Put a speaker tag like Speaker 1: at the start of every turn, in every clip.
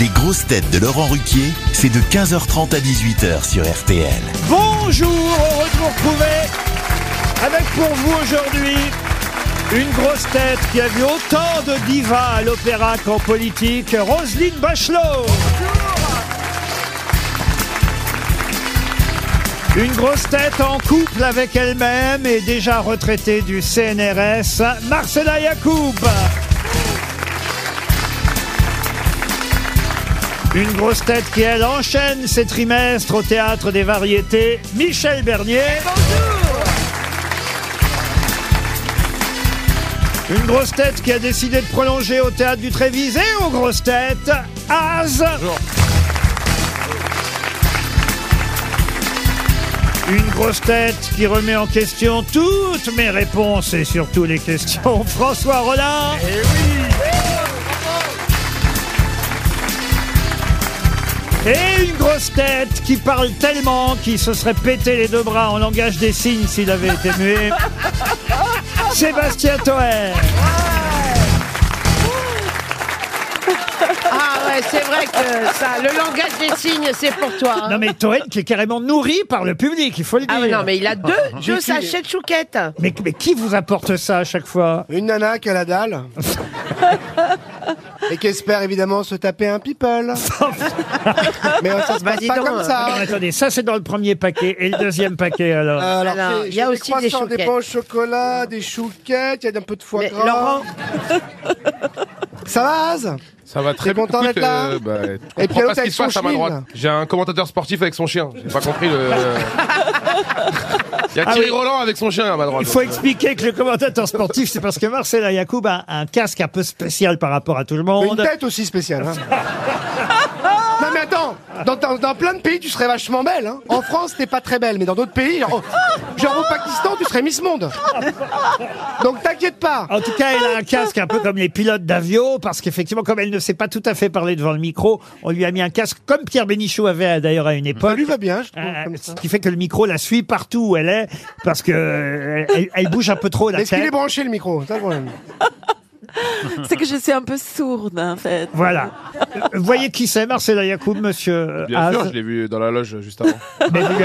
Speaker 1: Les grosses têtes de Laurent Ruquier, c'est de 15h30 à 18h sur RTL.
Speaker 2: Bonjour, heureux de vous retrouver avec pour vous aujourd'hui une grosse tête qui a vu autant de divas à l'opéra qu'en politique, Roselyne Bachelot. Une grosse tête en couple avec elle-même et déjà retraitée du CNRS, Marcela Yacoub. Une grosse tête qui, elle, enchaîne ses trimestres au Théâtre des Variétés, Michel Bernier. Une grosse tête qui a décidé de prolonger au Théâtre du Trévis et aux grosses têtes, Az. Une grosse tête qui remet en question toutes mes réponses et surtout les questions, François Rollin. Et une grosse tête qui parle tellement qu'il se serait pété les deux bras en langage des signes s'il avait été muet. Sébastien Toer.
Speaker 3: Ah ouais, c'est vrai que ça, le langage des signes, c'est pour toi. hein.
Speaker 2: Non mais Toen qui est carrément nourri par le public, il faut le dire.
Speaker 3: Ah ouais, non, mais il a deux, deux sachets de chouquette.
Speaker 2: Mais- mais qui vous apporte ça à chaque fois
Speaker 4: Une nana qui a la dalle. Et qui espère évidemment se taper un people. Mais euh, ça se
Speaker 3: Bah,
Speaker 4: passe
Speaker 3: dis
Speaker 4: pas
Speaker 3: donc,
Speaker 4: comme ça.
Speaker 2: Non, Attendez, ça c'est dans le premier paquet et le deuxième paquet alors.
Speaker 4: Euh,
Speaker 3: Alors,
Speaker 4: c'est-
Speaker 3: il y a
Speaker 4: j'ai
Speaker 3: aussi des
Speaker 4: croissants, des
Speaker 3: chouquettes.
Speaker 4: pains au chocolat, des chouquettes, il y a un peu de foie
Speaker 3: Mais
Speaker 4: gras.
Speaker 3: Laurent,
Speaker 4: Ça va, Az
Speaker 5: Ça va très
Speaker 4: T'es content
Speaker 5: Écoute,
Speaker 4: d'être là
Speaker 5: euh, bah, tu
Speaker 4: Et
Speaker 5: comprends
Speaker 4: Pierrot
Speaker 5: pas ce qui
Speaker 4: avec
Speaker 5: se
Speaker 4: son
Speaker 5: passe à ma
Speaker 4: chenil.
Speaker 5: droite. J'ai un commentateur sportif avec son chien. J'ai pas compris le. Il y a
Speaker 2: Ah
Speaker 5: Thierry
Speaker 2: oui.
Speaker 5: Roland avec son chien à ma droite.
Speaker 2: Il faut expliquer que le commentateur sportif, c'est parce que Marcel Yacoub a un casque un peu spécial par rapport à tout le
Speaker 4: Mais Une
Speaker 2: monde.
Speaker 4: tête aussi spéciale. hein.
Speaker 3: Ah
Speaker 4: non mais attends, dans, dans- dans plein de pays tu serais vachement belle. hein. En France t'es pas très belle, mais dans d'autres pays, genre, genre au Pakistan tu serais Miss Monde. Donc t'inquiète pas.
Speaker 2: En tout cas, elle a un casque un peu comme les pilotes d'avion, parce qu'effectivement, comme elle ne sait pas tout à fait parler devant le micro, on lui a mis un casque comme Pierre Bénichou avait euh, d'ailleurs à une époque.
Speaker 4: Lui va bien, je trouve.
Speaker 2: Euh,
Speaker 4: comme
Speaker 2: ce
Speaker 4: ça.
Speaker 2: qui fait que le micro la suit partout où elle est, parce que euh, elle, elle bouge un peu trop la
Speaker 4: Est-ce qu'il
Speaker 2: tête.
Speaker 4: est branché le micro C'est ça le problème.
Speaker 6: C'est que je suis un peu sourde en fait.
Speaker 2: Voilà. Euh, Voyez qui c'est, Marcela Yacoub, monsieur euh,
Speaker 5: Bien
Speaker 2: Haas.
Speaker 5: sûr, je l'ai vu dans la loge juste avant.
Speaker 2: Mais vous-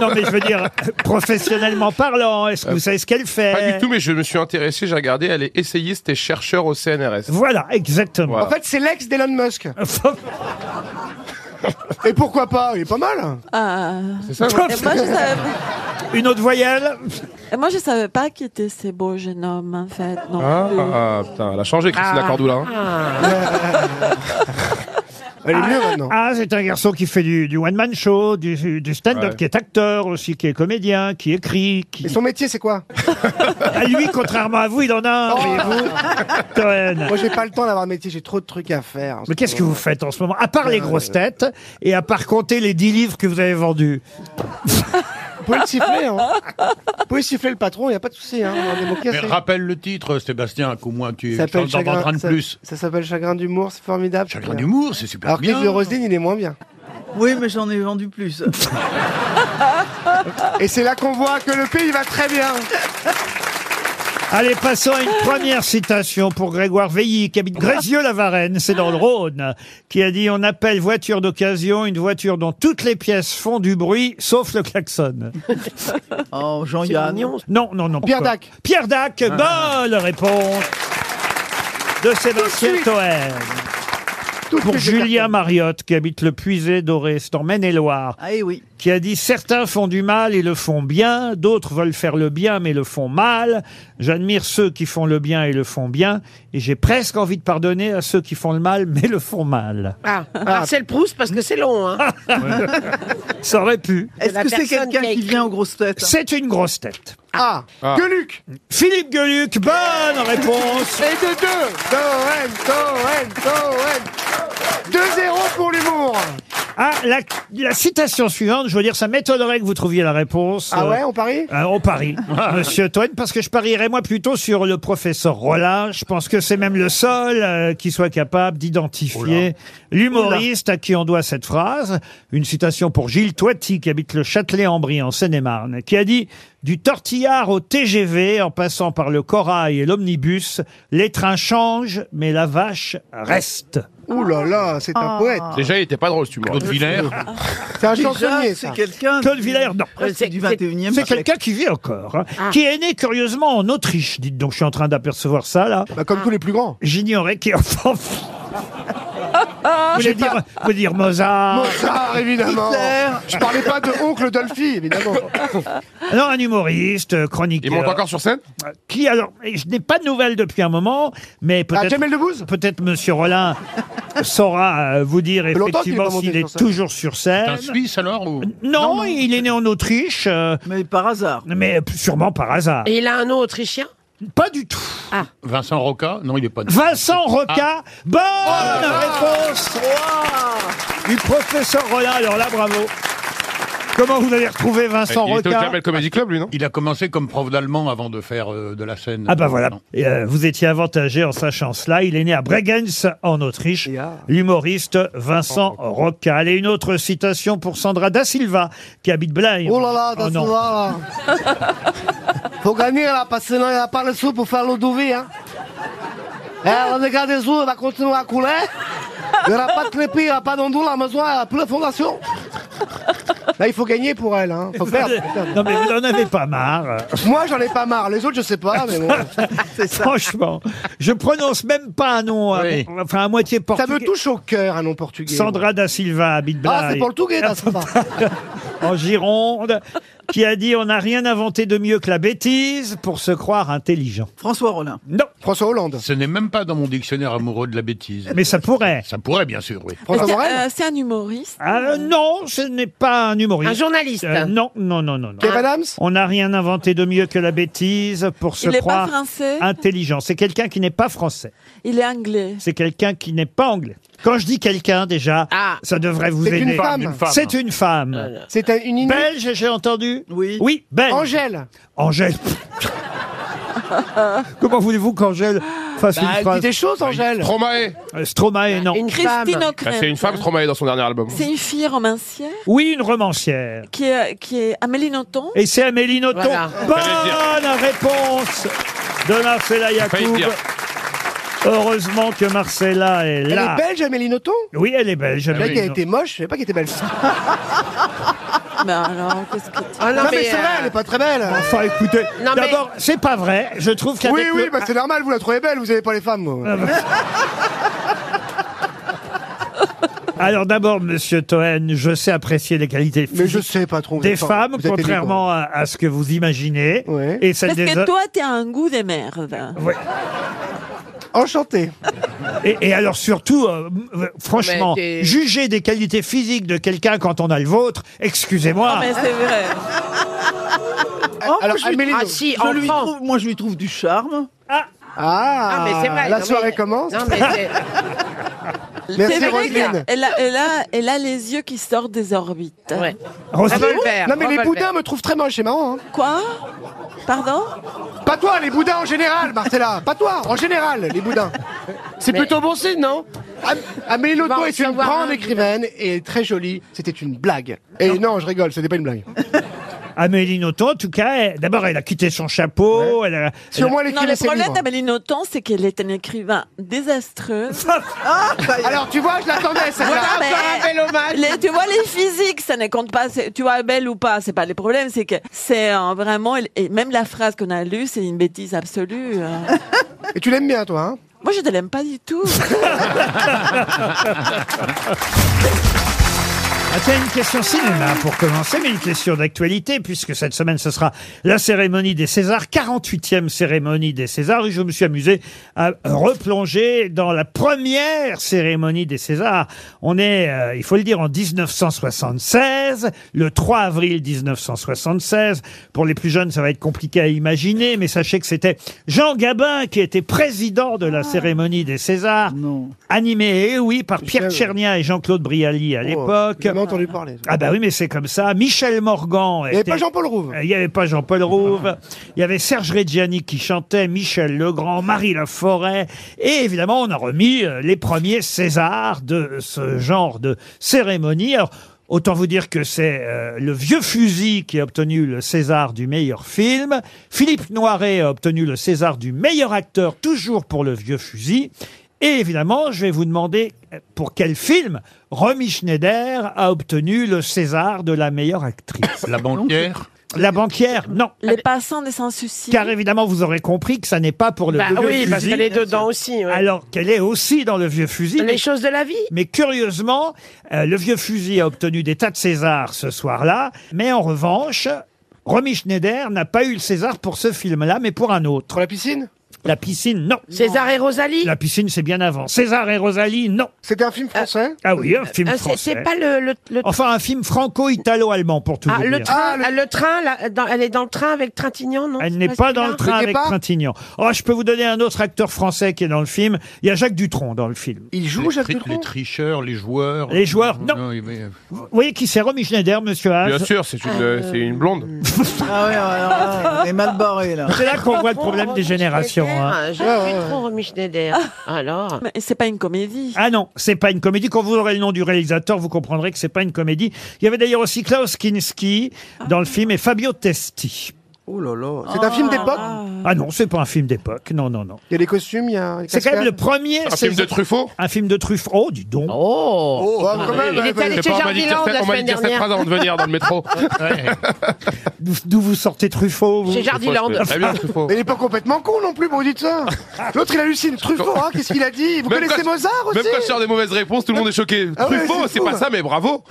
Speaker 2: non, mais je veux dire, professionnellement parlant, est-ce que vous savez ce qu'elle fait
Speaker 5: Pas du tout, mais je me suis intéressé, j'ai regardé, elle est essayiste et chercheur au CNRS.
Speaker 2: Voilà, exactement.
Speaker 5: Voilà.
Speaker 4: En fait, c'est l'ex d'Elon Musk. Et pourquoi pas Il est pas mal.
Speaker 6: Ah.
Speaker 5: C'est ça
Speaker 6: Et moi, je savais...
Speaker 2: Une autre voyelle
Speaker 6: et moi, je savais pas qui étaient ces beaux jeunes hommes en fait. Non.
Speaker 5: ah, ah, putain, elle a changé Christina Cordula. hein.
Speaker 4: Ah. Elle est mieux maintenant.
Speaker 2: Ah, c'est un garçon qui fait du, du one-man show, du, du stand-up,
Speaker 5: Ouais.
Speaker 2: qui est acteur aussi, qui est comédien, qui écrit. Qui...
Speaker 4: Et son métier, c'est quoi
Speaker 2: Ah, lui, contrairement à vous, il en a un.
Speaker 4: Oh.
Speaker 2: mais vous, Toen.
Speaker 4: Moi, j'ai pas le temps d'avoir un métier, j'ai trop de trucs à faire. en ce
Speaker 2: Mais qu'est-ce que
Speaker 4: moment.
Speaker 2: vous faites en ce moment À part les grosses têtes et à part compter les 10 livres que vous avez vendus.
Speaker 4: Vous pouvez le siffler, hein Vous pouvez siffler le patron, y a pas de souci, hein On a des mots
Speaker 7: Mais
Speaker 4: cassés.
Speaker 7: rappelle le titre, Sébastien, qu'au moins tu
Speaker 4: Ça
Speaker 7: t'en
Speaker 4: s'appelle
Speaker 7: t'en vendras
Speaker 4: chagrin,
Speaker 7: de
Speaker 4: ça-
Speaker 7: plus.
Speaker 4: ça s'appelle chagrin d'humour, c'est formidable.
Speaker 7: Chagrin
Speaker 4: Bien.
Speaker 7: d'humour, c'est super
Speaker 4: Alors que
Speaker 7: bien.
Speaker 4: de Roselyne, il est moins bien. Ah
Speaker 8: Oui, mais j'en ai vendu plus.
Speaker 4: Et c'est là qu'on voit que le pays va très bien.
Speaker 2: Allez, passons à une première citation pour Grégoire Veilly, qui habite Grézieux-la-Varenne, c'est dans le Rhône, qui a dit « On appelle voiture d'occasion une voiture dont toutes les pièces font du bruit, sauf le klaxon
Speaker 8: Oh, Jean-Yann. ».
Speaker 2: Non, non, non.
Speaker 4: Pierre
Speaker 2: pourquoi
Speaker 4: Dac.
Speaker 2: Pierre Dac,
Speaker 3: Ah.
Speaker 2: bonne réponse de Sébastien Toen.
Speaker 4: Tout de
Speaker 2: Pour
Speaker 4: suite, les
Speaker 2: Julien Mariotte, qui habite le Puisé doré, c'est en Maine-et-Loire,
Speaker 8: Ah eh oui.
Speaker 2: qui a dit certains font du mal et le font bien, d'autres veulent faire le bien mais le font mal. J'admire ceux qui font le bien et le font bien, et j'ai presque envie de pardonner à ceux qui font le mal mais le font mal.
Speaker 3: ah, Marcel Proust, parce que c'est long. Hein.
Speaker 2: Ah. Ça aurait pu.
Speaker 8: Est-ce
Speaker 3: la
Speaker 8: que c'est
Speaker 3: personne
Speaker 8: quelqu'un
Speaker 3: qui a
Speaker 8: qui,
Speaker 3: écrit.
Speaker 8: vient aux grosses têtes hein
Speaker 2: C'est une grosse tête.
Speaker 4: Ah,
Speaker 5: Ah.
Speaker 4: que Luc
Speaker 2: Philippe Gueluc, bonne réponse.
Speaker 4: Et de deux Toen, Toen, Toen 2-0 pour l'humour
Speaker 2: Ah, la, la citation suivante, je veux dire, ça m'étonnerait que vous trouviez la réponse.
Speaker 4: Ah
Speaker 2: Euh,
Speaker 4: ouais, on parie
Speaker 2: Euh, on parie, monsieur Toen, parce que je parierais moi plutôt sur le professeur Rollin. Je pense que c'est même le seul euh, qui soit capable d'identifier l'humoriste à qui on doit cette phrase. Une citation pour Gilles Toiti, qui habite le Châtelet-en-Brie, en Seine-et-Marne, qui a dit « Du tortillard au TGV, en passant par le corail et l'omnibus, les trains changent, mais la vache reste.
Speaker 4: Ouh Oh là là, c'est
Speaker 5: Oh.
Speaker 4: un poète.
Speaker 5: Déjà, il était pas drôle, ce humour.
Speaker 7: Claude Villers.
Speaker 4: C'est un
Speaker 8: Déjà,
Speaker 4: chansonnier, ça.
Speaker 8: c'est quelqu'un.
Speaker 2: Claude Villers, non.
Speaker 8: Ouais, C'est du
Speaker 3: C'est-
Speaker 8: 21e
Speaker 2: C'est
Speaker 8: siècle.
Speaker 2: quelqu'un qui vit encore, hein,
Speaker 4: Ah.
Speaker 2: qui est né curieusement en Autriche, dites donc, je suis en train d'apercevoir ça là.
Speaker 4: Bah,
Speaker 8: Ah.
Speaker 4: comme tous les plus grands.
Speaker 2: J'ignorais qui enfin. Vous voulez dire, vous voulez dire Mozart
Speaker 4: Mozart, évidemment.
Speaker 8: Hitler.
Speaker 4: Je parlais pas de oncle Dolphy, évidemment.
Speaker 2: Non, un humoriste, euh,
Speaker 5: Il monte
Speaker 2: chroniqueur.
Speaker 5: encore sur scène
Speaker 2: Qui alors et Je n'ai pas de nouvelles depuis un moment, mais
Speaker 4: Ah,
Speaker 2: peut-être.
Speaker 4: Jamel Debbouze
Speaker 2: Peut-être Monsieur Rollin saura euh, vous dire
Speaker 4: fait longtemps qu'il est
Speaker 2: effectivement
Speaker 4: pas monté
Speaker 2: s'il est
Speaker 4: sur scène.
Speaker 2: toujours sur
Speaker 7: C'est un
Speaker 2: scène.
Speaker 7: Suisse alors ou...
Speaker 2: Non,
Speaker 8: Non, non.
Speaker 2: il est né en Autriche, euh,
Speaker 8: Mais par hasard.
Speaker 2: mais sûrement par hasard.
Speaker 3: Et il a un nom autrichien
Speaker 2: Pas du tout.
Speaker 7: Vincent Roca Non, il est pas.
Speaker 2: Vincent
Speaker 7: Ah.
Speaker 2: Roca, bonne
Speaker 3: Oh,
Speaker 2: réponse du professeur Rollin. Alors là, bravo. Comment vous avez retrouvé Vincent
Speaker 5: Il était au
Speaker 2: Roca
Speaker 5: Jamel Comedy Club, lui, non
Speaker 7: Il a commencé comme prof d'allemand avant de faire euh, de la scène.
Speaker 2: Ah bah voilà,
Speaker 7: Non.
Speaker 2: Et, euh, vous étiez avantagé en sachant cela. Il est né à Bregenz en Autriche, l'humoriste Vincent Roca. Allez, une autre citation pour Sandra Da Silva, qui habite Blaye.
Speaker 4: Oh là là,
Speaker 2: non.
Speaker 4: Datsula, là. Faut gagner là, parce que sinon il n'y a pas le sous pour faire l'eau d'ouvrier, Hein. Eh, la dégâts des eaux elle va continuer à couler. Il n'y aura pas de crépi, il n'y aura pas d'ondou, la maison, elle a plus de fondation. Là, il faut gagner pour elle. Hein. Faut
Speaker 2: Vous
Speaker 4: perdre,
Speaker 2: avez-
Speaker 4: putain.
Speaker 2: Non mais vous n'en avez pas marre.
Speaker 4: Moi, j'en ai pas marre. Les autres, je sais pas, mais bon.
Speaker 2: Franchement, je prononce même pas un nom, hein,
Speaker 7: Oui.
Speaker 2: enfin à moitié
Speaker 4: Ça me
Speaker 2: portugais.
Speaker 4: touche au cœur, un nom portugais.
Speaker 2: Sandra Da Silva habite Blaye.
Speaker 4: Ah, c'est portugais, Datsula.
Speaker 2: en Gironde, qui a dit On n'a rien inventé de mieux que la bêtise pour se croire intelligent.
Speaker 8: François Rollin.
Speaker 2: Non,
Speaker 4: François Hollande.
Speaker 7: Ce n'est même pas dans mon dictionnaire amoureux de la bêtise.
Speaker 2: mais ça pourrait.
Speaker 7: Ça pourrait, bien sûr, oui.
Speaker 4: François
Speaker 6: C'est-
Speaker 4: Morel.
Speaker 6: euh, C'est un humoriste.
Speaker 2: Ah, euh, non, ce n'est pas un humoriste.
Speaker 3: Un journaliste
Speaker 2: Euh, non, non, non, non. non.
Speaker 4: Kev Adams.
Speaker 2: On n'a rien inventé de mieux que la bêtise pour se
Speaker 6: Il n'est pas
Speaker 2: croire
Speaker 6: français.
Speaker 2: intelligent. C'est quelqu'un qui n'est pas français.
Speaker 6: Il est anglais.
Speaker 2: C'est quelqu'un qui n'est pas anglais. Quand je dis quelqu'un, déjà,
Speaker 3: Ah.
Speaker 2: ça devrait vous
Speaker 4: C'est
Speaker 2: aider.
Speaker 4: une femme. Euh,
Speaker 7: Une femme.
Speaker 2: C'est une femme.
Speaker 4: C'est un- une inuit.
Speaker 2: Belge, j'ai entendu
Speaker 8: Oui.
Speaker 2: Oui, belge.
Speaker 4: Angèle.
Speaker 2: Angèle. Comment voulez-vous qu'Angèle fasse
Speaker 4: Bah,
Speaker 2: une
Speaker 4: elle dit
Speaker 2: phrase
Speaker 4: des choses, Angèle.
Speaker 5: Stromae
Speaker 2: Euh, Stromae, non.
Speaker 3: Une femme.
Speaker 6: Christine
Speaker 5: Bah,
Speaker 6: O'Crane.
Speaker 5: C'est une femme, Stromae, dans son dernier album.
Speaker 6: C'est une fille romancière
Speaker 2: Oui, une romancière.
Speaker 6: qui est, qui est Amélie Nothomb.
Speaker 2: Et c'est Amélie Nothomb.
Speaker 3: Voilà.
Speaker 2: Bonne réponse de Marcella
Speaker 5: failli le
Speaker 2: Yacoub.
Speaker 5: dire.
Speaker 2: Heureusement que Marcella est
Speaker 4: Elle
Speaker 2: là.
Speaker 4: est belge, Amélie Nothomb
Speaker 2: oui, elle est belge.
Speaker 4: Le
Speaker 2: Amélie
Speaker 4: mec, elle
Speaker 2: Nothomb.
Speaker 4: était moche, je savais pas qu'elle était belge.
Speaker 6: Mais alors, qu'est-ce que tu...
Speaker 3: Ah non,
Speaker 4: Non, mais c'est
Speaker 3: euh,
Speaker 4: vrai, elle est pas très belle.
Speaker 2: Enfin, écoutez,
Speaker 3: Non, mais-
Speaker 2: d'abord, c'est pas vrai. Je trouve qu'avec
Speaker 4: Oui, oui,
Speaker 2: le- Ah, bah.
Speaker 4: bah c'est normal, vous la trouvez belle, vous avez pas les femmes. moi.
Speaker 2: Alors d'abord, Monsieur Toen, je sais apprécier les qualités
Speaker 4: Mais je
Speaker 2: physiques
Speaker 4: sais pas trop. vous
Speaker 2: des
Speaker 4: êtes-
Speaker 2: femmes,
Speaker 4: vous êtes
Speaker 2: contrairement à, à ce que vous imaginez,
Speaker 4: Ouais.
Speaker 2: et celles
Speaker 6: Parce
Speaker 2: des
Speaker 6: que
Speaker 2: hommes.
Speaker 6: toi, t'as un goût de merde.
Speaker 2: Ouais.
Speaker 4: élégant. Enchantée.
Speaker 2: Et, et alors surtout, euh, m- euh,
Speaker 6: Oh,
Speaker 2: franchement,
Speaker 3: Mais t'es-
Speaker 2: juger des qualités physiques de quelqu'un quand on a le vôtre, excusez-moi.
Speaker 6: Non, Oh, mais c'est vrai.
Speaker 4: Alors, Amélie
Speaker 3: Ah
Speaker 4: Nothomb.
Speaker 3: si,
Speaker 8: Je lui
Speaker 3: enfant.
Speaker 8: trouve- moi, je lui trouve du charme.
Speaker 4: Ah,
Speaker 3: Ah, mais c'est vrai.
Speaker 4: La
Speaker 3: non,
Speaker 4: soirée
Speaker 3: mais-
Speaker 4: commence.
Speaker 3: Non, mais c'est-
Speaker 4: Merci,
Speaker 6: C'est vrai
Speaker 4: Roselyne.
Speaker 6: qu'elle a, elle, a, elle a les yeux qui sortent des orbites.
Speaker 3: Ouais.
Speaker 2: Roselyne,
Speaker 3: Revolver.
Speaker 4: Non, mais
Speaker 6: Ah,
Speaker 4: les
Speaker 3: revolver.
Speaker 4: boudins me trouvent très moche, c'est marrant. hein.
Speaker 6: Quoi Pardon
Speaker 4: Pas toi, les boudins en général, Marcella. Pas toi, en général, les boudins. C'est
Speaker 3: Mais-
Speaker 4: plutôt bon signe, non Am- Amélie
Speaker 3: Bon,
Speaker 4: Nothomb est
Speaker 3: tu vas
Speaker 4: une
Speaker 3: voir
Speaker 4: grande
Speaker 3: un-
Speaker 4: écrivaine et très jolie. C'était une blague. Et non, je rigole, c'était pas une blague.
Speaker 2: Amélie Nothomb, en tout cas, elle- d'abord, elle a quitté son chapeau. Elle a-
Speaker 4: Si au moins elle
Speaker 6: Non, le
Speaker 4: écrivait ses
Speaker 6: problème
Speaker 4: livres.
Speaker 6: d'Amélie Nothomb, c'est qu'elle est un écrivain désastreux.
Speaker 8: Ah,
Speaker 4: Alors tu vois, je l'attendais, celle-là.
Speaker 6: Voilà, mais-
Speaker 4: hommage.
Speaker 6: Les- tu vois, les physiques, ça ne compte pas. c'est- Tu vois, belle ou pas, c'est pas le problème. C'est que c'est euh, vraiment. Et même la phrase qu'on a lue, c'est une bêtise absolue. euh.
Speaker 4: Et tu l'aimes bien, toi, hein
Speaker 6: Moi, je ne l'aime pas du tout.
Speaker 2: Ah, tiens, une question cinéma pour commencer, mais une question d'actualité, puisque cette semaine, ce sera la cérémonie des Césars, 48e cérémonie des Césars, et je me suis amusé à replonger dans la première cérémonie des Césars. On est, euh, il faut le dire, en 1976, le 3 avril 1976. Pour les plus jeunes, ça va être compliqué à imaginer, mais sachez que c'était Jean Gabin qui était président de la cérémonie des Césars,
Speaker 8: Non.
Speaker 2: animé, eh oui, par Pierre
Speaker 4: Michel.
Speaker 2: Tchernia et Jean-Claude Brialy
Speaker 4: Oh.
Speaker 2: à l'époque.
Speaker 4: J'en ai entendu parler.
Speaker 2: Ah bah oui, mais c'est comme ça. Michel Morgan. Euh,
Speaker 4: Il n'y avait pas Jean-Paul Rouve.
Speaker 2: Il n'y avait pas Jean-Paul Rouve, il y avait Serge Reggiani qui chantait, Michel Legrand, Marie Laforêt, et évidemment on a remis euh, les premiers Césars de ce genre de cérémonie. Alors, Autant vous dire que c'est euh, le vieux fusil qui a obtenu le César du meilleur film. Philippe Noiret a obtenu le César du meilleur acteur, toujours pour le vieux fusil. Et évidemment, je vais vous demander euh, pour quel film Romy Schneider a obtenu le César de la meilleure actrice.
Speaker 7: La banquière
Speaker 2: La banquière, non.
Speaker 6: Les passants des sans-souci.
Speaker 2: Car évidemment, vous aurez compris que ça n'est pas pour le
Speaker 3: Bah
Speaker 2: vieux
Speaker 3: oui, parce
Speaker 2: fusil,
Speaker 3: qu'elle est dedans aussi. ouais.
Speaker 2: alors qu'elle est aussi dans le vieux fusil. mais
Speaker 3: Les choses de la vie.
Speaker 2: mais curieusement, euh, le vieux fusil a obtenu des tas de Césars ce soir-là. Mais en revanche, Romy Schneider n'a pas eu le César pour ce film-là, mais pour un autre.
Speaker 4: Pour la piscine
Speaker 2: La piscine, non.
Speaker 3: César et Rosalie.
Speaker 2: La piscine, c'est bien avant. César et Rosalie, non.
Speaker 4: C'était un film français
Speaker 2: Ah oui, un film
Speaker 3: Euh, c'est-
Speaker 2: français.
Speaker 3: C'est pas le, le, le-
Speaker 2: Enfin, un film franco-italo-allemand, pour tout
Speaker 3: Ah,
Speaker 2: vous
Speaker 3: le
Speaker 2: dire.
Speaker 3: train. ah, le train là, dans- elle est dans le train avec Trintignant, non
Speaker 2: Elle
Speaker 3: Ah, c'est
Speaker 2: n'est pas dans
Speaker 3: celui-là
Speaker 2: le train
Speaker 4: Le
Speaker 2: avec
Speaker 4: départ
Speaker 2: Trintignant. Oh, je peux vous donner un autre acteur français qui est dans le film. Il y a Jacques Dutronc dans le film.
Speaker 4: Il
Speaker 7: les,
Speaker 4: joue, Jacques
Speaker 7: tri- les
Speaker 4: Dutronc
Speaker 7: tricheurs, les joueurs.
Speaker 2: Les joueurs, non.
Speaker 7: il y avait-
Speaker 2: Vous voyez qui c'est Romy Schneider, monsieur Haas
Speaker 5: Bien sûr, c'est une, euh, c'est une blonde.
Speaker 8: Ah ouais, ouais, ouais, ouais, on est mal barré là.
Speaker 2: C'est là qu'on voit le problème des
Speaker 3: Romy
Speaker 2: générations.
Speaker 3: Schneider,
Speaker 2: hein.
Speaker 3: Je
Speaker 6: Ah,
Speaker 3: suis Ah, trop Romy Schneider. Alors.
Speaker 6: Mais c'est pas une comédie.
Speaker 2: Ah non, c'est pas une comédie. Quand vous aurez le nom du réalisateur, vous comprendrez que c'est pas une comédie. Il y avait d'ailleurs aussi Klaus Kinski
Speaker 6: Ah.
Speaker 2: dans le film et Fabio Testi.
Speaker 4: Oh là là. C'est un film d'époque
Speaker 2: Ah non, c'est pas un film d'époque. Non, non, non.
Speaker 4: Il y a les costumes, il y a. les
Speaker 2: C'est quand même le
Speaker 4: cascades.
Speaker 2: premier.
Speaker 5: Un film de Truffaut
Speaker 2: un film de Truffaut. Oh, dis donc.
Speaker 3: Oh.
Speaker 4: Oh, quand même,
Speaker 3: Il est
Speaker 4: euh,
Speaker 3: allé
Speaker 5: C'est
Speaker 3: chez
Speaker 5: pas, on m'a dit de dire
Speaker 3: Jardiland
Speaker 5: cette-
Speaker 3: la
Speaker 5: on m'a dit
Speaker 3: semaine
Speaker 5: de dire cette
Speaker 3: dernière.
Speaker 5: phrase avant de venir dans le métro.
Speaker 7: Ouais.
Speaker 2: D'où- D'où vous sortez Truffaut vous
Speaker 3: Chez Jardiland.
Speaker 5: Très bien, Truffaut.
Speaker 4: Mais il est pas complètement con non plus, bon, vous dites ça. L'autre, il hallucine. Truffaut, hein, qu'est-ce qu'il a dit Vous
Speaker 5: Même
Speaker 4: connaissez
Speaker 5: quand-
Speaker 4: Mozart aussi
Speaker 5: Même quand je sors des mauvaises réponses, tout le monde est choqué.
Speaker 4: Ah ouais,
Speaker 5: Truffaut,
Speaker 4: c'est
Speaker 5: c'est
Speaker 4: fou,
Speaker 5: pas
Speaker 4: hein.
Speaker 5: ça, mais bravo.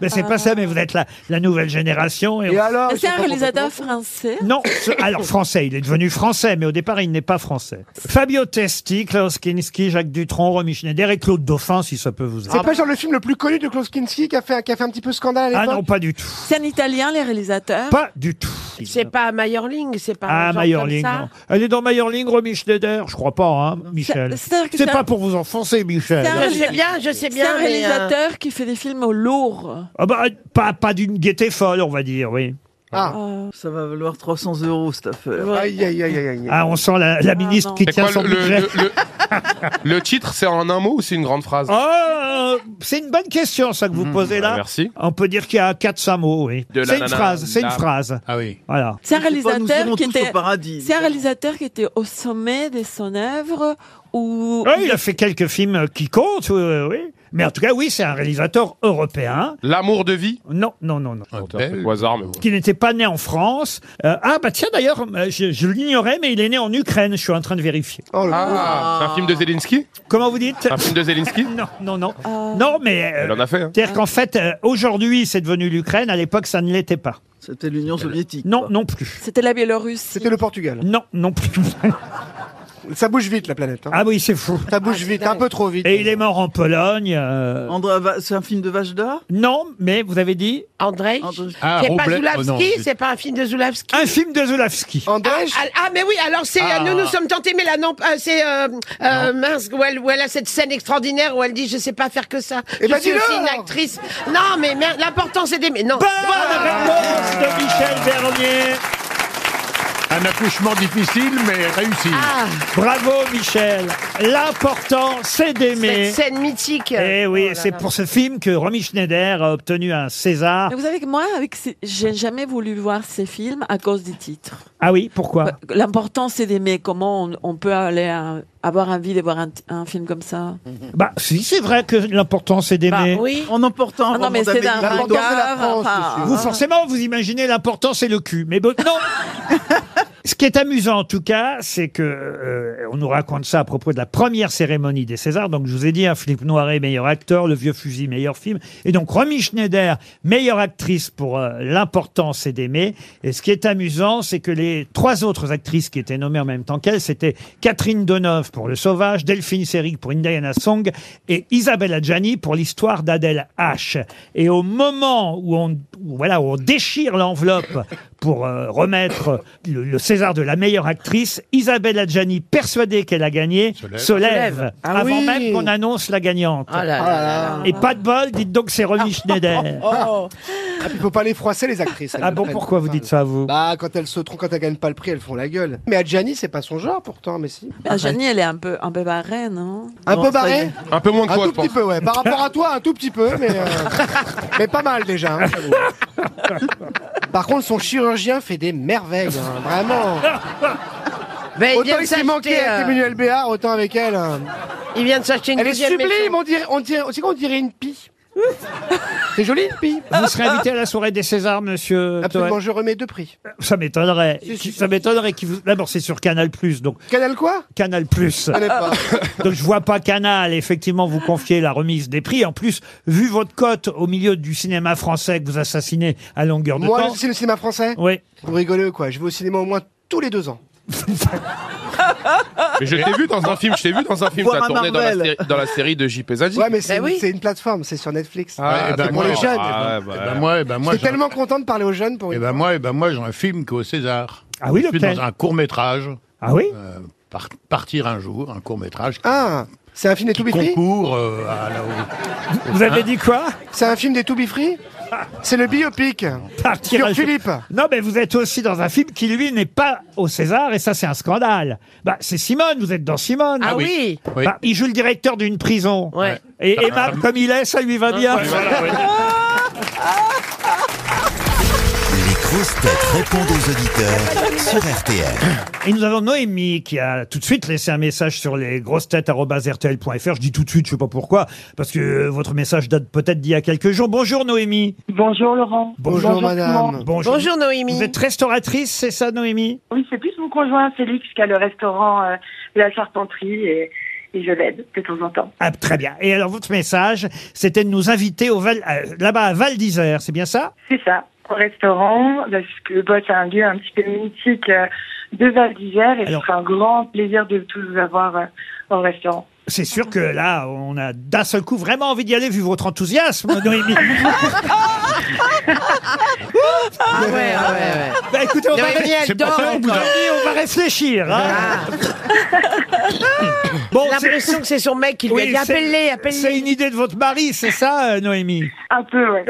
Speaker 2: Mais c'est pas ça, mais vous êtes la, la nouvelle génération. et
Speaker 4: Et
Speaker 2: on-
Speaker 4: alors ils
Speaker 6: C'est
Speaker 4: sont
Speaker 6: un
Speaker 4: pas
Speaker 6: réalisateur français.
Speaker 2: Non, ce- alors français, il est devenu français, mais au départ il n'est pas français. Fabio Testi, Klaus Kinski, Jacques Dutronc, Romy Schneider et Claude Dauphin, si ça peut vous
Speaker 4: C'est
Speaker 3: Ah
Speaker 2: aider.
Speaker 4: pas genre le film le plus connu de Klaus Kinski qui a fait, qui a fait un petit peu scandale à
Speaker 2: Ah non,
Speaker 4: l'époque
Speaker 2: pas du tout.
Speaker 6: C'est un italien, les réalisateurs.
Speaker 2: Pas du tout.
Speaker 3: C'est pas Mayerling, c'est pas. un
Speaker 2: Ah,
Speaker 3: genre
Speaker 2: Mayerling,
Speaker 3: comme ça.
Speaker 2: non. Elle est dans Mayerling, Romy Schneider Je crois pas, hein, Michel.
Speaker 6: C'est- c'est-à-dire que
Speaker 2: C'est
Speaker 6: ça-
Speaker 2: pas pour vous enfoncer, Michel.
Speaker 6: C'est un-
Speaker 3: Je sais bien, je sais
Speaker 6: C'est
Speaker 3: bien.
Speaker 6: un
Speaker 3: mais, euh,
Speaker 6: réalisateur qui fait des films lourds.
Speaker 2: Ah bah, pas pas d'une gaieté folle, on va dire, oui.
Speaker 4: Ah,
Speaker 6: Euh,
Speaker 8: Ça va valoir 300 euros cette affaire.
Speaker 3: ouais.
Speaker 4: aïe, aïe, aïe, aïe, aïe.
Speaker 2: Ah, on sent la, la ministre
Speaker 6: non.
Speaker 2: qui
Speaker 5: C'est
Speaker 2: tient
Speaker 5: quoi
Speaker 2: son
Speaker 5: le, le,
Speaker 2: budget.
Speaker 5: le- le- le titre C'est en un mot ou c'est une grande phrase Hmm.
Speaker 2: Oh, euh, c'est une bonne question, ça, que vous posez là.
Speaker 5: Bah, Merci.
Speaker 2: On peut dire qu'il y a 400 mots, oui.
Speaker 5: De la
Speaker 2: C'est une
Speaker 5: nana-
Speaker 2: phrase, c'est une
Speaker 5: la-
Speaker 2: phrase.
Speaker 7: Ah oui.
Speaker 2: Voilà.
Speaker 6: C'est un
Speaker 8: Je sais pas, nous
Speaker 6: réalisateur
Speaker 8: irons
Speaker 6: qui
Speaker 8: tous
Speaker 6: était.
Speaker 8: au paradis.
Speaker 6: C'est un réalisateur qui était au sommet de son œuvre où
Speaker 2: Ouais, il a fait quelques films euh, qui comptent, euh, oui. Mais en tout cas, oui, c'est un réalisateur européen.
Speaker 5: L'amour de vie
Speaker 2: Non, non, non, non.
Speaker 7: Un
Speaker 5: C'est
Speaker 7: bel-
Speaker 5: au hasard, mais bon.
Speaker 2: Qui n'était pas né en France. Euh, ah, bah tiens, d'ailleurs, euh, je, je l'ignorais, mais il est né en Ukraine. Je suis en train de vérifier.
Speaker 4: Oh là là.
Speaker 5: Ah, c'est un film de Zelensky
Speaker 2: Comment vous dites
Speaker 5: Un film de Zelensky
Speaker 2: Non, non, non. Non, mais. euh,
Speaker 5: Elle en a fait. hein.
Speaker 2: c'est-à-dire qu'en fait, euh, aujourd'hui, c'est devenu l'Ukraine. À l'époque, ça ne l'était pas.
Speaker 8: C'était l'Union soviétique.
Speaker 2: Non,
Speaker 8: quoi.
Speaker 2: non plus.
Speaker 6: c'était la Biélorussie.
Speaker 4: C'était le Portugal.
Speaker 2: Non, non plus.
Speaker 4: Ça bouge vite, la planète. hein.
Speaker 2: Ah oui, c'est fou.
Speaker 4: Ça bouge vite, un peu trop vite.
Speaker 2: Et il est mort en Pologne. euh,
Speaker 8: André Va- C'est un film de Vajda
Speaker 2: Non, mais vous avez dit
Speaker 3: Andrei.
Speaker 8: Andrei.
Speaker 7: Ah,
Speaker 3: c'est pas
Speaker 7: Roblet- oh non,
Speaker 3: Zulavski,
Speaker 7: je-
Speaker 3: c'est pas un film de Zulavski.
Speaker 2: un film de Zulawski. Ah.
Speaker 4: André,
Speaker 3: Ah, ah, mais oui, alors c'est euh, nous nous sommes tentés, mais là non, euh, c'est euh, euh, mince où elle, où elle a cette scène extraordinaire où elle dit je sais pas faire que ça.
Speaker 4: Eh
Speaker 3: je
Speaker 4: ben,
Speaker 3: suis
Speaker 4: dis-le,
Speaker 3: aussi une
Speaker 4: alors.
Speaker 3: actrice. Non, mais mer- l'important c'est d'aimer. Non. Oh.
Speaker 2: Bonne réponse de Michel Bernier.
Speaker 7: Un accouchement difficile, mais réussi.
Speaker 3: Ah,
Speaker 2: Bravo Michel. L'important, c'est d'aimer.
Speaker 3: cette scène mythique.
Speaker 2: Eh oui,
Speaker 3: Oh là
Speaker 2: c'est
Speaker 3: là. Ah
Speaker 2: pour ce film que Romy Schneider a obtenu un César.
Speaker 6: Mais vous savez que moi, avec ces- j'ai jamais voulu voir ces films à cause du titre.
Speaker 2: Ah oui,
Speaker 3: Bah,
Speaker 2: pourquoi
Speaker 6: L'important, c'est d'aimer. Comment on, on peut aller à- avoir envie de voir un, t- un film comme ça
Speaker 4: Mm-hmm.
Speaker 2: Bah si, c'est vrai que l'important, c'est d'aimer.
Speaker 6: Bah, oui.
Speaker 8: En emportant un
Speaker 6: Ah non, mais
Speaker 8: roman
Speaker 6: c'est d'un
Speaker 8: d'Amélie
Speaker 4: L'important, c'est la
Speaker 6: ringard.
Speaker 4: France,
Speaker 6: enfin,
Speaker 2: Vous forcément, vous imaginez l'important c'est le cul, mais bon, non. Ce qui est amusant en tout cas, c'est que euh, on nous raconte ça à propos de la première cérémonie des Césars. Donc je vous ai dit, un Philippe Noiret meilleur acteur, Le Vieux Fusil meilleur film, et donc Romy Schneider meilleure actrice pour euh, L'important c'est d'aimer. Et ce qui est amusant, c'est que les trois autres actrices qui étaient nommées en même temps qu'elle, c'était Catherine Deneuve pour Le Sauvage, Delphine Seyrig pour Indiana Song et Isabella Gianni pour l'histoire d'Adèle H. Et au moment où on, où, voilà, où on déchire l'enveloppe pour euh, remettre le, le César de la meilleure actrice, Isabella Gianni, persuadée qu'elle a gagné, se
Speaker 7: lève.
Speaker 2: lève,
Speaker 3: Se lève. Ah
Speaker 2: avant
Speaker 3: oui.
Speaker 2: même qu'on annonce la gagnante.
Speaker 3: Oh là là. Ah.
Speaker 2: Et pas de bol, dites donc c'est Romy Schneider.
Speaker 3: Oh.
Speaker 4: il faut pas les froisser, les actrices. elles
Speaker 2: Ah
Speaker 4: le
Speaker 2: bon,
Speaker 4: prennent.
Speaker 2: pourquoi vous dites ça, vous
Speaker 4: Bah, quand elles se trompent, quand elles gagnent pas le prix, elles font la gueule. Mais Adjani, c'est pas son genre pourtant, mais si.
Speaker 6: bah, Jeannie, elle est un peu, un peu hein. barrée, non
Speaker 4: Un
Speaker 8: Non,
Speaker 4: peu
Speaker 8: ça y
Speaker 4: barré
Speaker 8: est.
Speaker 5: Un peu moins que
Speaker 4: Un
Speaker 5: toi,
Speaker 4: tout
Speaker 5: je
Speaker 4: petit
Speaker 5: pense.
Speaker 4: peu, ouais. Par rapport à toi, un tout petit peu, mais, euh, mais pas mal déjà. hein, j'avoue. Par contre, son chirurgien fait des merveilles, hein, vraiment.
Speaker 3: Ben, il vient
Speaker 4: Autant
Speaker 3: de
Speaker 4: il s'est manqué
Speaker 3: s'acheter,
Speaker 4: avec
Speaker 3: euh,
Speaker 4: Emmanuel Béard, autant avec elle. hein.
Speaker 3: Il vient de s'acheter une
Speaker 4: Elle est
Speaker 3: deuxième
Speaker 4: sublime,
Speaker 3: maison.
Speaker 4: on dirait, on dirait, tu sais quoi, on dirait une pie. C'est joli une pie.
Speaker 2: Vous serez invité à la soirée des Césars, monsieur
Speaker 4: Absolument,
Speaker 2: Toen
Speaker 4: je remets deux prix.
Speaker 2: Ça m'étonnerait.
Speaker 4: Si, si,
Speaker 2: Ça
Speaker 4: si.
Speaker 2: m'étonnerait qu'il vous... D'abord, c'est sur Canal+, donc
Speaker 4: Canal quoi
Speaker 2: Canal+.
Speaker 4: Je connais pas.
Speaker 2: Donc je vois pas Canal, effectivement, vous confier la remise des prix. En plus, vu votre cote au milieu du cinéma français que vous assassinez à longueur de
Speaker 4: Moi,
Speaker 2: temps...
Speaker 4: le ciné- cinéma français,
Speaker 2: Oui.
Speaker 4: vous rigolez ou quoi Je vais au cinéma au moins tous les deux ans.
Speaker 5: Mais je t'ai vu dans un film, je t'ai vu dans un film,
Speaker 8: Voir
Speaker 5: t'as
Speaker 8: un
Speaker 5: tourné dans la,
Speaker 8: Marvel.
Speaker 5: série- dans la série de JP Zadig.
Speaker 4: Ouais, mais c'est
Speaker 3: Bah oui.
Speaker 4: c'est une plateforme, c'est sur Netflix.
Speaker 7: Ah, eh ben,
Speaker 4: pour les
Speaker 2: Oh,
Speaker 7: moi,
Speaker 4: jeunes.
Speaker 5: Ah, ouais, bah,
Speaker 7: Eh ben moi, eh ben moi,
Speaker 4: Je suis
Speaker 7: j'ai un-
Speaker 4: tellement content de parler aux jeunes pour
Speaker 7: eh
Speaker 4: une
Speaker 7: ben moi, eh ben moi, j'ai un film qui est au César.
Speaker 2: Ah oui,
Speaker 7: Je suis
Speaker 2: lequel
Speaker 7: dans un court métrage.
Speaker 2: Ah oui
Speaker 7: partir un jour, un court métrage.
Speaker 4: Ah, c'est un film des To Be Free
Speaker 7: Concours euh, à la- au-
Speaker 2: Vous avez dit quoi
Speaker 4: C'est un film des To Be Free C'est le biopic.
Speaker 2: Partir un jour-
Speaker 4: Philippe.
Speaker 2: Ah, Non, mais vous êtes aussi dans un film qui, lui, n'est pas au César, et ça, c'est un scandale. Bah, c'est Simone, vous êtes dans Simone.
Speaker 3: Ah oui,
Speaker 7: oui.
Speaker 2: Bah, il joue le directeur d'une prison.
Speaker 3: Ouais.
Speaker 2: Et aimable comme il est, ça lui va bien.
Speaker 1: Les grosses têtes répondent aux auditeurs sur RTL.
Speaker 2: Et nous avons Noémie qui a tout de suite laissé un message sur les lesgrossetêtes.rtl.fr. Je dis tout de suite, je sais pas pourquoi, parce que euh, votre message date peut-être d'il y a quelques jours. Bonjour Noémie.
Speaker 9: Bonjour Laurent.
Speaker 4: Bonjour,
Speaker 9: tout le
Speaker 4: madame.
Speaker 9: monde.
Speaker 2: Bonjour.
Speaker 3: Bonjour Noémie.
Speaker 2: Vous êtes restauratrice, c'est ça Noémie
Speaker 9: Oui, c'est plus mon conjoint Félix qui a le restaurant euh, de la charpenterie et, et je l'aide de temps en temps.
Speaker 2: ah, Très bien. Et alors votre message, c'était de nous inviter au Val- euh, là-bas à Val d'Isère, c'est bien ça
Speaker 9: C'est ça, au restaurant, parce que bah, c'est un lieu un petit peu mythique euh, de Val d'Isère et
Speaker 2: Alors-
Speaker 9: c'est un grand plaisir de tous vous avoir euh, au restaurant.
Speaker 2: C'est sûr que là, on a d'un seul coup vraiment envie d'y aller vu votre enthousiasme, Noémie.
Speaker 3: Ah ouais, ouais, ouais.
Speaker 2: bah, écoutez, on va,
Speaker 3: Noémie,
Speaker 2: ré-
Speaker 3: elle dort.
Speaker 2: Noémie,
Speaker 3: encore.
Speaker 2: on va réfléchir. hein. bon,
Speaker 3: J'ai
Speaker 2: c'est-
Speaker 3: l'impression que c'est son mec qui lui
Speaker 2: Oui,
Speaker 3: a dit
Speaker 2: c'est-
Speaker 3: appelle-les,
Speaker 2: C'est
Speaker 3: appelle-les.
Speaker 2: une idée de votre mari, c'est ça, euh, Noémie Ah.
Speaker 9: Un peu, ouais.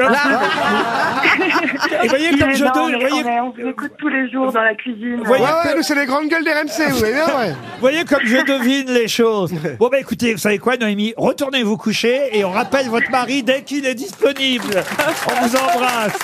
Speaker 2: Et voyez
Speaker 9: Mais
Speaker 2: comme je
Speaker 9: non, on,
Speaker 2: donne,
Speaker 9: est-
Speaker 2: voyez,
Speaker 9: on est- on vous écoute tous les jours dans la cuisine.
Speaker 4: Ouais, ouais, nous, c'est les grandes gueules des RMC, vous voyez bien, ouais.
Speaker 2: voyez comme je devine les choses. Bon bah écoutez, vous savez quoi, Noémie Retournez vous coucher et on rappelle votre mari dès qu'il est disponible. On vous embrasse.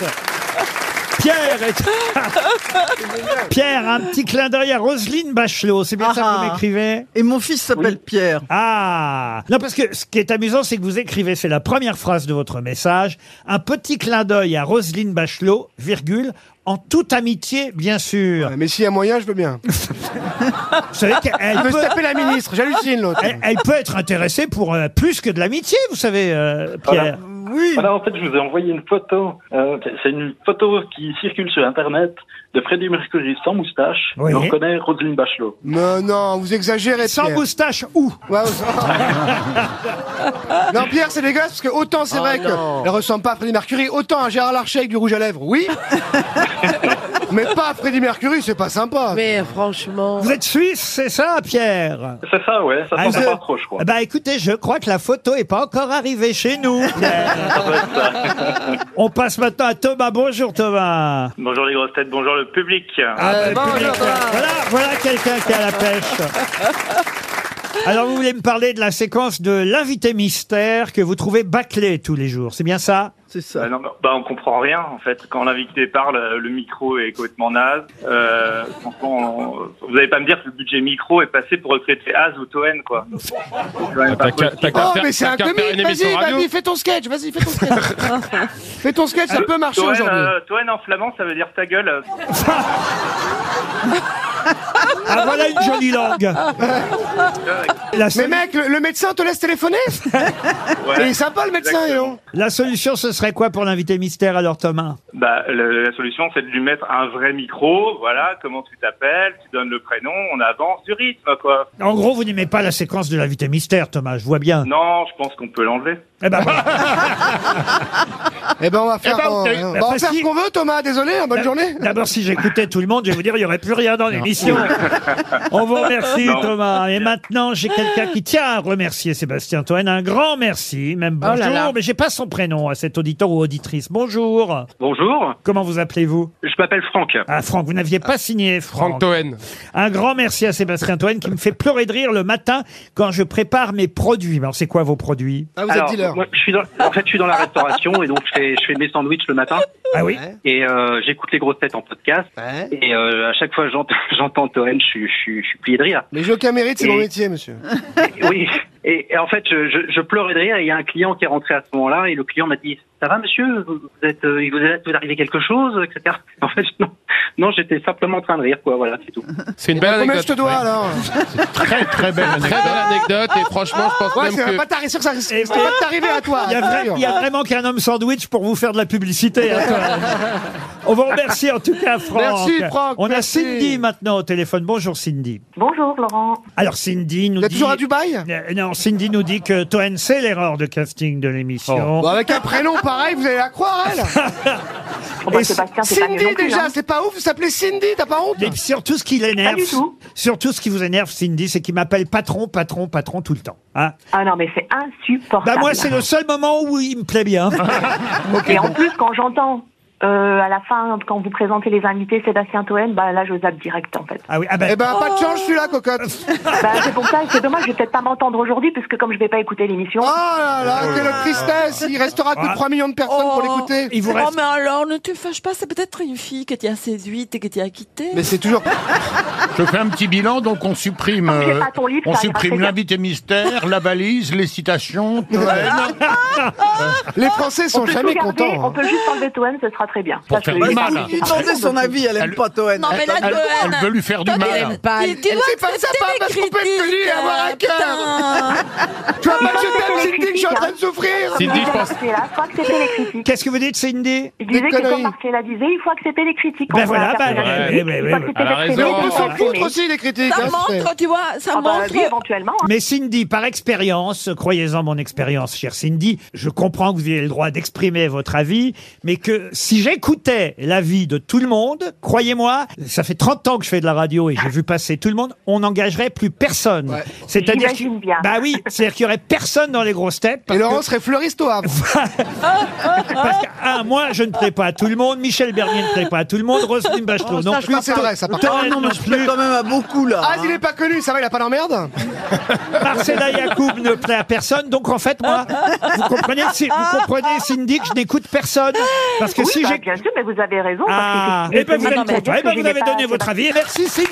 Speaker 2: Pierre, est- Pierre, un petit clin d'œil à Roselyne Bachelot, c'est bien ça que
Speaker 8: Ah.
Speaker 2: vous m'écrivez
Speaker 8: Et mon fils s'appelle Pierre.
Speaker 2: Ah Non, parce que ce qui est amusant, c'est que vous écrivez, c'est la première phrase de votre message, un petit clin d'œil à Roselyne Bachelot, virgule, en toute amitié, bien sûr.
Speaker 4: Ouais, Mais s'il y a moyen, je veux bien.
Speaker 2: Vous savez qu'elle
Speaker 4: Il veut se
Speaker 2: peut,
Speaker 4: taper la ministre, j'hallucine l'autre.
Speaker 2: elle, elle peut être intéressée pour euh, plus que de l'amitié, vous savez, euh, Pierre.
Speaker 8: Oui.
Speaker 10: Voilà, en fait, je vous ai envoyé une photo. Euh, c'est une photo qui circule sur Internet de Freddie Mercury sans moustache.
Speaker 2: Oui.
Speaker 10: Et on reconnaît Roselyne Bachelot.
Speaker 4: Non, non, vous exagérez,
Speaker 2: Sans
Speaker 4: Pierre.
Speaker 2: moustache, où
Speaker 4: Ouais, vous- non, Pierre, c'est dégueulasse parce que autant
Speaker 3: Ah
Speaker 4: c'est vrai qu'elle ressemble pas à Freddie Mercury, autant à Gérard Larcher avec du rouge à lèvres, oui. mais pas à Freddie Mercury, c'est pas sympa.
Speaker 3: Mais franchement.
Speaker 2: Vous êtes suisse, c'est ça, Pierre
Speaker 10: C'est ça, ouais. Ça
Speaker 2: Ah,
Speaker 10: s'entend
Speaker 2: je-
Speaker 10: pas trop, je crois.
Speaker 2: Bah écoutez, je crois que la photo est pas encore arrivée chez nous. On passe maintenant à Thomas. Bonjour Thomas.
Speaker 10: Bonjour les grosses têtes, bonjour le public.
Speaker 4: Euh,
Speaker 2: Ah, bah, public, voilà, voilà quelqu'un qui est à la pêche. Alors, vous voulez me parler de la séquence de l'invité mystère que vous trouvez bâclée tous les jours, c'est bien ça
Speaker 8: C'est ça.
Speaker 10: non, bah, on comprend rien, en fait. Quand l'invité parle, euh, le micro est complètement naze. Euh, franchement, on- vous n'allez pas me dire que le budget micro est passé pour recruter Az ou Toen, quoi. C'est quand même pas
Speaker 5: Ah, T'as qu'à-
Speaker 10: possible.
Speaker 5: t'as qu'à
Speaker 4: Oh,
Speaker 5: faire-
Speaker 4: mais c'est
Speaker 5: t'as
Speaker 4: un
Speaker 5: qu'à faire
Speaker 4: comique,
Speaker 5: une émission
Speaker 4: vas-y,
Speaker 5: radio.
Speaker 4: vas-y, fais ton sketch, vas-y, fais ton sketch. fais ton sketch, ça peut marcher
Speaker 10: Toen,
Speaker 4: aujourd'hui.
Speaker 10: euh, Toen en flamand, ça veut dire ta gueule.
Speaker 2: Ah, voilà une jolie langue. La,
Speaker 4: Mais
Speaker 2: solu-
Speaker 4: mec, le, le médecin te laisse téléphoner Il
Speaker 10: Ouais.
Speaker 4: est sympa le médecin, et
Speaker 10: Exactement.
Speaker 4: non
Speaker 2: la solution, ce serait quoi pour l'invité mystère alors, Thomas
Speaker 10: Bah, le- la solution, c'est de lui mettre un vrai micro. Voilà, comment tu t'appelles, tu donnes le prénom, on avance du rythme, quoi.
Speaker 2: En gros, vous n'aimez pas la séquence de l'invité mystère, Thomas, je vois bien.
Speaker 10: Non, je pense qu'on peut l'enlever.
Speaker 2: Eh ben, voilà.
Speaker 4: Eh ben on va faire,
Speaker 7: ben,
Speaker 4: on-
Speaker 7: ok.
Speaker 2: euh,
Speaker 4: on va en faire ce qu'on veut Thomas, désolé, hein, bonne journée.
Speaker 2: bah, D'abord, si j'écoutais tout le monde, je vais vous dire, il n'y aurait plus rien dans l'émission. On vous remercie,
Speaker 10: Non.
Speaker 2: Thomas. Et maintenant, j'ai quelqu'un qui tient à remercier Sébastien Toen. Un grand merci, même
Speaker 3: Oh là
Speaker 2: bonjour,
Speaker 3: là.
Speaker 2: mais j'ai pas son prénom à cet auditeur ou auditrice. Bonjour.
Speaker 10: Bonjour,
Speaker 2: Comment vous appelez-vous
Speaker 10: je m'appelle Franck.
Speaker 2: Ah, Franck, vous n'aviez pas signé,
Speaker 7: Franck
Speaker 2: Franck.
Speaker 7: Toen.
Speaker 2: Un grand merci à Sébastien Toen qui me fait pleurer de rire le matin quand je prépare mes produits. Alors, c'est quoi vos produits
Speaker 4: Ah, vous êtes dealer.
Speaker 10: moi, je suis dans, en fait, je suis dans la restauration et donc je fais, je fais mes sandwichs le matin
Speaker 2: Ah oui
Speaker 10: et euh, j'écoute les grosses têtes en podcast.
Speaker 4: Ouais.
Speaker 10: Et euh, à chaque fois, j'ent- j'entends Toen Toen, je, suis- je suis- je suis plié de rire.
Speaker 4: Les jeux camérites, c'est
Speaker 10: Et-
Speaker 4: mon métier, monsieur.
Speaker 10: oui, et, et en fait, je, je, je pleurais de rire et il y a un client qui est rentré à ce moment-là et le client m'a dit « Ça va, monsieur Vous vous êtes, euh, il vous est vous arrivé quelque chose ?» etc. En fait, non, non j'étais simplement en train de rire, quoi, voilà, c'est tout.
Speaker 5: C'est une
Speaker 4: Bah,
Speaker 5: belle
Speaker 4: combien
Speaker 5: anecdote.
Speaker 4: je te dois, alors
Speaker 5: Très très belle anecdote. Très belle anecdote et franchement, je pense
Speaker 4: Ouais,
Speaker 5: même
Speaker 4: c'est
Speaker 5: que
Speaker 4: pas t'arriver sûr que ça risque
Speaker 2: Et
Speaker 4: c'est pas de t'arriver à toi.
Speaker 2: Eh Il y a, vra-
Speaker 4: c'est sûr.
Speaker 2: il y a vraiment qu'un homme sandwich pour vous faire de la publicité. hein, toi. On vous remercie en tout cas, Franck.
Speaker 4: Merci, Franck,
Speaker 2: On
Speaker 4: merci.
Speaker 2: a Cindy maintenant au téléphone. Bonjour, Cindy.
Speaker 9: Bonjour Laurent.
Speaker 2: Alors, Cindy nous
Speaker 4: T'es
Speaker 2: dit...
Speaker 4: toujours à Dubaï
Speaker 2: Euh, Non, Cindy nous dit que Toen, c'est l'erreur de casting de l'émission.
Speaker 4: Oh. Bon, avec un prénom pareil, vous allez la croire, elle
Speaker 9: Bon, bah,
Speaker 2: Et
Speaker 9: Sébastien, c'est pas mieux non
Speaker 4: Cindy,
Speaker 9: plus,
Speaker 4: déjà,
Speaker 9: hein.
Speaker 4: c'est pas ouf, vous s'appelez Cindy, t'as pas honte
Speaker 2: Mais surtout ce qui l'énerve,
Speaker 9: Pas du tout.
Speaker 2: surtout ce qui vous énerve, Cindy, c'est qu'il m'appelle patron, patron, patron tout le temps. hein.
Speaker 9: Ah non, mais c'est insupportable.
Speaker 2: Bah moi, c'est le seul moment où il me plaît bien.
Speaker 9: Et en plus, quand j'entends euh, à la fin, quand vous présentez les invités Sébastien Toen, bah là, je zappe direct en fait.
Speaker 2: Ah oui, ah ben,
Speaker 4: Eh ben, pas de chance, je suis là, cocotte.
Speaker 9: Bah, c'est pour ça, et c'est dommage, je vais peut-être pas m'entendre aujourd'hui, puisque comme je vais pas écouter l'émission.
Speaker 4: Oh là là, quelle
Speaker 11: Euh,
Speaker 4: tristesse Il restera que
Speaker 2: Ah.
Speaker 4: 3 millions de personnes pour l'écouter.
Speaker 2: il vous
Speaker 6: Oh,
Speaker 2: reste.
Speaker 6: mais alors, ne te fâche pas, c'est peut-être une fille que tu as séduite et que tu as quittée.
Speaker 4: Mais c'est toujours...
Speaker 7: Je fais un petit bilan, donc on supprime, euh,
Speaker 9: j'ai pas ton livre,
Speaker 7: on
Speaker 9: ça va
Speaker 7: supprime
Speaker 9: très bien.
Speaker 7: l'invité mystère, la valise, les citations, Toen,
Speaker 4: Les Français
Speaker 9: on
Speaker 4: sont
Speaker 9: peut
Speaker 4: jamais
Speaker 9: tout garder,
Speaker 4: contents.
Speaker 9: on
Speaker 4: hein.
Speaker 9: peut juste enlever Toen, ce sera très bien.
Speaker 7: Pour
Speaker 9: Ça,
Speaker 7: faire
Speaker 9: c'est-
Speaker 7: du
Speaker 8: Bah,
Speaker 7: mal.
Speaker 9: Ah,
Speaker 8: vous lui demandez son avis, elle aime
Speaker 7: Elle-
Speaker 8: pas Toen.
Speaker 6: Non, mais là,
Speaker 7: Elle- elle
Speaker 6: Toen,
Speaker 7: veut lui faire du
Speaker 6: toi,
Speaker 7: mal.
Speaker 6: t'es-
Speaker 7: Elle aime
Speaker 6: Tu, tu dois
Speaker 4: C'est pas ça,
Speaker 6: accepter
Speaker 4: pas
Speaker 6: les
Speaker 4: parce qu'on peut être
Speaker 6: critiques, Ah,
Speaker 4: connu et avoir un
Speaker 6: euh,
Speaker 4: cœur. Tu vois pas que je t'aime, Cindy, que je suis en train de souffrir
Speaker 5: Cindy, je pense.
Speaker 9: Marcella, faut accepter les critiques.
Speaker 2: Qu'est-ce que vous dites, Cindy
Speaker 9: Je disais
Speaker 4: Des
Speaker 9: que comme
Speaker 4: conneries.
Speaker 9: Marcella disait, il faut accepter les critiques.
Speaker 2: Ben
Speaker 9: On voit
Speaker 2: voilà,
Speaker 9: la
Speaker 2: ben,
Speaker 9: personnalité,
Speaker 2: ouais, ouais, ouais,
Speaker 9: il faut accepter
Speaker 5: ouais. Elle a
Speaker 9: d'être
Speaker 5: raison.
Speaker 9: aimé,
Speaker 5: Mais
Speaker 4: On
Speaker 5: on
Speaker 9: d'être
Speaker 4: s'en
Speaker 5: s'en
Speaker 4: foutre
Speaker 9: aimé.
Speaker 4: aussi des critiques.
Speaker 6: Ça
Speaker 4: hein, c'est-
Speaker 6: montre, tu vois, ça
Speaker 9: Ah bah,
Speaker 6: montre.
Speaker 9: oui, éventuellement. hein.
Speaker 2: Mais Cindy, par expérience, euh, croyez-en mon expérience, chère Cindy, je comprends que vous ayez le droit d'exprimer votre avis, mais que si j'écoutais l'avis de tout le monde, croyez-moi, ça fait 30 ans que je fais de la radio et j'ai vu passer tout le monde, on n'engagerait plus personne.
Speaker 4: Ouais.
Speaker 2: C'est-à-dire qu'il-
Speaker 9: J'imagine bien.
Speaker 2: bah oui, c'est-à-dire qu'il y aurait personne dans les grosses têtes.
Speaker 4: Et
Speaker 2: parce
Speaker 4: Laurent serait fleuriste au Havre.
Speaker 2: Parce que, un, Ah, moi, je ne plais pas à tout le monde. Michel Bernier ne plaît pas à tout le monde. Roselyne Bachelot
Speaker 4: Oh, ça,
Speaker 2: non
Speaker 4: je
Speaker 2: plus.
Speaker 4: crois que c'est vrai, ça, par
Speaker 2: Toen
Speaker 8: Ah non, mais je
Speaker 2: non
Speaker 8: plais
Speaker 2: plus.
Speaker 8: quand même à beaucoup, là.
Speaker 4: Ah, il est pas connu, ça va, il a pas d'emmerde
Speaker 2: Marcella Yacoub ne plaît à personne. Donc, en fait, moi, vous comprenez, si- vous comprenez Cindy, que je n'écoute personne. Parce que
Speaker 9: Oui,
Speaker 2: si
Speaker 9: bah,
Speaker 2: j'ai...
Speaker 9: bien sûr, mais vous avez raison.
Speaker 2: Ah,
Speaker 9: parce que
Speaker 2: et ben vous
Speaker 9: effectivement,
Speaker 2: êtes
Speaker 9: non, mais
Speaker 2: content. Eh ben,
Speaker 9: je
Speaker 2: vous
Speaker 9: n'ai
Speaker 2: avez
Speaker 9: pas-
Speaker 2: donné votre avis. Merci Cindy.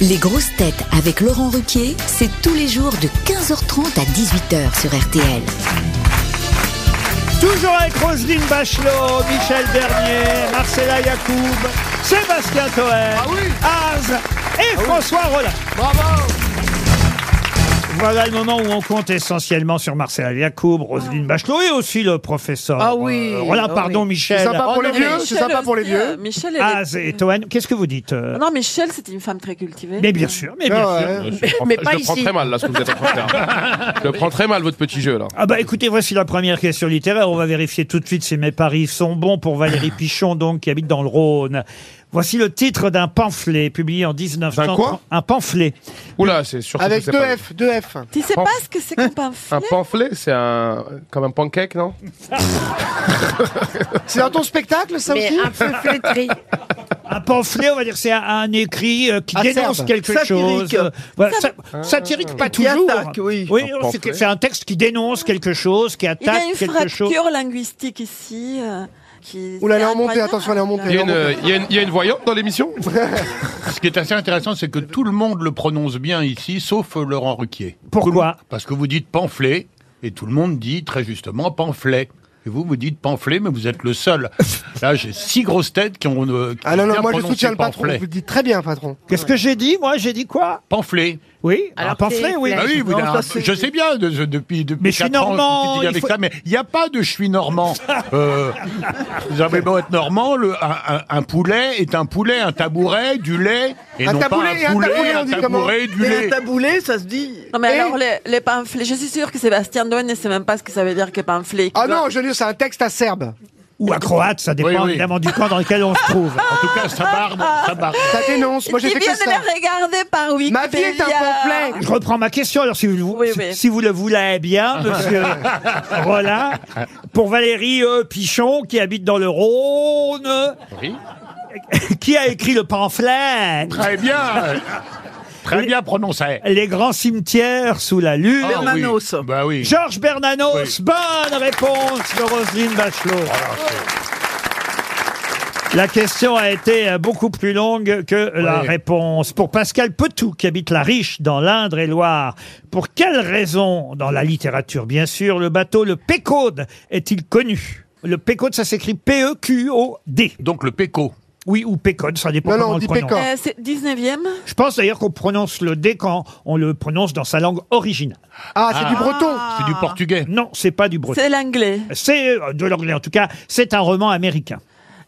Speaker 12: Les grosses têtes avec Laurent Ruquier, c'est tous les jours de 15h30 à 18h sur RTL.
Speaker 2: Toujours avec Roselyne Bachelot, Michel Bernier, Marcella Yacoub, Sébastien Toer,
Speaker 9: Ah
Speaker 2: Az et François Rollin.
Speaker 4: Bravo
Speaker 2: Voilà le moment où on compte essentiellement sur Marcella Yacoub, Roselyne Bachelot et aussi le professeur.
Speaker 3: Ah oui,
Speaker 2: euh, Rollin,
Speaker 3: ah
Speaker 2: pardon,
Speaker 4: C'est
Speaker 2: Michel.
Speaker 4: sympa
Speaker 6: Oh,
Speaker 4: pour les
Speaker 6: non, mais
Speaker 4: vieux, c'est
Speaker 6: Michel
Speaker 4: sympa pour les
Speaker 6: aussi, euh,
Speaker 4: vieux.
Speaker 6: Michel, elle est-
Speaker 2: Az et Toen, qu'est-ce que vous dites euh
Speaker 6: Non, Michel, c'était une femme très cultivée.
Speaker 2: Mais bien sûr, mais bien
Speaker 4: Ah
Speaker 2: sûr.
Speaker 4: ouais.
Speaker 5: Je le prends-
Speaker 3: Mais
Speaker 5: je
Speaker 3: pas
Speaker 5: le prends
Speaker 3: ici.
Speaker 5: très mal là ce que vous êtes en train de faire. Je le prends très mal votre petit jeu là.
Speaker 2: Ah bah écoutez, voici la première question littéraire. On va vérifier tout de suite si mes paris sont bons pour Valérie Pichon, donc, qui habite dans le Rhône. Voici le titre d'un pamphlet publié en 1930.
Speaker 5: D'un quoi
Speaker 2: Un pamphlet.
Speaker 5: Oula, c'est surtout.
Speaker 4: Avec
Speaker 5: que c'est
Speaker 4: deux
Speaker 5: pas-
Speaker 4: F, deux F.
Speaker 6: Tu sais
Speaker 5: Pan-
Speaker 6: pas ce que c'est qu'un pamphlet
Speaker 5: Un pamphlet, c'est un comme un pancake, non
Speaker 4: C'est dans ton spectacle, ça
Speaker 3: mais
Speaker 4: aussi
Speaker 3: un peu flétri.
Speaker 2: Un pamphlet, on va dire, c'est un, un écrit euh, qui
Speaker 4: Acerbe.
Speaker 2: dénonce quelque
Speaker 8: Satirique.
Speaker 2: chose. Euh, voilà, sa- satirique, pas
Speaker 8: Qui
Speaker 2: toujours.
Speaker 8: attaque, oui.
Speaker 5: Un
Speaker 2: c'est-
Speaker 5: pamphlet.
Speaker 2: c'est un texte qui dénonce quelque chose, qui
Speaker 6: Il y a
Speaker 2: attaque
Speaker 6: une
Speaker 2: quelque chose.
Speaker 6: fracture linguistique ici. euh, qui...
Speaker 4: Oula, elle est en
Speaker 6: c'est
Speaker 4: montée,
Speaker 6: incroyable.
Speaker 4: attention, elle est en
Speaker 5: Il y,
Speaker 4: montée.
Speaker 5: a une, il y a une- il y a une voyante dans l'émission
Speaker 7: Ce qui est assez intéressant, c'est que tout le monde le prononce bien ici, sauf euh, Laurent Ruquier.
Speaker 2: Pourquoi
Speaker 7: Parce que vous dites pamphlet, et tout le monde dit très justement pamphlet. Et vous, vous dites pamphlet, mais vous êtes le seul. Là, j'ai six grosses têtes qui ont. euh, qui
Speaker 4: Ah non,
Speaker 7: ont
Speaker 4: non,
Speaker 7: bien
Speaker 4: moi je
Speaker 7: prononcé
Speaker 4: soutiens le patron,
Speaker 7: pamphlet.
Speaker 4: vous le dites très bien, patron.
Speaker 2: Qu'est-ce que j'ai dit Moi, j'ai dit quoi
Speaker 7: Pamphlet.
Speaker 2: Oui, un
Speaker 3: Alors,
Speaker 2: pamphlet,
Speaker 3: c'est-
Speaker 2: oui.
Speaker 7: Ah oui, vous,
Speaker 8: Non,
Speaker 7: là,
Speaker 8: ça, c'est-
Speaker 7: je sais bien, de- je- depuis, depuis
Speaker 2: Mais je suis
Speaker 7: quatre ans,
Speaker 2: normand,
Speaker 7: je suis
Speaker 2: il
Speaker 7: avec
Speaker 2: faut-
Speaker 7: ça, mais il n'y a pas de je suis normand. Euh, vous avez beau être normand, le, un, un- un poulet est un poulet, un tabouret, du lait, et
Speaker 4: Un
Speaker 7: non
Speaker 4: taboulet et
Speaker 7: pas
Speaker 4: un
Speaker 7: un poulet,
Speaker 4: tabouret, on dit comment
Speaker 7: tabouret, du
Speaker 8: Mais
Speaker 7: lait.
Speaker 8: un taboulé, ça se dit.
Speaker 6: Non, mais
Speaker 4: Et-
Speaker 6: alors, les, les pamphlets, je suis sûre que Sébastien Doane ne sait même pas ce que ça veut dire que pamphlet.
Speaker 4: Ah non, je lis, c'est un texte acerbe.
Speaker 2: Ou à croate, ça dépend
Speaker 7: Oui, oui.
Speaker 2: évidemment du camp dans lequel on se trouve.
Speaker 7: En tout cas, ça barbe, ça barbe.
Speaker 4: Ça dénonce, moi j'ai
Speaker 6: Qui
Speaker 4: fait
Speaker 6: vient
Speaker 4: que
Speaker 6: de la
Speaker 4: ça.
Speaker 6: regarder par Wikipédia.
Speaker 4: Ma vie est un pamphlet.
Speaker 2: Je reprends ma question, alors si vous, le vou-
Speaker 6: Oui,
Speaker 2: si,
Speaker 6: oui.
Speaker 2: si vous le voulez bien, monsieur Rollin, pour Valérie euh, Pichon, qui habite dans le Rhône, euh,
Speaker 5: Oui.
Speaker 2: qui a écrit le pamphlet.
Speaker 7: Très bien. Très bien prononcé.
Speaker 2: Les grands cimetières sous la lune.
Speaker 7: Ah, Bernanos. oui. Bah oui.
Speaker 2: Georges Bernanos. Bonne réponse de Roselyne Bachelot. La question a été euh, beaucoup plus longue que la réponse. Pour Pascal Petou, qui habite la Riche dans l'Indre-et-Loire, pour quelle raison, dans la littérature bien sûr, le bateau le Pécode est-il connu Le Pécode, ça s'écrit E P-E-Q-O-D.
Speaker 7: Donc le Péco.
Speaker 2: Oui, ou Pécode, ça dépend comment on le prononce.
Speaker 6: Euh, c'est 19e
Speaker 2: Je pense d'ailleurs qu'on prononce le D quand on le prononce dans sa langue originale.
Speaker 6: Ah, c'est Ah. du breton.
Speaker 7: C'est du portugais.
Speaker 2: Non, c'est pas du breton.
Speaker 6: C'est l'anglais.
Speaker 2: C'est euh, de l'anglais en tout cas. C'est un roman américain.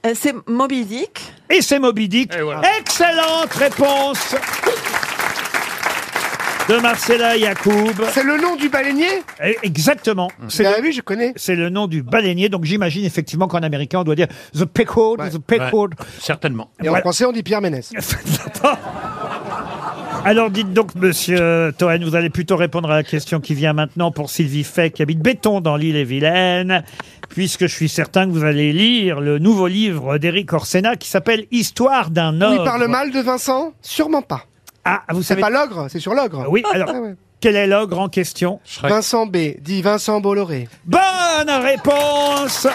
Speaker 6: Euh, C'est Moby Dick.
Speaker 2: Et c'est Moby Dick. Excellente réponse de Marcella Yacoub.
Speaker 4: C'est le nom du baleinier
Speaker 2: Eh, Exactement. C'est le, je connais. C'est le nom du baleinier, donc j'imagine effectivement qu'en américain on doit dire the Pecod, the Pecod.
Speaker 7: Certainement.
Speaker 4: Et en français, on dit Pierre Ménès.
Speaker 2: Alors dites donc, monsieur Toen, vous allez plutôt répondre à la question qui vient maintenant pour Sylvie Fay, qui habite Béton dans l'île et Vilaine, puisque je suis certain que vous allez lire le nouveau livre d'Éric Orsena qui s'appelle Histoire d'un
Speaker 4: Oui,
Speaker 2: homme.
Speaker 4: par le mal de Vincent Sûrement pas.
Speaker 2: Ah, vous
Speaker 4: C'est
Speaker 2: savez.
Speaker 4: pas l'ogre, c'est sur l'ogre.
Speaker 2: Oui, alors,
Speaker 4: Ah ouais.
Speaker 2: quel est l'ogre en question
Speaker 4: Vincent B, dit Vincent Bolloré.
Speaker 2: Bonne réponse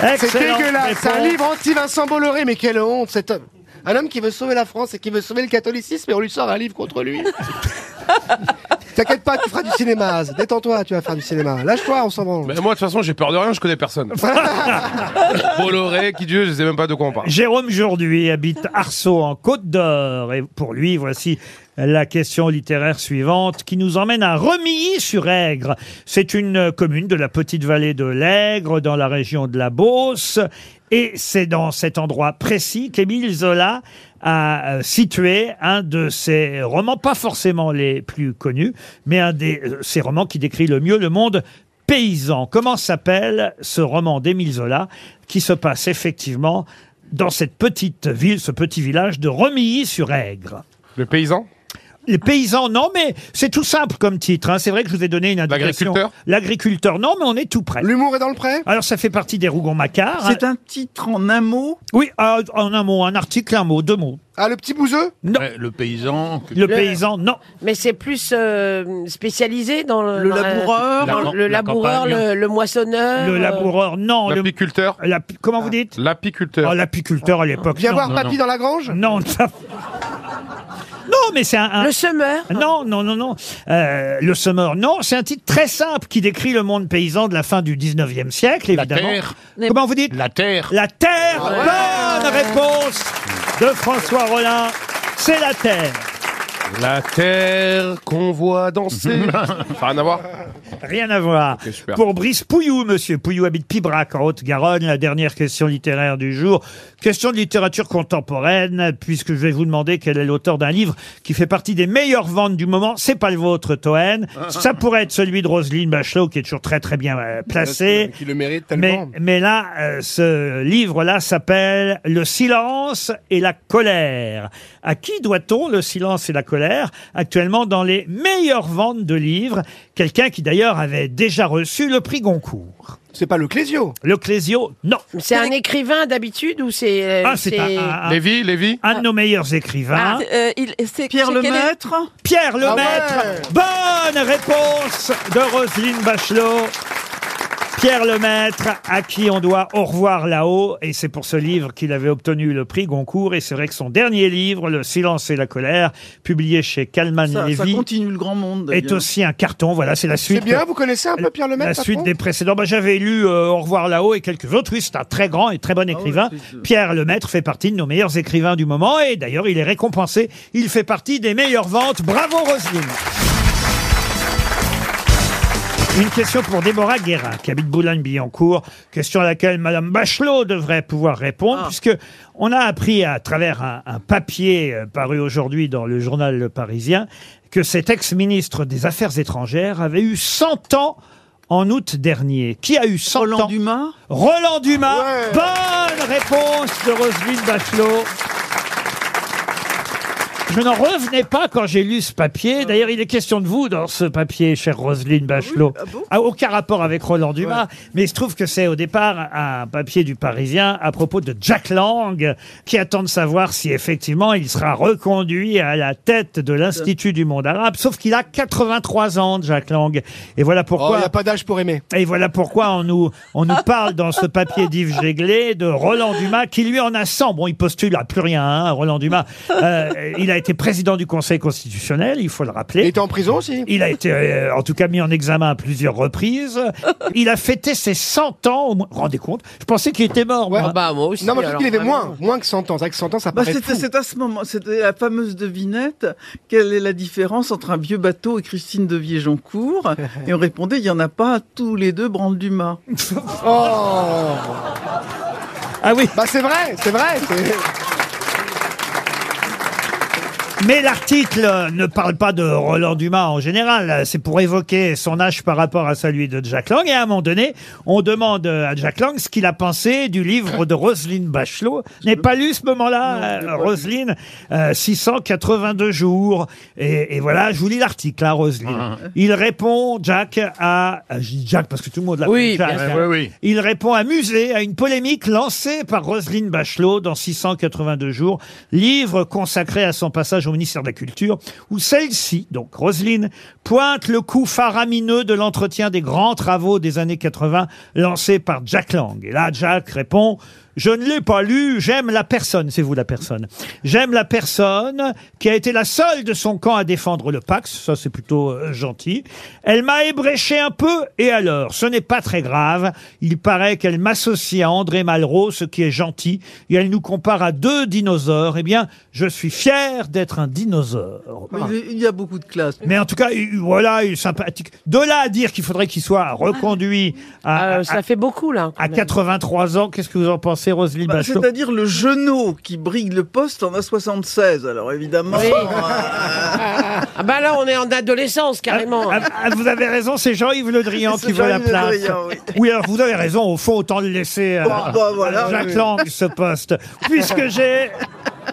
Speaker 4: C'est
Speaker 2: Excellente
Speaker 4: dégueulasse, c'est un
Speaker 2: réponse.
Speaker 4: livre anti-Vincent Bolloré, mais quelle honte cet homme. Un homme qui veut sauver la France et qui veut sauver le catholicisme et on lui sort un livre contre lui. T'inquiète pas, tu feras du cinéma, Az. Détends-toi, tu vas faire du cinéma. Lâche-toi, on s'en branle.
Speaker 5: Mais moi, de toute façon, j'ai peur de rien, je connais personne. Bolloré, qui Dieu, je sais même pas de quoi on parle.
Speaker 2: Jérôme Jourduy habite Arceau en Côte d'Or et pour lui voici la question littéraire suivante qui nous emmène à Remilly-sur-Aigre. C'est une euh, commune de la petite vallée de l'Aigre dans la région de la Beauce et c'est dans cet endroit précis qu'Émile Zola a euh, situé un de ses romans, pas forcément les plus connus, mais un de ses romans qui décrit le mieux le monde paysan. Comment s'appelle ce roman d'Émile Zola qui se passe effectivement dans cette petite ville, ce petit village de Remilly-sur-Aigre
Speaker 5: Le paysan
Speaker 2: les paysans, non, mais c'est tout simple comme titre. hein. C'est vrai que je vous ai donné une indication.
Speaker 5: L'agriculteur
Speaker 2: L'agriculteur, non, mais on est tout près.
Speaker 4: L'humour est dans le prêt
Speaker 2: Alors, ça fait partie des Rougon-Macquart.
Speaker 8: C'est un titre en un mot
Speaker 2: Oui, euh, en un mot, un article, un mot, deux mots.
Speaker 4: Ah, le petit bouseux
Speaker 2: Non.
Speaker 7: le paysan.
Speaker 2: Le paysan, non.
Speaker 3: Mais c'est plus euh, spécialisé dans le,
Speaker 2: Le
Speaker 3: dans la-
Speaker 2: laboureur, La cam-
Speaker 3: le
Speaker 2: la
Speaker 3: laboureur,
Speaker 2: campagne.
Speaker 3: le, le moissonneur. euh,
Speaker 2: Le laboureur, non.
Speaker 5: L'apiculteur
Speaker 2: Comment vous dites
Speaker 5: L'apiculteur.
Speaker 2: Oh, l'apiculteur à l'époque.
Speaker 4: Viens
Speaker 2: non.
Speaker 4: voir papy dans la grange
Speaker 2: Non, ça- Non, mais c'est un, Le
Speaker 3: semeur
Speaker 2: Non, non, non, non. Euh, le semeur, non. C'est un titre très simple qui décrit le monde paysan de la fin du 19e siècle, évidemment.
Speaker 7: terre.
Speaker 2: Comment vous dites
Speaker 7: La terre.
Speaker 2: La terre Bonne réponse de François Rollin. C'est la terre.
Speaker 5: La terre qu'on voit danser. Ça a rien à voir
Speaker 2: Rien à voir.
Speaker 5: Ok, super.
Speaker 2: Pour Brice Pouillou, monsieur Pouillou habite Pibrac, en Haute-Garonne. La dernière question littéraire du jour. Question de littérature contemporaine, puisque je vais vous demander quel est l'auteur d'un livre qui fait partie des meilleures ventes du moment. C'est pas le vôtre, Toen. Ça pourrait être celui de Roselyne Bachelot, qui est toujours très très bien euh, placée.
Speaker 13: Qui le mérite
Speaker 2: Mais,
Speaker 13: tellement.
Speaker 2: mais là, euh, ce livre-là s'appelle Le silence et la colère. À qui doit-on le silence et la colère actuellement dans les meilleures ventes de livres Quelqu'un qui d'ailleurs avait déjà reçu le prix Goncourt.
Speaker 4: C'est pas le Clésio
Speaker 2: Le Clésio, non.
Speaker 3: C'est un écrivain d'habitude ou c'est. Ah, euh,
Speaker 2: Ah, c'est un, un- un- Un de nos meilleurs écrivains.
Speaker 8: Pierre Lemaître
Speaker 2: Pierre
Speaker 8: Ah
Speaker 2: Lemaître. Bonne réponse de Roselyne Bachelot. Pierre Lemaître, à qui on doit au revoir là-haut, et c'est pour ce livre qu'il avait obtenu le prix Goncourt, et c'est vrai que son dernier livre, Le silence et la colère, publié chez Calman
Speaker 8: ça, ça
Speaker 2: Lévy,
Speaker 8: continue le grand monde.
Speaker 2: est
Speaker 8: d'ailleurs.
Speaker 2: aussi un carton. Voilà, c'est la
Speaker 4: C'est
Speaker 2: suite.
Speaker 4: bien, vous connaissez un peu Pierre Lemaitre
Speaker 2: La
Speaker 4: par
Speaker 2: suite
Speaker 4: contre
Speaker 2: des précédents. Bah, J'avais lu euh, Au revoir là-haut et quelques autres. Oui, c'est un très grand et très
Speaker 8: Ah
Speaker 2: bon écrivain. Pierre Lemaître fait partie de nos meilleurs écrivains du moment et d'ailleurs, il est récompensé. Il fait partie des meilleures ventes. Bravo, Roselyne. Une question pour Déborah Guérin, qui habite Boulogne-Billancourt. Question à laquelle Madame Bachelot devrait pouvoir répondre, puisque on a appris à travers un, un papier euh, paru aujourd'hui dans le journal Le Parisien que cet ex-ministre des Affaires étrangères avait eu 100 ans en août dernier. Qui a eu 100 ans Roland
Speaker 8: Dumas
Speaker 2: Roland Dumas Bonne réponse de Roselyne Bachelot. Je n'en revenais pas quand j'ai lu ce papier. D'ailleurs, il est question de vous dans ce papier, chère Roselyne Bachelot. Ah, aucun rapport avec Roland Dumas, mais il se trouve que c'est au départ un papier du Parisien à propos de Jack Lang, qui attend de savoir si effectivement il sera reconduit à la tête de l'Institut du monde arabe. Sauf qu'il a 83 ans, Jack Lang. Et voilà pourquoi.
Speaker 4: Oh, y a pas d'âge pour aimer.
Speaker 2: Et voilà pourquoi on nous, on nous parle dans ce papier d'Yves Jéglé de Roland Dumas, qui lui en a 100. Bon, il postule à plus rien, hein, Roland Dumas. Euh, il a été président du Conseil constitutionnel, il faut le rappeler. Il était en prison aussi Il a été, euh, en tout cas, mis en examen à plusieurs reprises. Il a fêté ses 100 ans, au moins- rendez compte Je pensais qu'il était mort.
Speaker 4: Ah
Speaker 3: Ah
Speaker 2: moi.
Speaker 3: bah,
Speaker 4: Non, mais je trouve qu'il avait moins, moins que 100 ans. C'est vrai que 100 ans, ça
Speaker 8: Bah,
Speaker 4: paraît
Speaker 8: c'était-
Speaker 4: fou.
Speaker 8: c'est à ce moment, c'était la fameuse devinette. Quelle est la différence entre un vieux bateau et Christine de Viejoncourt Et on répondait, il n'y en a pas, tous les deux branle du mât.
Speaker 4: Oh
Speaker 2: Ah oui
Speaker 4: Bah, c'est vrai, c'est vrai. c'est-
Speaker 2: Mais l'article euh, ne parle pas de Roland Dumas en général. C'est pour évoquer son âge par rapport à celui de Jack Lang. Et à un moment donné, on demande euh, à Jack Lang ce qu'il a pensé du livre de Roselyne Bachelot. Je n'ai pas lu ce moment-là, euh, Roselyne. euh, 682 jours. Et, et voilà, je vous lis l'article, là, Roselyne. Il répond, Jack, à... à- je dis Jack parce que tout le monde l'appelle
Speaker 7: Oui, bien
Speaker 2: Jack.
Speaker 7: sûr.
Speaker 2: hein.
Speaker 7: Ouais, ouais, oui.
Speaker 2: Il répond amusé à une polémique lancée par Roselyne Bachelot dans 682 jours, livre consacré à son passage au ministère de la Culture, où celle-ci, donc Roselyne, pointe le coup faramineux de l'entretien des grands travaux des années 80 lancé par Jack Lang. Et là, Jack répond je ne l'ai pas lu, j'aime la personne, c'est vous la personne. J'aime la personne qui a été la seule de son camp à défendre le Pax, ça c'est plutôt euh, gentil. Elle m'a ébréché un peu, et alors Ce n'est pas très grave, il paraît qu'elle m'associe à André Malraux, ce qui est gentil, et elle nous compare à deux dinosaures. Eh bien, je suis fier d'être un dinosaure.
Speaker 8: Il, il y a beaucoup de classe.
Speaker 2: Mais en tout cas, il- voilà, il est sympathique. De là à dire qu'il faudrait qu'il soit reconduit à, Ah, euh, ça fait beaucoup là. À 83 ans, qu'est-ce que vous en pensez, Roselyne
Speaker 8: Bah,
Speaker 2: Bachelot
Speaker 8: C'est-à-dire le genou qui brigue le poste en a 76, alors évidemment. Euh,
Speaker 3: Oui.
Speaker 8: ah
Speaker 3: bah là, on est en adolescence carrément.
Speaker 2: Ah, vous avez raison, c'est Jean-Yves Le Drian
Speaker 3: C'est
Speaker 2: qui veut la
Speaker 3: Jean-Yves Le
Speaker 2: place.
Speaker 3: Drian,
Speaker 2: oui. alors vous avez raison, au fond, autant le laisser à,
Speaker 8: Bah, bah, voilà,
Speaker 2: à Jacques
Speaker 8: oui.
Speaker 2: Lang, ce poste. Puisque j'ai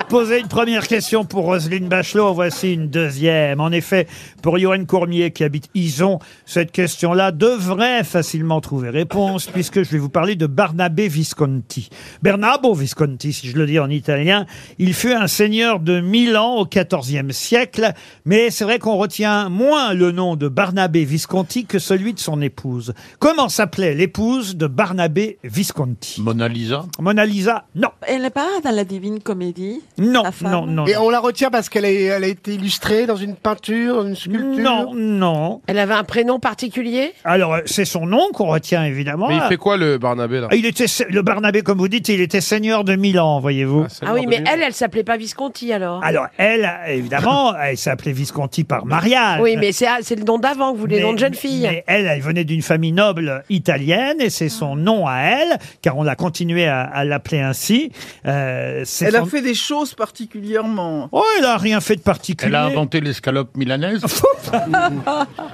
Speaker 2: posé une première question pour Roselyne Bachelot, en voici une deuxième. En effet, pour Johan Courmier qui habite Ison, cette question-là devrait facilement trouver réponse puisque je vais vous parler de Barnabé Visconti. Bernabo Visconti, si je le dis en italien, il fut un seigneur de Milan au XIVe siècle, mais c'est vrai qu'on retient moins le nom de Barnabé Visconti que celui de son épouse. Comment s'appelait l'épouse de Barnabé Visconti
Speaker 7: Mona Lisa
Speaker 2: Mona Lisa, non.
Speaker 6: Elle n'est pas dans la divine comédie
Speaker 2: Non,
Speaker 6: femme.
Speaker 2: non, non.
Speaker 4: Et on la retient parce qu'elle est- elle a été illustrée dans une peinture, dans une sculpture.
Speaker 2: Non, non.
Speaker 3: Elle avait un prénom particulier
Speaker 2: Alors, euh, c'est son nom qu'on retient, évidemment.
Speaker 5: Mais il fait quoi le Barnabé là
Speaker 2: Ah, il était se- le Barnabé, comme vous dites, il était seigneur de Milan, voyez-vous.
Speaker 3: Ah oui, mais elle, elle s'appelait pas Visconti alors.
Speaker 2: Alors, elle, évidemment, elle s'appelait Visconti par mariage.
Speaker 3: Oui, mais c'est ah, c'est le nom d'avant, vous voulez,
Speaker 2: Mais-
Speaker 3: nom de jeune fille.
Speaker 2: mais elle, elle venait d'une famille noble italienne et c'est son nom à elle, car on l'a continué à, à l'appeler ainsi. Euh, c'est
Speaker 8: Elle a
Speaker 2: son-
Speaker 8: fait des choses particulièrement.
Speaker 2: Oh, elle a rien fait de particulier.
Speaker 7: Elle a inventé l'escalope milanaise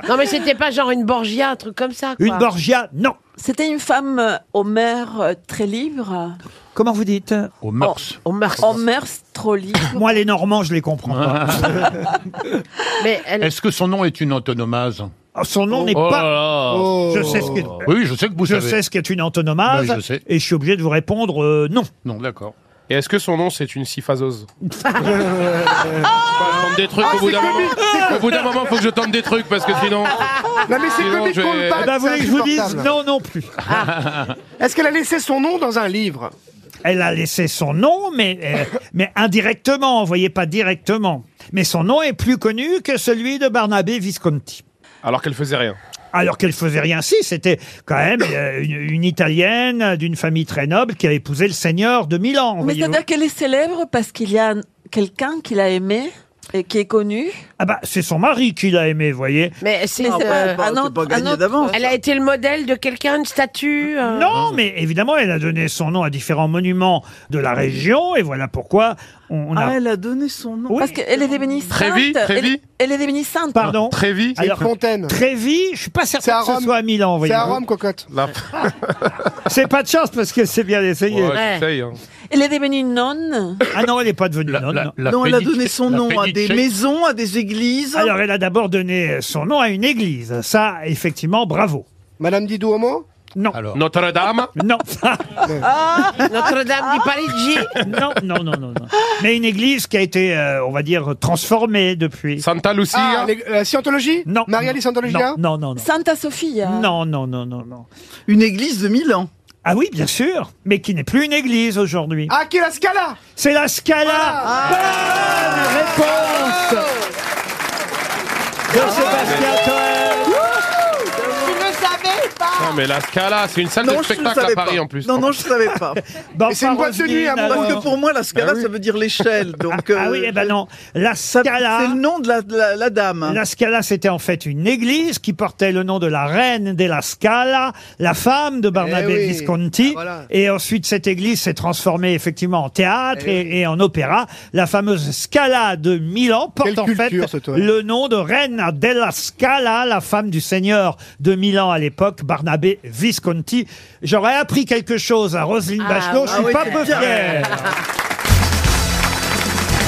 Speaker 3: non, mais c'était pas genre une Borgia, un truc comme ça. Quoi.
Speaker 2: non.
Speaker 6: C'était une femme euh, aux mœurs euh, très libre.
Speaker 2: Comment vous dites euh
Speaker 7: Aux mœurs.
Speaker 3: Aux mœurs.
Speaker 6: Aux mœurs trop libres.
Speaker 2: Moi, les Normands, je les comprends pas.
Speaker 3: mais elle...
Speaker 7: Est-ce que son nom est une antonomase
Speaker 2: Oh, Son nom n'est
Speaker 7: Oh
Speaker 2: pas.
Speaker 7: là là. Oh.
Speaker 2: Je sais ce qu'est.
Speaker 7: Oui, je sais que vous
Speaker 2: je
Speaker 7: savez.
Speaker 2: sais ce qu'est une antonomase.
Speaker 7: Bah, je sais.
Speaker 2: Et je suis obligé de vous répondre euh, non.
Speaker 7: Non, d'accord.
Speaker 5: Et est-ce que son nom c'est une syphasose
Speaker 4: Ah,
Speaker 5: Tente des trucs
Speaker 4: Ah,
Speaker 5: au bout
Speaker 4: c'est
Speaker 5: d'un moment.
Speaker 4: comique, c'est comique.
Speaker 5: Au bout d'un moment, faut que je tente des trucs parce que sinon.
Speaker 4: Non, mais c'est
Speaker 5: Sinon,
Speaker 4: comique
Speaker 5: je
Speaker 4: qu'on le
Speaker 5: vais- Ah.
Speaker 4: parle,
Speaker 5: Eh ben, vous
Speaker 4: c'est
Speaker 5: voulez que je vous dise
Speaker 4: insupportable.
Speaker 2: Non, non plus.
Speaker 4: Ah. Est-ce qu'elle a laissé son nom dans un livre
Speaker 2: Elle a laissé son nom, mais, euh, mais indirectement, vous voyez pas directement. Mais son nom est plus connu que celui de Barnabé Visconti.
Speaker 5: Alors qu'elle faisait rien.
Speaker 2: Alors qu'elle faisait rien si, c'était quand même euh, une, une Italienne d'une famille très noble qui a épousé le seigneur de Milan.
Speaker 6: Mais
Speaker 2: voyez-vous.
Speaker 6: c'est-à-dire qu'elle est célèbre parce qu'il y a quelqu'un qui l'a aimée et qui est connu.
Speaker 2: Ah bah, c'est son mari qui l'a aimé, vous voyez.
Speaker 3: Mais c'est
Speaker 2: Non, pas- pas- c'est pas gagné d'avance.
Speaker 3: Elle a été le modèle de quelqu'un, une statue. euh.
Speaker 4: Ah,
Speaker 2: Non, mais évidemment, elle a donné son nom à différents monuments de la région, et voilà pourquoi on, on a...
Speaker 8: Ah, elle a donné son nom.
Speaker 6: Parce qu'elle est devenue sainte.
Speaker 2: Trévi, Trévi.
Speaker 6: Elle, elle est devenue sainte.
Speaker 2: Pardon
Speaker 5: Trévi
Speaker 2: Alors, Trévi, je suis pas
Speaker 4: C'est à
Speaker 2: certain que ce
Speaker 4: Rome.
Speaker 2: soit à Milan,
Speaker 4: C'est
Speaker 2: voyez
Speaker 4: à Rome, cocotte.
Speaker 2: C'est pas de chance, parce que c'est bien essayé.
Speaker 6: Ouais, Ouais. j'essaye,
Speaker 4: hein.
Speaker 6: Elle est devenue nonne.
Speaker 2: Ah non, elle n'est pas devenue nonne.
Speaker 8: non, elle a donné son nom à des maisons, à des églises.
Speaker 2: Alors, elle a d'abord donné son nom à une église. Ça, effectivement, bravo.
Speaker 4: Madame Didou Homo
Speaker 2: Non.
Speaker 5: Notre-Dame
Speaker 2: Non.
Speaker 3: Ah, Notre-Dame du Parigi.
Speaker 4: Ah,
Speaker 2: non, non, non, non, non. Mais une église qui a été, euh, on va dire, transformée depuis.
Speaker 5: Santa Lucia
Speaker 4: Ah, les- la scientologie
Speaker 2: hein. Non.
Speaker 4: Maria les
Speaker 8: hein
Speaker 2: Non, non, non. non.
Speaker 6: Santa Sofia.
Speaker 2: Non, non, non, non, non.
Speaker 8: Une église de Milan.
Speaker 2: Ah oui, bien sûr, mais qui n'est plus une église aujourd'hui.
Speaker 4: Ah, qui est la Scala
Speaker 2: C'est la Scala Bonne réponse de
Speaker 5: Ah.
Speaker 2: Sébastien Toen.
Speaker 13: Tu ne savais pas
Speaker 5: Non, mais la Scala, c'est une salle
Speaker 8: Non,
Speaker 5: de
Speaker 8: je ne
Speaker 5: spectacle à
Speaker 8: savais pas.
Speaker 5: Paris en plus.
Speaker 8: Non, non, je ne savais pas.
Speaker 2: Bon,
Speaker 8: Mais c'est une
Speaker 2: enfin,
Speaker 8: boîte de nuit, à
Speaker 2: Roselyne,
Speaker 8: moi.
Speaker 2: alors.
Speaker 8: Parce que pour moi, la
Speaker 5: Bah
Speaker 8: scala,
Speaker 2: Ben oui.
Speaker 8: ça veut dire l'échelle. Donc, euh,
Speaker 2: Ah oui, eh ben non. La
Speaker 8: ça-
Speaker 2: Scala-
Speaker 8: C'est le nom de la, de la- la dame. hein.
Speaker 2: La Scala, c'était en fait une église qui portait le nom de la reine della Scala, la femme de Barnabé
Speaker 8: Eh
Speaker 4: oui.
Speaker 2: Visconti.
Speaker 4: Ah, voilà.
Speaker 2: Et ensuite, cette église s'est transformée effectivement en théâtre
Speaker 4: Eh
Speaker 2: et, et en opéra. La fameuse Scala de Milan porte
Speaker 4: Quelle
Speaker 2: en
Speaker 4: culture, ce
Speaker 2: fait
Speaker 4: toit.
Speaker 2: le nom de reine della Scala, la femme du seigneur de Milan à l'époque, Barnabé Visconti. J'aurais appris quelque chose à Roselyne
Speaker 13: Ah,
Speaker 2: Bachelot, Bah, je
Speaker 13: ah
Speaker 2: suis
Speaker 13: oui,
Speaker 2: pas
Speaker 13: c'est
Speaker 2: peu
Speaker 13: bien.
Speaker 2: fier.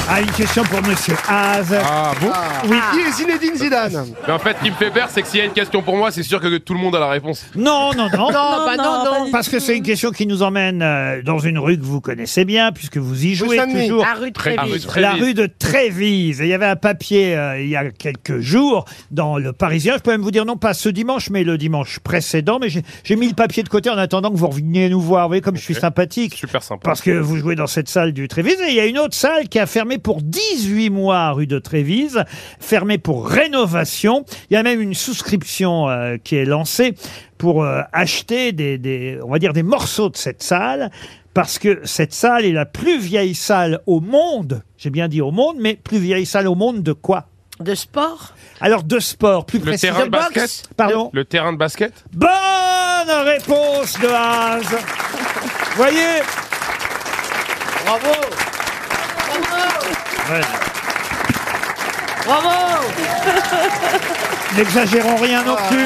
Speaker 2: Ah, une question pour Monsieur Haas.
Speaker 5: Ah bon
Speaker 4: Oui, qui est Zinedine Zidane
Speaker 5: Mais en fait, ce qui me fait peur, c'est que s'il y a une question pour moi, c'est sûr que tout le monde a la réponse.
Speaker 2: Non, non, non.
Speaker 3: Non, bah non, non, pas du
Speaker 2: Parce que c'est une question qui nous emmène euh, dans une rue que vous connaissez bien, puisque vous y jouez
Speaker 4: Saint-Denis.
Speaker 2: toujours.
Speaker 3: La rue de Trévise.
Speaker 2: La
Speaker 5: La rue de Trévise.
Speaker 2: rue de Trévise. Et il y avait un papier euh, il y a quelques jours dans le Parisien. Je peux même vous dire, non pas ce dimanche, mais le dimanche précédent. Mais j'ai j'ai mis le papier de côté en attendant que vous reveniez nous voir. Vous voyez comme je suis sympathique.
Speaker 5: Super sympa.
Speaker 2: Parce que vous jouez dans cette salle du Trévise. Et il y a une autre salle qui a fermé pour 18 mois à rue de Trévise, fermée pour rénovation. Il y a même une souscription euh, qui est lancée pour euh, acheter des, des, on va dire des morceaux de cette salle. Parce que cette salle est la plus vieille salle au monde. J'ai bien dit au monde, mais plus vieille salle au monde de quoi
Speaker 3: De sport
Speaker 2: Alors de sport, plus
Speaker 5: Le
Speaker 2: précisément.
Speaker 5: terrain de basket
Speaker 2: Pardon
Speaker 5: Le terrain de basket
Speaker 2: Bonne réponse de Haas. Voyez
Speaker 13: Bravo
Speaker 3: Bravo
Speaker 2: N'exagérons rien non
Speaker 3: Ah.
Speaker 2: plus.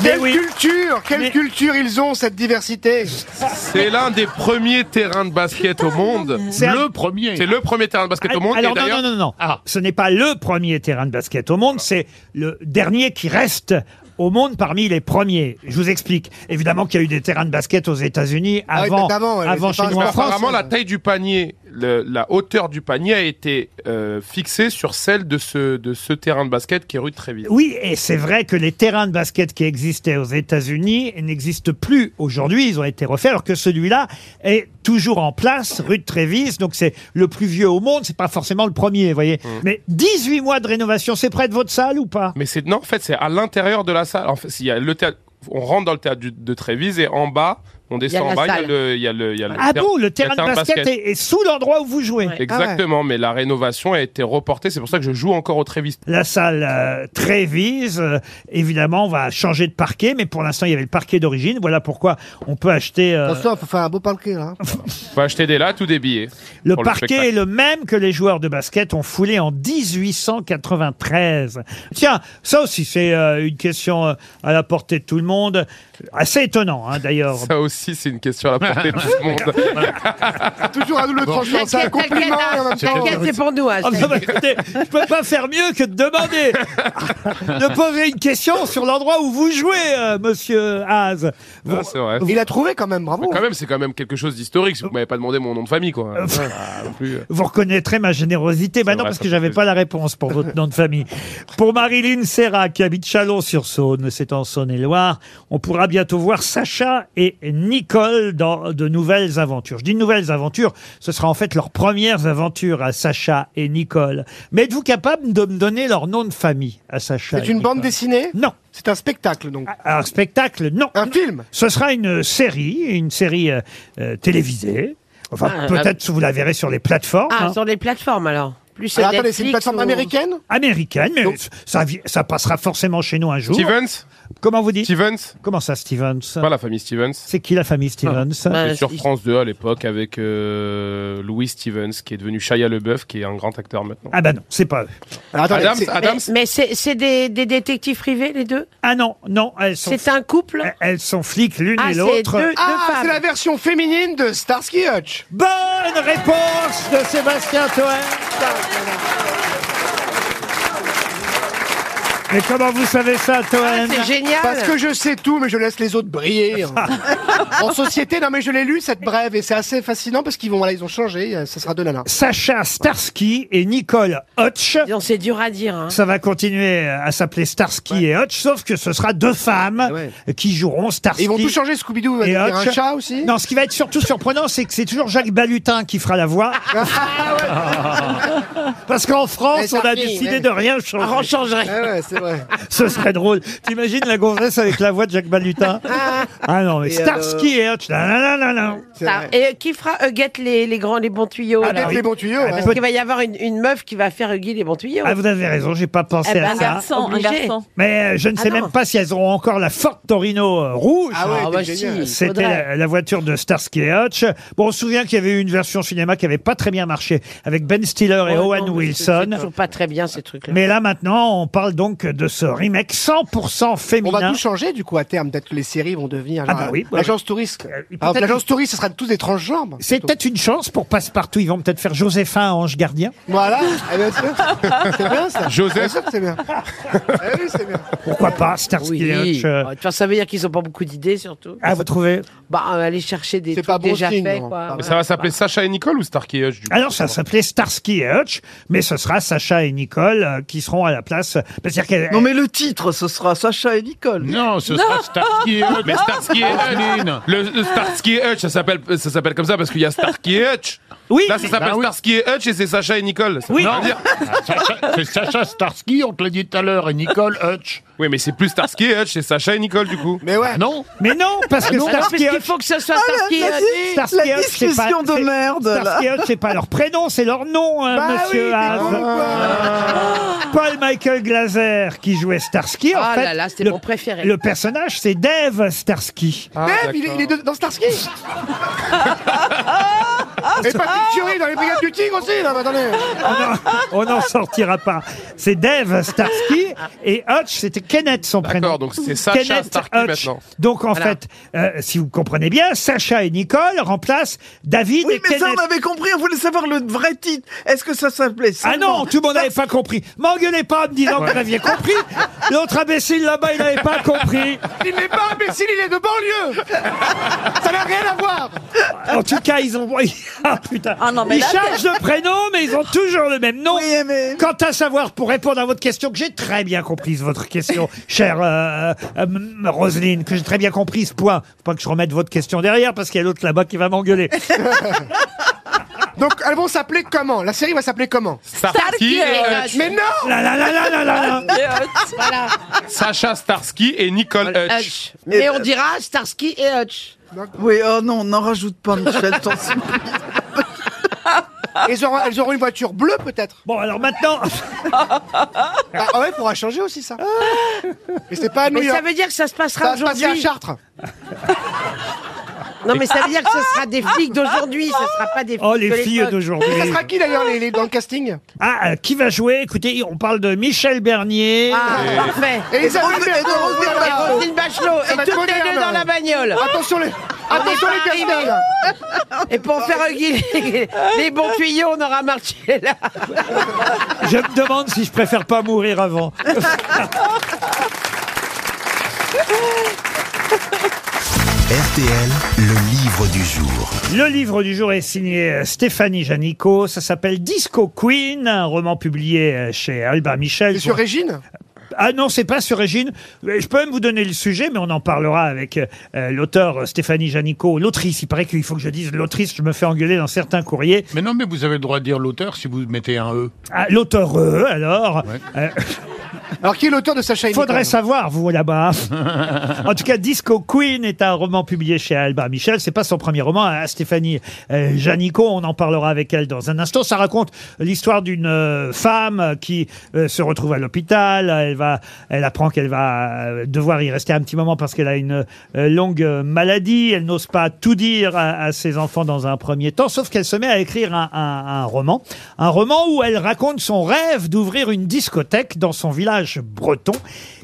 Speaker 2: Mais
Speaker 4: Quelle
Speaker 2: oui.
Speaker 4: culture Quelle
Speaker 2: Mais-
Speaker 4: culture ils ont, cette diversité
Speaker 5: C'est l'un des premiers terrains de basket au monde.
Speaker 2: C'est un- Ah,
Speaker 5: Le premier. C'est le premier terrain de basket au monde.
Speaker 2: Alors
Speaker 5: et
Speaker 2: non,
Speaker 5: d'ailleurs-
Speaker 2: non, non, non. Ce n'est pas le premier terrain de basket au monde, c'est le dernier qui reste au monde parmi les premiers. Je vous explique. Évidemment qu'il y a eu des terrains de basket aux États-Unis
Speaker 4: Ah oui,
Speaker 2: avant,
Speaker 4: d'avant, ouais,
Speaker 2: avant
Speaker 4: c'est
Speaker 2: chez
Speaker 4: pas-
Speaker 2: nous
Speaker 4: c'est
Speaker 2: en
Speaker 4: pas
Speaker 2: France.
Speaker 5: Apparemment, la taille du panier, le- la hauteur du panier a été euh, fixée sur celle de ce, de ce terrain de basket qui est rue de Trévise.
Speaker 2: Oui, et c'est vrai que les terrains de basket qui existaient aux États-Unis n'existent plus aujourd'hui. Ils ont été refaits, alors que celui-là est toujours en place, rue de Trévis. Donc c'est le plus vieux au monde. C'est pas forcément le premier, vous voyez. Mais 18 mois de rénovation, c'est près de votre salle ou pas
Speaker 5: Mais c'est non, en fait, c'est à l'intérieur de la salle. En fait, il y a le théâtre- on rentre dans le théâtre du- de Trévise et en bas, on descend
Speaker 3: la
Speaker 5: en bas, il y a
Speaker 3: salle.
Speaker 5: le, il y a le, il y a le
Speaker 2: Ah
Speaker 5: ter-
Speaker 2: bon,
Speaker 5: il y a
Speaker 2: le terrain de basket, Est, Ah est sous l'endroit où vous jouez.
Speaker 5: Exactement, mais la rénovation a été reportée. C'est pour ça que je joue encore au Trévise.
Speaker 2: La salle euh, Trévise, euh, évidemment, on va changer de parquet, mais pour l'instant, il y avait le parquet d'origine. Voilà pourquoi on peut acheter euh,
Speaker 4: Attention, faut faire un beau parquet, là.
Speaker 5: On va acheter des lattes ou des billets.
Speaker 2: Le
Speaker 5: pour
Speaker 2: parquet
Speaker 5: spectacle.
Speaker 2: est le même que les joueurs de basket ont foulé en 1893. Tiens, ça aussi, c'est euh, une question euh, à la portée de tout le monde. Assez étonnant, hein, d'ailleurs.
Speaker 5: Ça aussi, c'est une question à la portée de tout le monde.
Speaker 4: Ah, Toujours à double tranchant, c'est un
Speaker 3: T'inquiète, t'inquiète,
Speaker 4: compliment et en
Speaker 3: hein,
Speaker 4: même temps...
Speaker 3: t'inquiète, c'est pour nous. hein,
Speaker 2: Ah, bah, bah, écoutez, je peux pas faire mieux que de demander, de poser une question sur l'endroit où vous jouez, euh, monsieur Haas. Vous-
Speaker 5: Ah, c'est vrai.
Speaker 4: Il a trouvé quand
Speaker 2: Ah
Speaker 4: même, bravo.
Speaker 5: Mais quand même, c'est quand même quelque chose d'historique. si Vous m'avez pas demandé mon nom de famille, quoi. Ah, non plus.
Speaker 2: Vous reconnaîtrez ma générosité. Bah non,
Speaker 5: vrai,
Speaker 2: parce
Speaker 5: ça
Speaker 2: que
Speaker 5: fait
Speaker 2: j'avais
Speaker 5: plaisir.
Speaker 2: pas la réponse pour votre nom de famille. Pour Marilyn Serra, qui habite Chalon-sur-Saône, c'est en Saône-et-Loire, on pourra bientôt voir Sacha et Nicole dans de nouvelles aventures. Je dis nouvelles aventures, ce sera en fait leurs premières aventures à Sacha et Nicole. Mais êtes-vous capable de me donner leur nom de famille à Sacha
Speaker 4: C'est
Speaker 2: et
Speaker 4: une
Speaker 2: Nicole
Speaker 4: bande dessinée
Speaker 2: Non.
Speaker 4: C'est un spectacle, donc.
Speaker 2: Un spectacle Non.
Speaker 4: Un film
Speaker 2: Ce sera une série, une série euh, euh, télévisée. Enfin,
Speaker 3: Ah,
Speaker 2: peut-être vous la verrez sur les plateformes.
Speaker 3: Ah,
Speaker 2: hein.
Speaker 3: sur les plateformes alors plus
Speaker 4: Alors, Ah, attendez, c'est une plateforme américaine
Speaker 2: Américaine, mais ça, vi- ça passera forcément chez nous un jour.
Speaker 5: Stevens
Speaker 2: Comment vous dites Stevens Comment ça, Stevens
Speaker 5: Pas la famille Stevens. Ah.
Speaker 2: C'est qui la famille Stevens
Speaker 3: Bah,
Speaker 5: C'était sur France 2 à l'époque avec euh, Louis Stevens qui est devenu Shia LeBeouf qui est un grand acteur maintenant.
Speaker 2: Ah bah non, c'est pas eux.
Speaker 5: Adams, Adams,
Speaker 3: Mais, mais c'est c'est des, des détectives privés, les deux
Speaker 2: Ah non, non, elles
Speaker 3: sont. C'est un couple
Speaker 2: Elles sont flics l'une
Speaker 3: Ah,
Speaker 2: et
Speaker 3: c'est
Speaker 2: l'autre.
Speaker 3: deux-
Speaker 4: Ah, c'est la version féminine de Starsky Hutch.
Speaker 2: Bonne réponse de Sébastien Toen. Mais comment vous savez ça, Toen
Speaker 4: Parce que je sais tout, mais je laisse les autres briller. en société, non mais je l'ai lu cette brève et c'est assez fascinant parce qu'ils vont, voilà, ils ont changé. euh, Ça sera deux nanas.
Speaker 2: Sacha Starsky et Nicole Hutch.
Speaker 3: C'est dur à dire. hein.
Speaker 2: Ça va continuer à s'appeler Starsky et Hutch, sauf que ce sera deux femmes qui joueront Starsky.
Speaker 4: Ah Ils vont tout changer, Scooby-Doo va
Speaker 2: et
Speaker 4: devenir
Speaker 2: Hutch.
Speaker 4: un chat aussi.
Speaker 2: Non, ce qui va être surtout surprenant, c'est que c'est toujours Jacques Balutin qui fera la voix.
Speaker 4: Ah
Speaker 2: Parce qu'en France,
Speaker 4: Mais
Speaker 2: on a
Speaker 4: Starsky,
Speaker 2: décidé
Speaker 4: ouais.
Speaker 2: de rien changer.
Speaker 4: Ah, on changerait. Ouais, ouais, c'est vrai.
Speaker 2: Ce serait drôle. T'imagines la gonzesse avec la voix de Jacques Balutin Ah non, mais
Speaker 3: Et
Speaker 2: Starsky et Hutch. la, la, la, la, la.
Speaker 3: Ça. Et euh, qui fera Huguette les, les grands, les bons tuyaux
Speaker 2: Ah,
Speaker 3: alors
Speaker 2: Huguette les bons tuyaux,
Speaker 3: Parce
Speaker 2: ouais.
Speaker 3: qu'il va y avoir une, une meuf qui va faire Huguette les bons tuyaux.
Speaker 2: Ah, vous avez raison, j'ai pas pensé
Speaker 3: Eh ben,
Speaker 2: à
Speaker 3: un
Speaker 2: ça.
Speaker 3: garçon, un Obligé. garçon.
Speaker 2: Mais euh, je ne
Speaker 3: Ah
Speaker 2: sais
Speaker 3: non.
Speaker 2: même pas si elles auront encore la Ford Torino euh, rouge.
Speaker 4: Ah ouais, Ah, bah génial. si, il
Speaker 2: C'était
Speaker 4: faudrait.
Speaker 2: la, la voiture de Starsky et Hutch. Bon, on se souvient qu'il y avait eu une version cinéma qui avait pas très bien marché avec Ben Stiller et
Speaker 3: Oh,
Speaker 2: Owen
Speaker 3: non, mais c'est-
Speaker 2: Wilson.
Speaker 3: C'est toujours pas très bien ces trucs-là.
Speaker 2: Mais là maintenant, on parle donc de ce remake 100% féminin.
Speaker 4: On va tout changer du coup à terme. Peut-être que les séries vont devenir.
Speaker 2: Ah
Speaker 4: genre,
Speaker 2: bah oui, bah
Speaker 4: L'agence
Speaker 2: oui.
Speaker 4: touriste.
Speaker 2: peut-être
Speaker 4: Alors, L'agence
Speaker 2: que-
Speaker 4: touriste, ce sera tous des transgenres.
Speaker 2: C'est peut-être une chance pour Passepartout. Ils vont peut-être faire Joséphin à Ange Gardien.
Speaker 4: Voilà. Eh bien, c'est c'est bien ça.
Speaker 2: Joseph.
Speaker 4: Bien sûr que Ah, c'est bien. Eh oui, c'est bien.
Speaker 2: Pourquoi pas Starsky
Speaker 3: Oui.
Speaker 2: et Hutch euh,
Speaker 3: Ah, tu vois, ça veut dire qu'ils ont pas beaucoup d'idées, surtout.
Speaker 2: Ah, vous trouvez
Speaker 3: Bah, euh, aller chercher des trucs
Speaker 4: pas bon
Speaker 3: déjà
Speaker 4: signe,
Speaker 3: faits,
Speaker 4: non.
Speaker 3: quoi.
Speaker 5: Mais ça va s'appeler Sacha et Nicole ou Starkey Hutch du coup
Speaker 2: Alors, ça s'appelait Starsky et Hutch, mais ce sera Sacha et Nicole euh, qui seront à la place. Bah, c'est-à-dire qu'elles-
Speaker 8: Non mais le titre, ce sera Sacha et Nicole.
Speaker 7: Non, ce sera Starsky et Hutch.
Speaker 5: Mais Starsky et
Speaker 7: Adeline.
Speaker 5: Hutch, le, le Starsky et Hutch, ça s'appelle, ça s'appelle comme ça parce qu'il y a Starsky et Hutch.
Speaker 2: Oui.
Speaker 5: Là, ça s'appelle
Speaker 7: Bah oui.
Speaker 5: Starsky et Hutch et c'est Sacha et Nicole. Ça veut
Speaker 7: Oui.
Speaker 5: rien
Speaker 7: Non.
Speaker 5: dire.
Speaker 7: Ah, Sacha- C'est Sacha Starsky, on te l'a dit tout à l'heure, et Nicole Hutch. Ah
Speaker 5: Oui, mais c'est plus Starsky et Hutch, c'est Sacha et Nicole du coup.
Speaker 4: Mais ouais.
Speaker 7: Non
Speaker 2: Mais non, parce
Speaker 4: Ah
Speaker 2: que
Speaker 4: non,
Speaker 2: Starsky et
Speaker 3: Parce qu'il
Speaker 2: Hutch.
Speaker 3: faut que ce soit
Speaker 8: Ah, la-
Speaker 3: Starsky.
Speaker 8: la-
Speaker 3: hein.
Speaker 2: Starsky
Speaker 8: La
Speaker 2: et Hutch, c'est pas-
Speaker 8: discussion de
Speaker 2: c'est-
Speaker 8: merde, là.
Speaker 2: Starsky et Hutch, c'est pas leur prénom, c'est leur nom, hein,
Speaker 4: Bah
Speaker 2: monsieur
Speaker 4: oui,
Speaker 2: Haas.
Speaker 4: t'es con,
Speaker 2: Paul Michael Glaser, qui jouait Starsky, en
Speaker 3: Ah
Speaker 2: fait.
Speaker 3: là là, c'était
Speaker 2: le-
Speaker 3: mon préféré.
Speaker 2: Le personnage, c'est Dave Starsky.
Speaker 3: Ah,
Speaker 4: Dave, il est, il est de- dans Starsky. Et
Speaker 3: Ah.
Speaker 4: Patrick Fury dans les Brigades du Tigre aussi. Non, mais attendez.
Speaker 2: Ah, On n'en sortira pas. C'est Dave Starsky et Hutch, c'était Kenneth son prénom.
Speaker 5: donc c'est Sacha
Speaker 2: Kenneth
Speaker 5: Starsky
Speaker 2: Hutch.
Speaker 5: maintenant.
Speaker 2: Donc en
Speaker 3: Voilà.
Speaker 2: fait, euh, si vous comprenez bien, Sacha et Nicole remplacent David
Speaker 8: Oui,
Speaker 2: et
Speaker 8: mais ça,
Speaker 2: Kenneth.
Speaker 8: on avait compris, on voulait savoir le vrai titre. Est-ce que ça s'appelait
Speaker 2: Ah
Speaker 8: seulement
Speaker 2: non, tout le monde n'avait pas compris. M'engueulez pas en me disant que vous aviez compris. L'autre imbécile là-bas, il n'avait pas compris.
Speaker 4: Il n'est pas imbécile, il est de banlieue. Ça n'a rien à voir.
Speaker 2: En tout cas, ils ont. Ah putain.
Speaker 6: Ah non, mais
Speaker 2: ils
Speaker 6: là,
Speaker 2: changent de prénom, mais ils ont toujours le même nom.
Speaker 8: Oui, mais...
Speaker 2: Quant à savoir, pour répondre à votre question, que j'ai très bien comprise, votre question, chère euh, euh, m- Roselyne, que j'ai très bien comprise, point. Faut pas que je remette votre question derrière, parce qu'il y a l'autre là-bas qui va m'engueuler.
Speaker 4: Donc elles vont s'appeler comment La série va s'appeler comment
Speaker 5: Starsky et
Speaker 3: euh,
Speaker 5: Hutch.
Speaker 4: Mais non
Speaker 2: Là, là, là, là, là, là, là.
Speaker 3: Voilà.
Speaker 5: Sacha Starsky et Nicole Hutch.
Speaker 3: Hutch. Mais on dira Starsky et Hutch.
Speaker 8: Oui, oh non, n'en rajoute pas, Michel, t'en supplie.
Speaker 4: Elles auront, elles auront une voiture bleue peut-être.
Speaker 2: Bon, alors maintenant,
Speaker 4: Ah ah ouais, pourra changer aussi ça. Mais c'est pas à New
Speaker 3: Mais ça
Speaker 4: York.
Speaker 3: veut dire que ça se passera
Speaker 4: Ça va se passer à
Speaker 3: aujourd'hui.
Speaker 4: Chartres.
Speaker 3: Non, mais ça veut dire que ce sera des flics d'aujourd'hui, ce sera pas des flics
Speaker 2: oh,
Speaker 3: de
Speaker 2: les filles
Speaker 3: l'époque.
Speaker 2: d'aujourd'hui.
Speaker 4: Ça sera qui d'ailleurs les, les- dans le casting
Speaker 2: Ah, euh, qui va jouer Écoutez, on parle de Michel Bernier.
Speaker 3: Ah,
Speaker 5: Et-
Speaker 3: parfait.
Speaker 4: Et les
Speaker 8: Rose- et de Eh Rose
Speaker 3: Et
Speaker 8: Bernard.
Speaker 4: amis
Speaker 3: Roselyne Bachelot,
Speaker 4: va
Speaker 8: ben,
Speaker 3: et
Speaker 4: être
Speaker 3: toutes les
Speaker 4: moderne.
Speaker 3: deux dans la bagnole.
Speaker 4: Attention les attention
Speaker 3: est
Speaker 4: les
Speaker 3: pas
Speaker 4: castels.
Speaker 3: Et pour faire un guil- les bons tuyaux, on aura marché là.
Speaker 2: Je me demande si je préfère pas mourir avant.
Speaker 1: RTL, le livre du jour.
Speaker 2: Le livre du jour est signé euh, Stéphanie Janico. Ça s'appelle Disco Queen, un roman publié euh, chez Albin Michel.
Speaker 4: Et sur Régine
Speaker 2: Ah non, c'est pas sur Régine. Euh, Je peux même vous donner le sujet, mais on en parlera avec euh, l'auteur euh, Stéphanie Janico, l'autrice. Il paraît qu'il faut que je dise l'autrice, je me fais engueuler dans certains courriers.
Speaker 7: Mais non, mais vous avez le droit de dire l'auteur si vous mettez un E.
Speaker 2: Ah, l'auteur, euh, alors.
Speaker 7: Ouais.
Speaker 2: Euh,
Speaker 4: Alors, qui est l'auteur de Sacha et
Speaker 2: Faudrait
Speaker 4: Nicole
Speaker 2: savoir, vous, là-bas. en tout cas, Disco Queen est un roman publié chez Albin Michel. C'est pas son premier roman. hein, Stéphanie euh, Janicot, on en parlera avec elle dans un instant. Ça raconte l'histoire d'une euh, femme qui euh, se retrouve à l'hôpital. Elle va, elle apprend qu'elle va euh, devoir y rester un petit moment parce qu'elle a une euh, longue euh, maladie. Elle n'ose pas tout dire à, à ses enfants dans un premier temps, sauf qu'elle se met à écrire un, un- un roman. Un roman où elle raconte son rêve d'ouvrir une discothèque dans son village breton.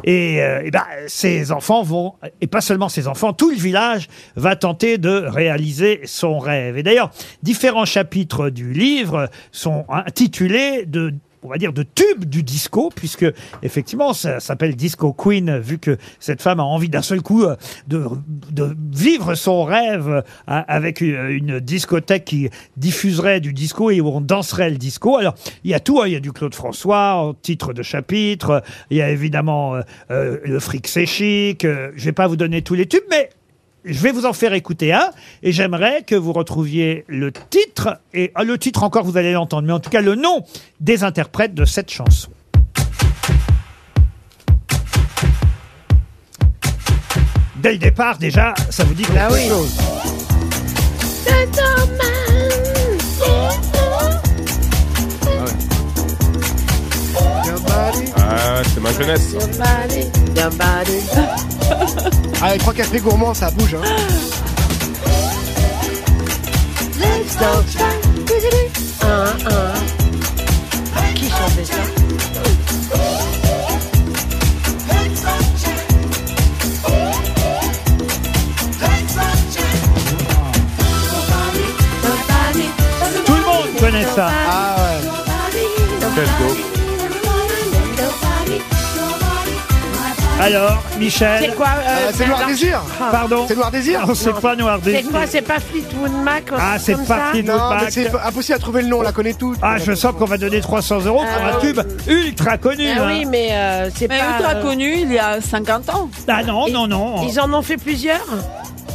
Speaker 2: Et, euh, eh ben, ses enfants vont, et pas seulement ses enfants, tout le village va tenter de réaliser son rêve. Et d'ailleurs, différents chapitres du livre sont intitulés de on va dire de tube du disco, puisque effectivement ça s'appelle Disco Queen, vu que cette femme a envie d'un seul coup euh, de, de vivre son rêve euh, avec une- une discothèque qui diffuserait du disco et où on danserait le disco. Alors il y a tout, hein. il y a du Claude François en titre de chapitre, il y a évidemment euh, euh, le fric c'est chic, euh, je vais pas vous donner tous les tubes, mais je vais vous en faire écouter un et j'aimerais que vous retrouviez le titre et ah, le titre encore vous allez l'entendre mais en tout cas le nom des interprètes de cette chanson. Dès le départ déjà ça vous dit quelque chose.
Speaker 5: Ah, c'est ma jeunesse. ça.
Speaker 4: Ah, les trois cafés gourmands, ça bouge. Hein.
Speaker 13: Qui chantait ça
Speaker 2: Tout le monde connaît ça.
Speaker 4: Ah
Speaker 2: Alors Michel Ah,
Speaker 3: C'est quoi euh,
Speaker 4: c'est Noir
Speaker 3: non.
Speaker 4: Désir
Speaker 2: Pardon
Speaker 4: C'est Noir Désir
Speaker 2: Non, c'est pas Noir
Speaker 3: C'est
Speaker 2: Désir.
Speaker 3: quoi C'est pas Fleetwood Mac ou un
Speaker 2: Ah,
Speaker 3: truc
Speaker 2: c'est
Speaker 3: comme
Speaker 2: pas
Speaker 3: ça
Speaker 2: Fleetwood
Speaker 4: Non, mais
Speaker 2: Mac.
Speaker 4: c'est impossible à trouver le nom, on la connaît toutes. Ah,
Speaker 2: Ah je sens qu'on va donner 300 euros pour un tube ultra connu.
Speaker 4: Ben
Speaker 3: Ah oui,
Speaker 2: hein.
Speaker 3: mais euh, c'est
Speaker 6: Mais
Speaker 3: pas.
Speaker 6: ultra
Speaker 3: euh,
Speaker 6: connu il y a 50 ans.
Speaker 2: Ah non non non.
Speaker 3: Ils en ont fait plusieurs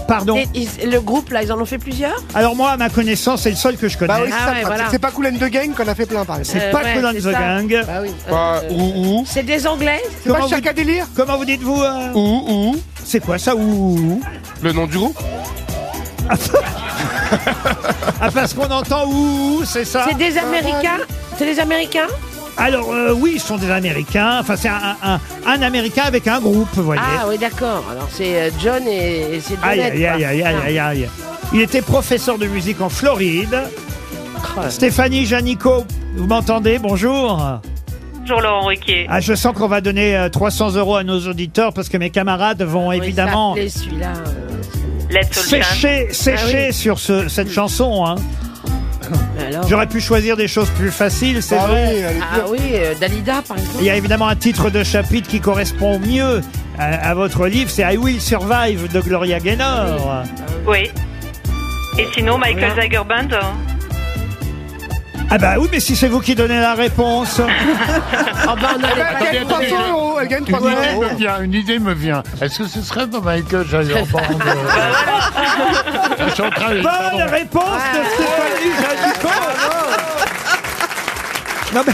Speaker 2: Pardon.
Speaker 3: Et ils- Le groupe là, ils en ont fait plusieurs
Speaker 2: Alors moi à ma connaissance c'est le seul que je connais.
Speaker 4: Bah oui, c'est
Speaker 3: Ah
Speaker 4: ça,
Speaker 3: ouais,
Speaker 4: le principe.
Speaker 3: voilà.
Speaker 4: C'est pas Cool and the Gang qu'on a fait plein, par exemple.
Speaker 2: C'est
Speaker 3: Euh,
Speaker 2: pas
Speaker 3: ouais,
Speaker 2: Cool and
Speaker 3: c'est
Speaker 2: the
Speaker 3: ça.
Speaker 2: Gang.
Speaker 3: Bah oui.
Speaker 5: Pas
Speaker 4: Euh,
Speaker 5: ou ou.
Speaker 3: C'est des Anglais
Speaker 4: C'est pas
Speaker 2: Comment
Speaker 4: Chaka Délire
Speaker 2: Comment vous dites-vous euh,
Speaker 5: Ou ou.
Speaker 2: C'est quoi ça ou
Speaker 5: Le nom du groupe
Speaker 2: Ah parce qu'on entend ou c'est ça Ah, bah
Speaker 3: C'est des Américains C'est des Américains
Speaker 2: Alors euh, oui, ils sont des Américains. Enfin c'est un, un, un Américain avec un groupe, vous voyez.
Speaker 3: Ah oui, d'accord. Alors c'est euh, John et, et c'est
Speaker 2: aïe
Speaker 3: Jonette.
Speaker 2: aïe aïe aïe aïe aïe aïe. Il était professeur de musique en Floride. Stéphanie Janico, vous m'entendez Bonjour.
Speaker 14: Bonjour Laurent Ruquier.
Speaker 2: Ah, je sens qu'on va donner euh, 300 euros à nos auditeurs parce que mes camarades vont évidemment
Speaker 3: celui-là. euh,
Speaker 4: Ah
Speaker 14: Let's All Jam.
Speaker 2: sécher, sécher sur ce- cette chanson. hein.
Speaker 3: Alors
Speaker 2: J'aurais pu choisir des choses plus faciles, c'est
Speaker 4: Ah oui,
Speaker 2: vrai.
Speaker 4: elle est
Speaker 3: Ah oui, euh, Dalida par exemple.
Speaker 2: Il y a évidemment un titre de chapitre qui correspond mieux euh, à, à votre livre, c'est I Will Survive de Gloria Gaynor.
Speaker 14: Oui. Et sinon, Michael Zager Band euh,
Speaker 2: Ah bah oui, mais si c'est vous qui donnez la réponse.
Speaker 3: Ah
Speaker 2: ben,
Speaker 3: bah, on
Speaker 4: Elle
Speaker 3: avait pas-
Speaker 4: gagne 300 euros, elle gagne
Speaker 7: Une
Speaker 4: 300
Speaker 7: idée
Speaker 4: euros.
Speaker 2: Oh.
Speaker 7: me vient, une idée me vient. Est-ce que ce serait pas Michael euh, Jaillant Je suis en train de...
Speaker 2: Bonne réponse de Stéphanie Janicot. Non mais,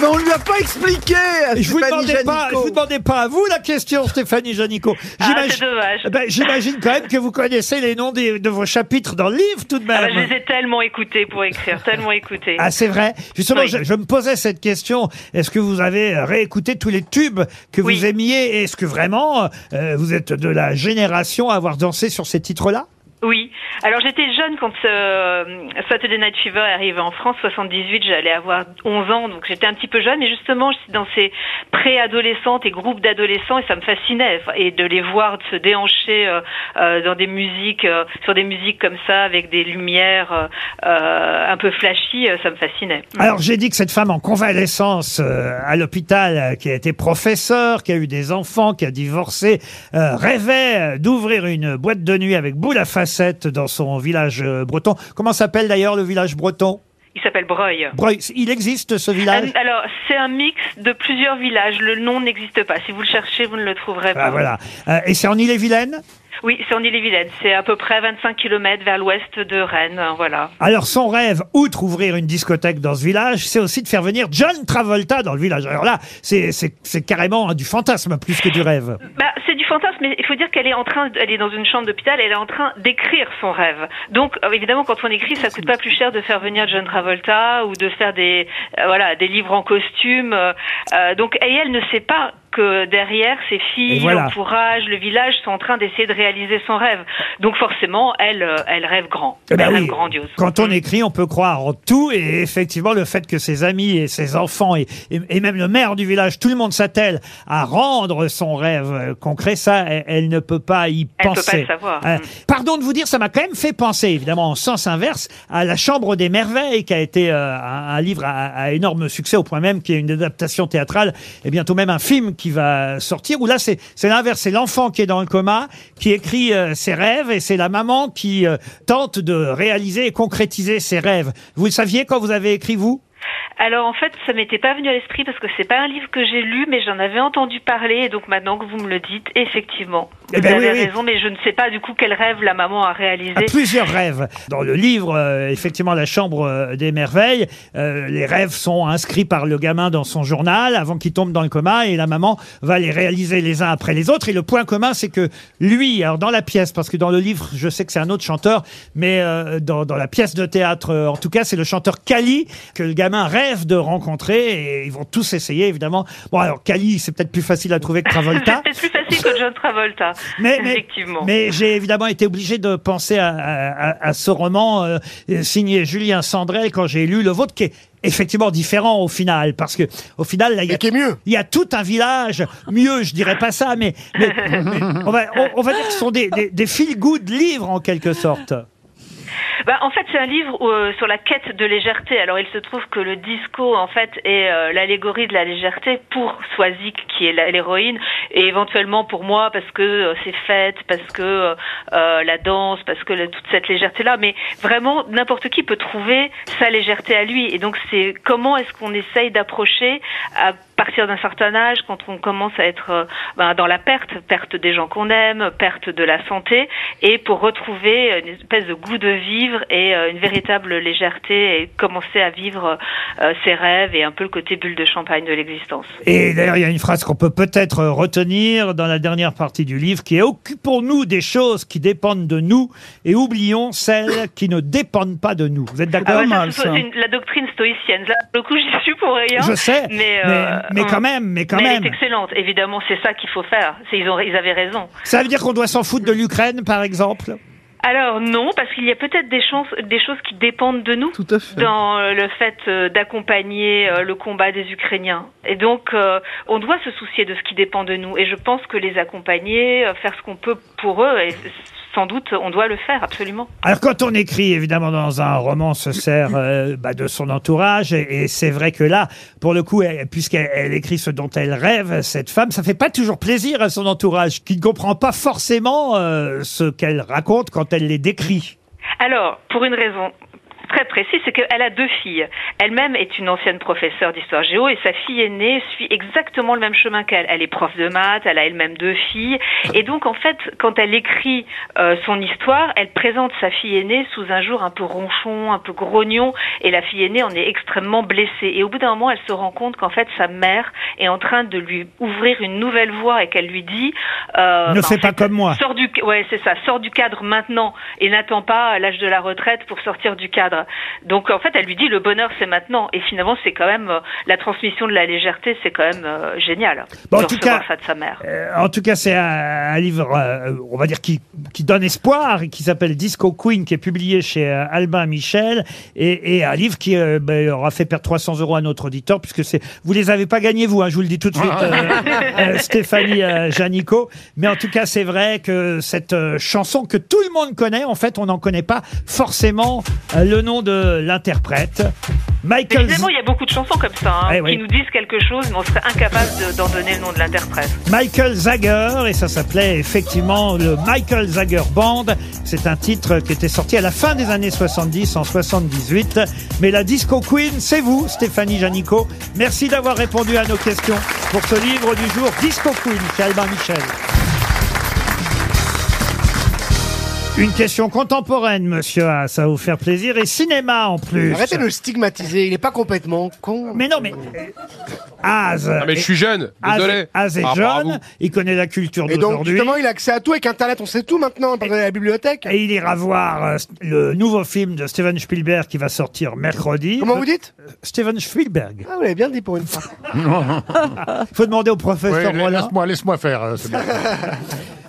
Speaker 8: Mais on lui a pas expliqué à
Speaker 2: je vous
Speaker 8: Stéphanie
Speaker 2: demandais pas, je
Speaker 8: Janicot.
Speaker 2: vous demandais pas à vous la question, Stéphanie Janicot. J'imagine-
Speaker 14: Ah, c'est dommage.
Speaker 2: Eh ben, J'imagine quand même que vous connaissez les noms des- de vos chapitres dans le livre tout de
Speaker 14: ah
Speaker 2: même.
Speaker 14: bah, Je les ai tellement écoutés pour écrire, tellement écoutés.
Speaker 2: Ah, c'est vrai. Justement,
Speaker 14: Oui.
Speaker 2: je, je me posais cette question. Est-ce que vous avez réécouté tous les tubes que
Speaker 14: Oui.
Speaker 2: vous aimiez Et Est-ce que vraiment euh, vous êtes de la génération à avoir dansé sur ces titres-là
Speaker 14: Oui. Alors j'étais jeune quand euh, Saturday Night Fever est arrivé en France, 78, j'allais avoir 11 ans, donc j'étais un petit peu jeune, mais justement, j'étais dans ces pré-adolescentes et groupes d'adolescents, et ça me fascinait, et de les voir se déhancher euh, euh, dans des musiques, euh, sur des musiques comme ça, avec des lumières euh, euh, un peu flashy, euh, ça me fascinait.
Speaker 2: Alors j'ai dit que cette femme en convalescence euh, à l'hôpital, euh, qui a été professeur, qui a eu des enfants, qui a divorcé, euh, rêvait euh, d'ouvrir une boîte de nuit avec boule à facettes dans son village euh, breton. Comment s'appelle d'ailleurs le village breton
Speaker 14: Il s'appelle Breuil.
Speaker 2: Breuil. Il existe ce village
Speaker 14: Un- Euh, Alors, c'est un mix de plusieurs villages. Le nom n'existe pas. Si vous le cherchez, vous ne le trouverez pas.
Speaker 2: Euh, Ah, voilà. Euh, et c'est en Ille-et-Vilaine
Speaker 14: Oui, c'est en Ille-et-Vilaine. C'est à peu près 25 km vers l'ouest de Rennes. euh, Voilà.
Speaker 2: Alors son rêve, outre ouvrir une discothèque dans ce village, c'est aussi de faire venir John Travolta dans le village. Alors là, c'est- c'est c'est carrément hein, du fantasme plus que du rêve.
Speaker 14: Bah, c'est du fantasme, mais il faut dire qu'elle est en train, elle est dans une chambre d'hôpital, elle est en train d'écrire son rêve. Donc, euh, évidemment, quand on écrit, ça coûte pas plus cher de faire venir John Travolta ou de faire des, euh, voilà, des livres en costume. euh, euh, donc, et elle ne sait pas que derrière, ses
Speaker 2: Et
Speaker 14: filles,
Speaker 2: voilà.
Speaker 14: l'entourage, le village sont en train d'essayer de réaliser son rêve. Donc, forcément, elle, euh, elle rêve grand.
Speaker 2: Eh ben
Speaker 14: elle rêve
Speaker 2: oui.
Speaker 14: grandiose.
Speaker 2: Quand on écrit, on peut croire en tout. Et effectivement, le fait que ses amis et ses enfants et, et- et même le maire du village, tout le monde s'attelle à rendre son rêve euh, concret, ça, elle, elle ne peut pas y
Speaker 14: Elle peut pas
Speaker 2: penser.
Speaker 14: le savoir. Mm.
Speaker 2: Euh, pardon de vous dire, ça m'a quand même fait penser, évidemment, en sens inverse, à La Chambre des Merveilles, qui a été euh, un, un livre à, à énorme succès, au point même qu'il y a une adaptation théâtrale et bientôt même un film qui va sortir, où là, c'est c'est l'inverse. C'est l'enfant qui est dans le coma, qui écrit euh, ses rêves, et c'est la maman qui euh, tente de réaliser et concrétiser ses rêves. Vous le saviez quand vous avez écrit, vous
Speaker 14: Alors en fait, ça m'était pas venu à l'esprit parce que c'est pas un livre que j'ai lu, mais j'en avais entendu parler. Et donc maintenant que vous me le dites, effectivement,
Speaker 2: Eh
Speaker 14: vous
Speaker 2: ben
Speaker 14: avez
Speaker 2: oui, Ah, oui.
Speaker 14: raison, mais je ne sais pas du coup quel rêve la maman a réalisé.
Speaker 2: à plusieurs rêves. Dans le livre, euh, effectivement, La Chambre euh, des Merveilles, euh, les rêves sont inscrits par le gamin dans son journal avant qu'il tombe dans le coma et la maman va les réaliser les uns après les autres. Et le point commun, c'est que lui, alors dans la pièce, parce que dans le livre, je sais que c'est un autre chanteur, mais euh, dans, dans la pièce de théâtre, euh, en tout cas, c'est le chanteur Kali que le gamin rêve de rencontrer et ils vont tous essayer, évidemment. Bon, alors Kali, c'est peut-être plus facile à trouver que Travolta.
Speaker 14: C'est plus facile que John Travolta,
Speaker 2: Mais, mais-
Speaker 14: effectivement.
Speaker 2: mais j'ai évidemment été obligé de penser à, à- à- à ce roman euh, signé Julien Sandrel quand j'ai lu le vôtre, qui est effectivement différent au final, parce que au final, là, il y a, il y a tout un village, mieux, je dirais pas ça, mais, mais- mais on, va, on- on va dire que ce sont des, des, des feel-good livres en quelque sorte.
Speaker 14: Bah, en fait, c'est un livre euh, sur la quête de légèreté. Alors, il se trouve que le disco, en fait, est euh, l'allégorie de la légèreté pour Swazik, qui est la- l'héroïne, et éventuellement pour moi, parce que euh, c'est fête, parce que euh, euh, la danse, parce que le- toute cette légèreté-là. Mais vraiment, n'importe qui peut trouver sa légèreté à lui. Et donc, c'est comment est-ce qu'on essaye d'approcher à partir d'un certain âge, quand on commence à être euh, ben, dans la perte, perte des gens qu'on aime, perte de la santé, et pour retrouver une espèce de goût de vivre et euh, une véritable légèreté et commencer à vivre euh, ses rêves et un peu le côté bulle de champagne de l'existence.
Speaker 2: Et d'ailleurs, il y a une phrase qu'on peut peut-être euh, retenir dans la dernière partie du livre qui est Occupons-nous des choses qui dépendent de nous et oublions celles qui ne dépendent pas de nous. Vous êtes d'accord hein
Speaker 14: Ah ouais, ça, c'est- c'est une- la doctrine stoïcienne. Là, pour le coup, j'y suis pour rien.
Speaker 2: Je sais,
Speaker 14: mais,
Speaker 2: mais-
Speaker 14: euh,
Speaker 2: mais quand
Speaker 14: on-
Speaker 2: même, mais quand
Speaker 14: elle
Speaker 2: même.
Speaker 14: est excellente. Évidemment, c'est ça qu'il faut faire. C'est- Ils, ont, ils avaient raison.
Speaker 2: Ça veut dire qu'on doit s'en foutre de l'Ukraine, par exemple
Speaker 14: Alors non, parce qu'il y a peut-être des chances, des choses qui dépendent de nous dans euh, le fait euh, d'accompagner euh, le combat des Ukrainiens. Et donc, euh, on doit se soucier de ce qui dépend de nous. Et je pense que les accompagner, euh, faire ce qu'on peut pour eux, et sans doute, on doit le faire absolument.
Speaker 2: Alors quand on écrit, évidemment, dans un roman, on se sert euh, bah, de son entourage. Et, et c'est vrai que là, pour le coup, elle- puisqu'elle elle écrit ce dont elle rêve, cette femme, ça fait pas toujours plaisir à son entourage, qui ne comprend pas forcément euh, ce qu'elle raconte quand elle les décrit.
Speaker 14: Alors, pour une raison très précise, c'est qu'elle a deux filles. Elle-même est une ancienne professeure d'histoire géo et sa fille aînée suit exactement le même chemin qu'elle. Elle est prof de maths, elle a elle-même deux filles. Et donc, en fait, quand elle écrit euh, son histoire, elle présente sa fille aînée sous un jour un peu ronchon, un peu grognon. Et la fille aînée en est extrêmement blessée. Et au bout d'un moment, elle se rend compte qu'en fait, sa mère est en train de lui ouvrir une nouvelle voie et qu'elle lui dit... euh, bah,
Speaker 2: ne
Speaker 14: en
Speaker 2: fais pas comme moi.
Speaker 14: Sors du, ouais, c'est ça. Sors du cadre maintenant et n'attends pas l'âge de la retraite pour sortir du cadre. Donc en fait, elle lui dit le bonheur c'est maintenant. Et finalement, c'est quand même euh, la transmission de la légèreté, c'est quand même euh, génial.
Speaker 2: Bon, en
Speaker 14: de
Speaker 2: tout
Speaker 14: recevoir
Speaker 2: cas, euh,
Speaker 14: ça de sa mère.
Speaker 2: En tout cas, c'est un, un livre, euh, on va dire, qui, qui donne espoir, et qui s'appelle Disco Queen, qui est publié chez euh, Albin Michel, et, et un livre qui euh, ben, aura fait perdre 300 euros à notre auditeur, puisque c'est, vous les avez pas gagnés, vous, hein, je vous le dis tout de suite, euh, euh, Stéphanie euh, Janico. Mais en tout cas, c'est vrai que cette euh, chanson que tout le monde connaît, en fait, on n'en connaît pas forcément euh, le nom de l'interprète.
Speaker 14: Mais
Speaker 2: Michael,
Speaker 14: finalement, il y a beaucoup de chansons comme ça hein,
Speaker 2: Eh oui.
Speaker 14: qui nous disent quelque chose, mais on serait incapable de- d'en donner le nom de l'interprète.
Speaker 2: Michael Zager, et ça s'appelait effectivement le Michael Zager Band. C'est un titre qui était sorti à la fin des années 70, en 78. Mais la Disco Queen, c'est vous, Stéphanie Janico. Merci d'avoir répondu à nos questions pour ce livre du jour Disco Queen chez Albin Michel. Une question contemporaine, monsieur Haas, ça va vous faire plaisir, et cinéma en plus.
Speaker 4: Arrêtez de le stigmatiser, il n'est pas complètement con.
Speaker 2: Mais non, mais. Haas.
Speaker 5: Ah, mais je suis jeune,
Speaker 2: Haas-
Speaker 5: désolé. Ah,
Speaker 2: Haas est
Speaker 5: Par rapport à vous.
Speaker 2: jeune, il connaît la culture
Speaker 4: Et donc,
Speaker 2: d'aujourd'hui.
Speaker 4: justement, il a accès à tout avec Internet, on sait tout maintenant, par exemple, à la bibliothèque.
Speaker 2: Et il ira voir euh, le nouveau film de Steven Spielberg qui va sortir mercredi. Euh,
Speaker 4: Comment vous dites
Speaker 2: Steven Spielberg.
Speaker 4: Ah, vous l'avez bien dit pour une fois.
Speaker 2: Il faut demander au professeur
Speaker 7: Oui, la-
Speaker 2: Rollin.
Speaker 7: laisse-moi, laisse-moi faire. euh, c'est bien.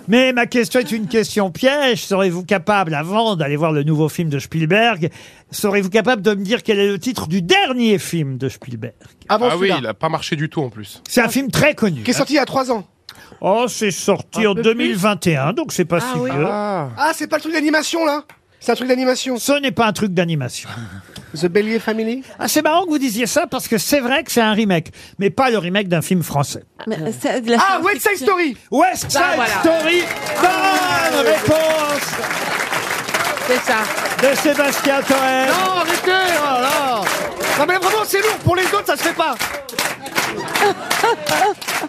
Speaker 2: Mais ma question est une question piège. Serez-vous capable, avant d'aller voir le nouveau film de Spielberg, serez-vous capable de me dire quel est le titre du dernier film de Spielberg
Speaker 5: ah oui, il a pas marché du tout en plus.
Speaker 2: C'est un film très connu. hein.
Speaker 4: Qui est sorti il y a 3 ans.
Speaker 2: Oh, c'est sorti
Speaker 4: Un
Speaker 2: en
Speaker 4: peu
Speaker 2: 2021, donc c'est pas
Speaker 4: Ah
Speaker 2: si
Speaker 4: oui.
Speaker 2: vieux.
Speaker 4: Ah, c'est pas le truc d'animation, là C'est un truc d'animation.
Speaker 2: Ce n'est pas un truc d'animation.
Speaker 4: The Bélier Family
Speaker 2: Ah, c'est marrant que vous disiez ça parce que c'est vrai que c'est un remake, mais pas le remake d'un film français.
Speaker 4: Ah, West Side Story Bah,
Speaker 2: West Side Story Bonne réponse
Speaker 3: C'est ça.
Speaker 2: de Sébastien Toer.
Speaker 4: Non, arrêtez oh là. Non, mais vraiment, c'est lourd, pour les autres, ça se fait pas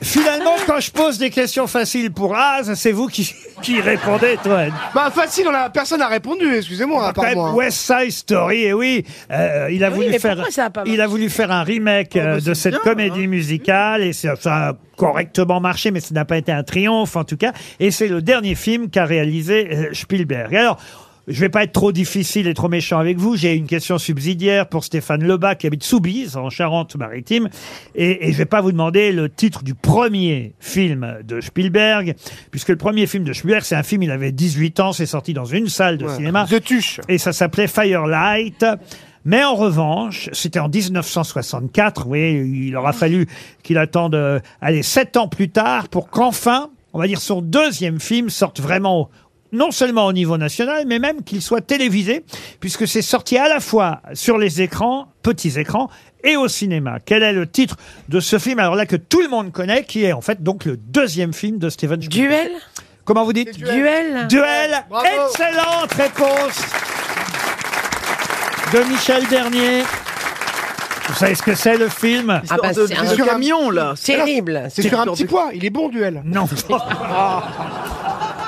Speaker 2: Finalement, quand je pose des questions faciles pour Az, c'est vous qui, qui répondez, Toen.
Speaker 4: Bah, facile, on a, personne n'a répondu, excusez-moi, à
Speaker 2: Quand
Speaker 4: part
Speaker 2: même,
Speaker 4: moi.
Speaker 2: West Side Story, et oui, euh, il a
Speaker 4: Oui,
Speaker 2: voulu
Speaker 4: mais
Speaker 2: faire,
Speaker 4: pourquoi ça a pas marché
Speaker 2: il a voulu faire un remake
Speaker 4: Oh, bah,
Speaker 2: euh, de cette comédie
Speaker 4: hein.
Speaker 2: musicale et ça, ça a correctement marché, mais ça n'a pas été un triomphe en tout cas. Et c'est le dernier film qu'a réalisé euh, Spielberg. Et Alors. Je vais pas être trop difficile et trop méchant avec vous. J'ai une question subsidiaire pour Stéphane Lebas qui habite Soubise en Charente-Maritime. Et, et je vais pas vous demander le titre du premier film de Spielberg, puisque le premier film de Spielberg, c'est un film, il avait 18 ans, c'est sorti dans une salle de
Speaker 4: Ouais.
Speaker 2: cinéma.
Speaker 4: De tuche.
Speaker 2: Et ça s'appelait Firelight. Mais en revanche, c'était en 1964, vous voyez, il aura fallu qu'il attende, euh, allez, sept ans plus tard pour qu'enfin, on va dire, son deuxième film sorte vraiment, au- non seulement au niveau national, mais même qu'il soit télévisé, puisque c'est sorti à la fois sur les écrans, petits écrans, et au cinéma. Quel est le titre de ce film, alors là, que tout le monde connaît, qui est en fait donc le deuxième film de Steven Spielberg Duel Comment vous dites
Speaker 3: Duel.
Speaker 2: Duel
Speaker 3: Bravo.
Speaker 2: Excellente réponse de Michel Dernier. Vous savez ce que c'est le film
Speaker 8: Ah bah, Histoire de- c'est un de sur un- camion, là. Terrible. Ah.
Speaker 4: C'est sur un petit poids, il est bon, duel.
Speaker 2: Non.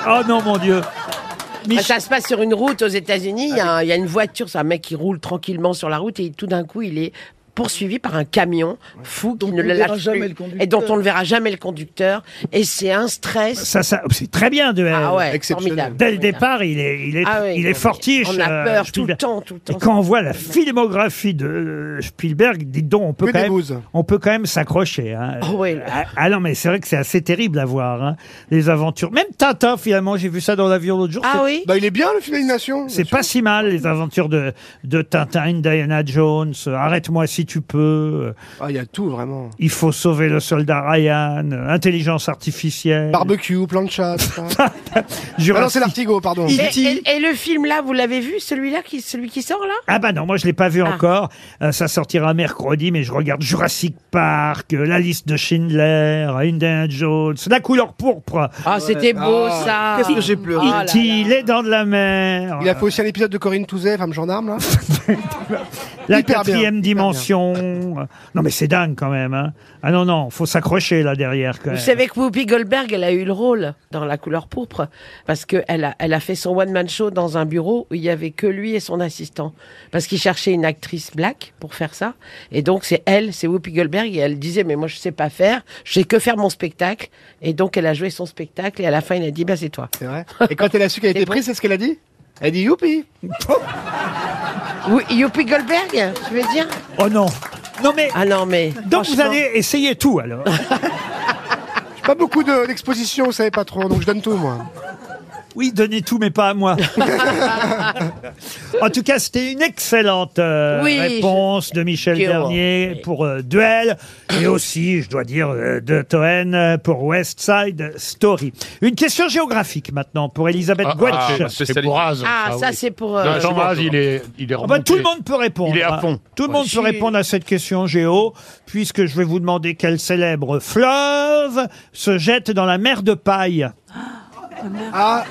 Speaker 2: oh non, mon Dieu.
Speaker 3: Ah, Ça se passe sur une route aux États-Unis. Il y, a un- il y a une voiture, c'est un mec qui roule tranquillement sur la route et tout d'un coup, il est poursuivi par un camion fou qui ne
Speaker 8: on
Speaker 3: le
Speaker 8: ne verra
Speaker 3: lâche
Speaker 8: jamais
Speaker 3: plus
Speaker 8: le conducteur.
Speaker 3: et dont on ne verra jamais le conducteur. Et c'est un stress.
Speaker 2: Ça, ça- c'est très bien Duel.
Speaker 3: Ah ouais, Exceptionnel. formidable.
Speaker 2: Dès le départ, il est, il est,
Speaker 3: Ah oui,
Speaker 2: il est
Speaker 3: non,
Speaker 2: fortiche.
Speaker 3: on a
Speaker 2: euh,
Speaker 3: peur tout le
Speaker 2: Spielberg.
Speaker 3: temps, tout le temps.
Speaker 2: Et quand on voit la filmographie de euh, Spielberg, dites donc, on peut,
Speaker 4: Que
Speaker 2: quand
Speaker 4: des
Speaker 2: même,
Speaker 4: bouses.
Speaker 2: on peut quand même s'accrocher. hein. ah, ah non, mais c'est vrai que c'est assez terrible à voir, hein, les aventures. Même Tintin, finalement, j'ai vu ça dans l'avion l'autre
Speaker 3: Ah
Speaker 2: jour. c'est-
Speaker 4: Bah, il est bien, le film d'animation.
Speaker 2: C'est pas si mal, les aventures de, de Tintin, Indiana Jones, euh, Arrête-moi si tu peux, euh,
Speaker 4: Ah, il y a tout, vraiment.
Speaker 2: Il faut sauver le soldat Ryan, euh, Intelligence artificielle.
Speaker 4: Barbecue, plancha, tout ça. Ah non,
Speaker 2: Jurassic-
Speaker 4: c'est l'artigo, pardon.
Speaker 3: Et, et- et le film là, vous l'avez vu, celui-là, qui, celui qui sort là
Speaker 2: Ah bah non, moi je l'ai pas vu encore. Euh, ça sortira mercredi, mais je regarde Jurassic Park, euh, La liste de Schindler, Indiana Jones, La couleur pourpre.
Speaker 3: Ah, c'était beau ça. Oh
Speaker 8: Qu'est-ce que j'ai pleuré
Speaker 2: E.T., Les dents de la mer.
Speaker 4: Il a fait aussi un épisode de Corinne Touzet, femme gendarme, là.
Speaker 2: La
Speaker 4: Hyper bien,
Speaker 2: quatrième
Speaker 4: hyper
Speaker 2: dimension. Euh, Non mais c'est dingue quand même. hein. Ah non non, faut s'accrocher là derrière. Quand
Speaker 3: Vous
Speaker 2: même.
Speaker 3: savez que Whoopi Goldberg, elle a eu le rôle dans La couleur pourpre parce qu'elle a, elle a fait son one-man show dans un bureau où il y avait que lui et son assistant. Parce qu'il cherchait une actrice black pour faire ça. Et donc, c'est elle, c'est Whoopi Goldberg. Et elle disait, mais moi, je sais pas faire. Je sais que faire mon spectacle. Et donc, elle a joué son spectacle. Et à la fin, il a dit, bah, c'est toi.
Speaker 4: C'est vrai. Et quand elle a su qu'elle était prise, c'est ce qu'elle a dit Elle dit youpi
Speaker 3: Oui, Whoopi Goldberg, je veux dire
Speaker 2: Oh non. Non mais.
Speaker 3: Ah non mais.
Speaker 2: Donc vous allez essayer tout alors.
Speaker 4: J'ai Pas beaucoup de- d'expositions, vous savez pas trop, donc je donne tout, moi.
Speaker 2: Oui, donnez tout, mais pas à moi. en tout cas, c'était une excellente euh,
Speaker 3: Oui,
Speaker 2: réponse de Michel
Speaker 3: Guillaume.
Speaker 2: Dernier pour euh, Duel et aussi, je dois dire, euh, de Toen euh, pour West Side Story. Une question géographique maintenant pour Elisabeth
Speaker 7: Ah,
Speaker 2: Guetch.
Speaker 7: ah, c'est- c'est pour Az.
Speaker 3: Ah, ça,
Speaker 7: oui.
Speaker 3: c'est pour, euh,
Speaker 7: Non, Jean Az, il est, il est
Speaker 2: Ah bah,
Speaker 7: remonté.
Speaker 2: tout le monde peut répondre.
Speaker 7: Il est à
Speaker 2: hein.
Speaker 7: fond.
Speaker 2: Tout le monde peut répondre à cette question géo, puisque je vais vous demander quel célèbre fleuve se jette dans la mer de paille.
Speaker 4: Ah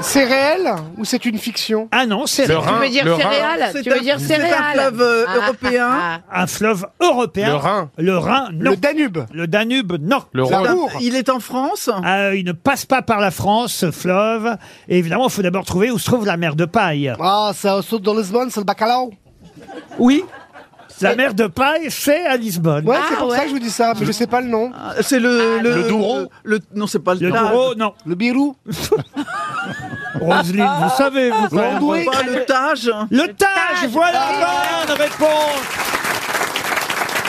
Speaker 4: C'est réel ou c'est une fiction
Speaker 2: Ah non, c'est hein
Speaker 4: réel.
Speaker 2: réel. Tu veux dire Le Rhin. céréales Ah.
Speaker 4: C'est
Speaker 3: Tu veux
Speaker 4: un-
Speaker 3: dire
Speaker 4: c'est un
Speaker 3: céréales
Speaker 4: fleuve, euh, européen.
Speaker 2: Un fleuve européen.
Speaker 4: Le Rhin.
Speaker 2: Le Rhin, non.
Speaker 4: Le Danube.
Speaker 2: Le Danube, non.
Speaker 5: Le
Speaker 8: Rhône. L'Amour.
Speaker 2: Il est en France Il ne passe pas par la France, ce fleuve. Et évidemment, il faut d'abord trouver où se trouve la mer de paille.
Speaker 4: Ah, c'est au sud de Lisbonne, c'est le bacalao.
Speaker 2: Oui. La mer de paille, c'est à Lisbonne.
Speaker 4: Ouais, c'est pour ça que je vous dis ça, mais je sais pas le nom.
Speaker 8: C'est le, le,
Speaker 2: Douro
Speaker 8: le- Non, c'est pas le
Speaker 2: Le
Speaker 8: Tarn.
Speaker 2: Douro, non.
Speaker 4: Le Birou
Speaker 2: Roselyne, vous savez, vous. quand même.
Speaker 8: L'Andoué. Pas le Tage.
Speaker 2: Le Tage, voilà
Speaker 8: Ah
Speaker 15: Ah,
Speaker 2: la bonne réponse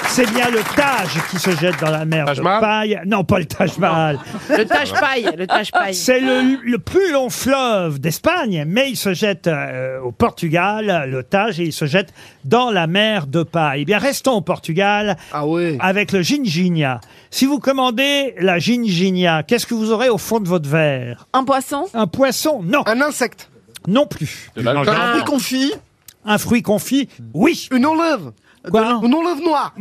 Speaker 2: C'est bien le Tage qui se jette dans la mer de paille. Non, pas le Taj Mahal.
Speaker 3: Le Taj Paille, le Taj Paille.
Speaker 2: C'est le, le plus long fleuve d'Espagne, mais il se jette euh, au Portugal, le Tage, et il se jette dans la mer de paille. Eh bien, restons au Portugal
Speaker 4: Ah
Speaker 2: avec le ginginia. Si vous commandez la ginginia, qu'est-ce que vous aurez au fond de votre verre
Speaker 6: Un poisson
Speaker 2: Un poisson, non.
Speaker 4: Un insecte
Speaker 2: Non plus.
Speaker 5: l'alcool Un fruit
Speaker 2: confit Un fruit confit, oui.
Speaker 4: Une enlève
Speaker 8: Une
Speaker 4: enlève noire.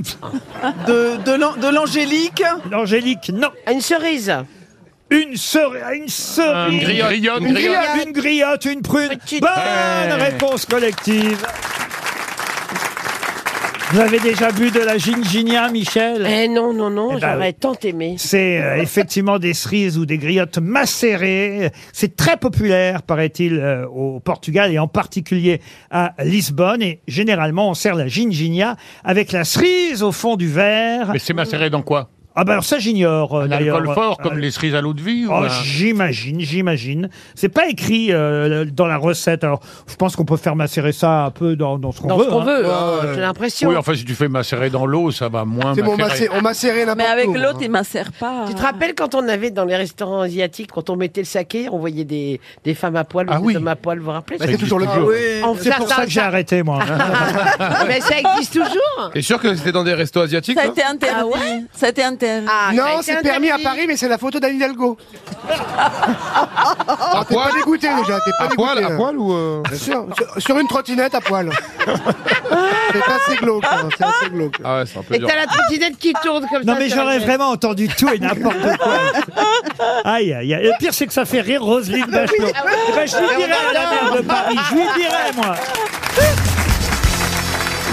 Speaker 8: De, de l'an- de l'angélique.
Speaker 2: L'angélique, non.
Speaker 3: Ah, Une cerise.
Speaker 2: Une cerise. Une cerise.
Speaker 5: Une griotte. Une
Speaker 2: Une
Speaker 5: griotte.
Speaker 2: griotte. Une griotte, une prune. Bonne réponse collective. Vous avez déjà bu de la ginginia, Michel
Speaker 3: Eh non, non, non,
Speaker 2: Eh ben
Speaker 3: j'aurais
Speaker 2: oui.
Speaker 3: tant aimé.
Speaker 2: C'est euh, effectivement des cerises ou des griottes macérées. C'est très populaire, paraît-il, euh, au Portugal et en particulier à Lisbonne. Et généralement, on sert la ginginia avec la cerise au fond du verre.
Speaker 7: Mais c'est macéré dans quoi
Speaker 2: Ah ben alors ça j'ignore euh,
Speaker 7: Un
Speaker 2: d'ailleurs.
Speaker 7: alcool fort, comme
Speaker 2: Euh,
Speaker 7: les cerises à l'eau de vie ou
Speaker 2: Oh,
Speaker 7: un-
Speaker 2: j'imagine, j'imagine. C'est pas écrit euh, dans la recette. Alors, je pense qu'on peut faire macérer ça un peu dans, dans ce qu'on
Speaker 3: Dans
Speaker 2: veut.
Speaker 3: ce qu'on
Speaker 2: hein.
Speaker 3: veut, hein, j'ai l'impression.
Speaker 7: Oui, enfin, si tu fais macérer dans l'eau, ça va
Speaker 5: Ah,
Speaker 7: moins
Speaker 4: C'est bon,
Speaker 7: macérer.
Speaker 4: on m'a serré
Speaker 3: Mais
Speaker 4: n'importe
Speaker 3: avec
Speaker 4: où,
Speaker 3: l'autre,
Speaker 4: hein.
Speaker 3: il
Speaker 6: m'insère pas.
Speaker 3: Tu te rappelles quand on avait dans les restaurants asiatiques, quand on mettait le saké, on voyait des, des femmes à poil ou des hommes à poil, vous vous rappelez
Speaker 5: Bah, c'est toujours le
Speaker 3: Ah
Speaker 5: vieux.
Speaker 3: oui.
Speaker 2: On- C'est pour ça que j'ai arrêté, moi.
Speaker 3: Mais ça existe toujours
Speaker 5: T'es sûr que c'était dans des restos asiatiques
Speaker 6: Ça a
Speaker 5: toi
Speaker 6: été interdit. ça a été interdit.
Speaker 4: Non, c'est permis à Paris, mais c'est la photo d'Anne Hidalgo. Ah, t'es pas
Speaker 5: poil
Speaker 4: dégoûté déjà, t'es pas
Speaker 5: À poil,
Speaker 4: dégoûté,
Speaker 5: à
Speaker 4: là.
Speaker 5: poil ou euh,
Speaker 4: Bien sûr, sur, sur une trottinette à poil. c'est assez glauque, hein, c'est assez glauque.
Speaker 5: Ah ouais, c'est un peu
Speaker 3: Et
Speaker 5: dur.
Speaker 3: t'as la trottinette qui tourne comme ça.
Speaker 2: Non mais
Speaker 3: sur
Speaker 2: j'aurais
Speaker 3: la-
Speaker 2: vraiment entendu tout et n'importe quoi. Aïe, aïe, aïe. Le pire, c'est que ça fait rire Roselyne Bachelot.
Speaker 3: Oui, ah ouais.
Speaker 2: Eh ben, je lui dirai à la mère de Paris, je lui dirai, moi.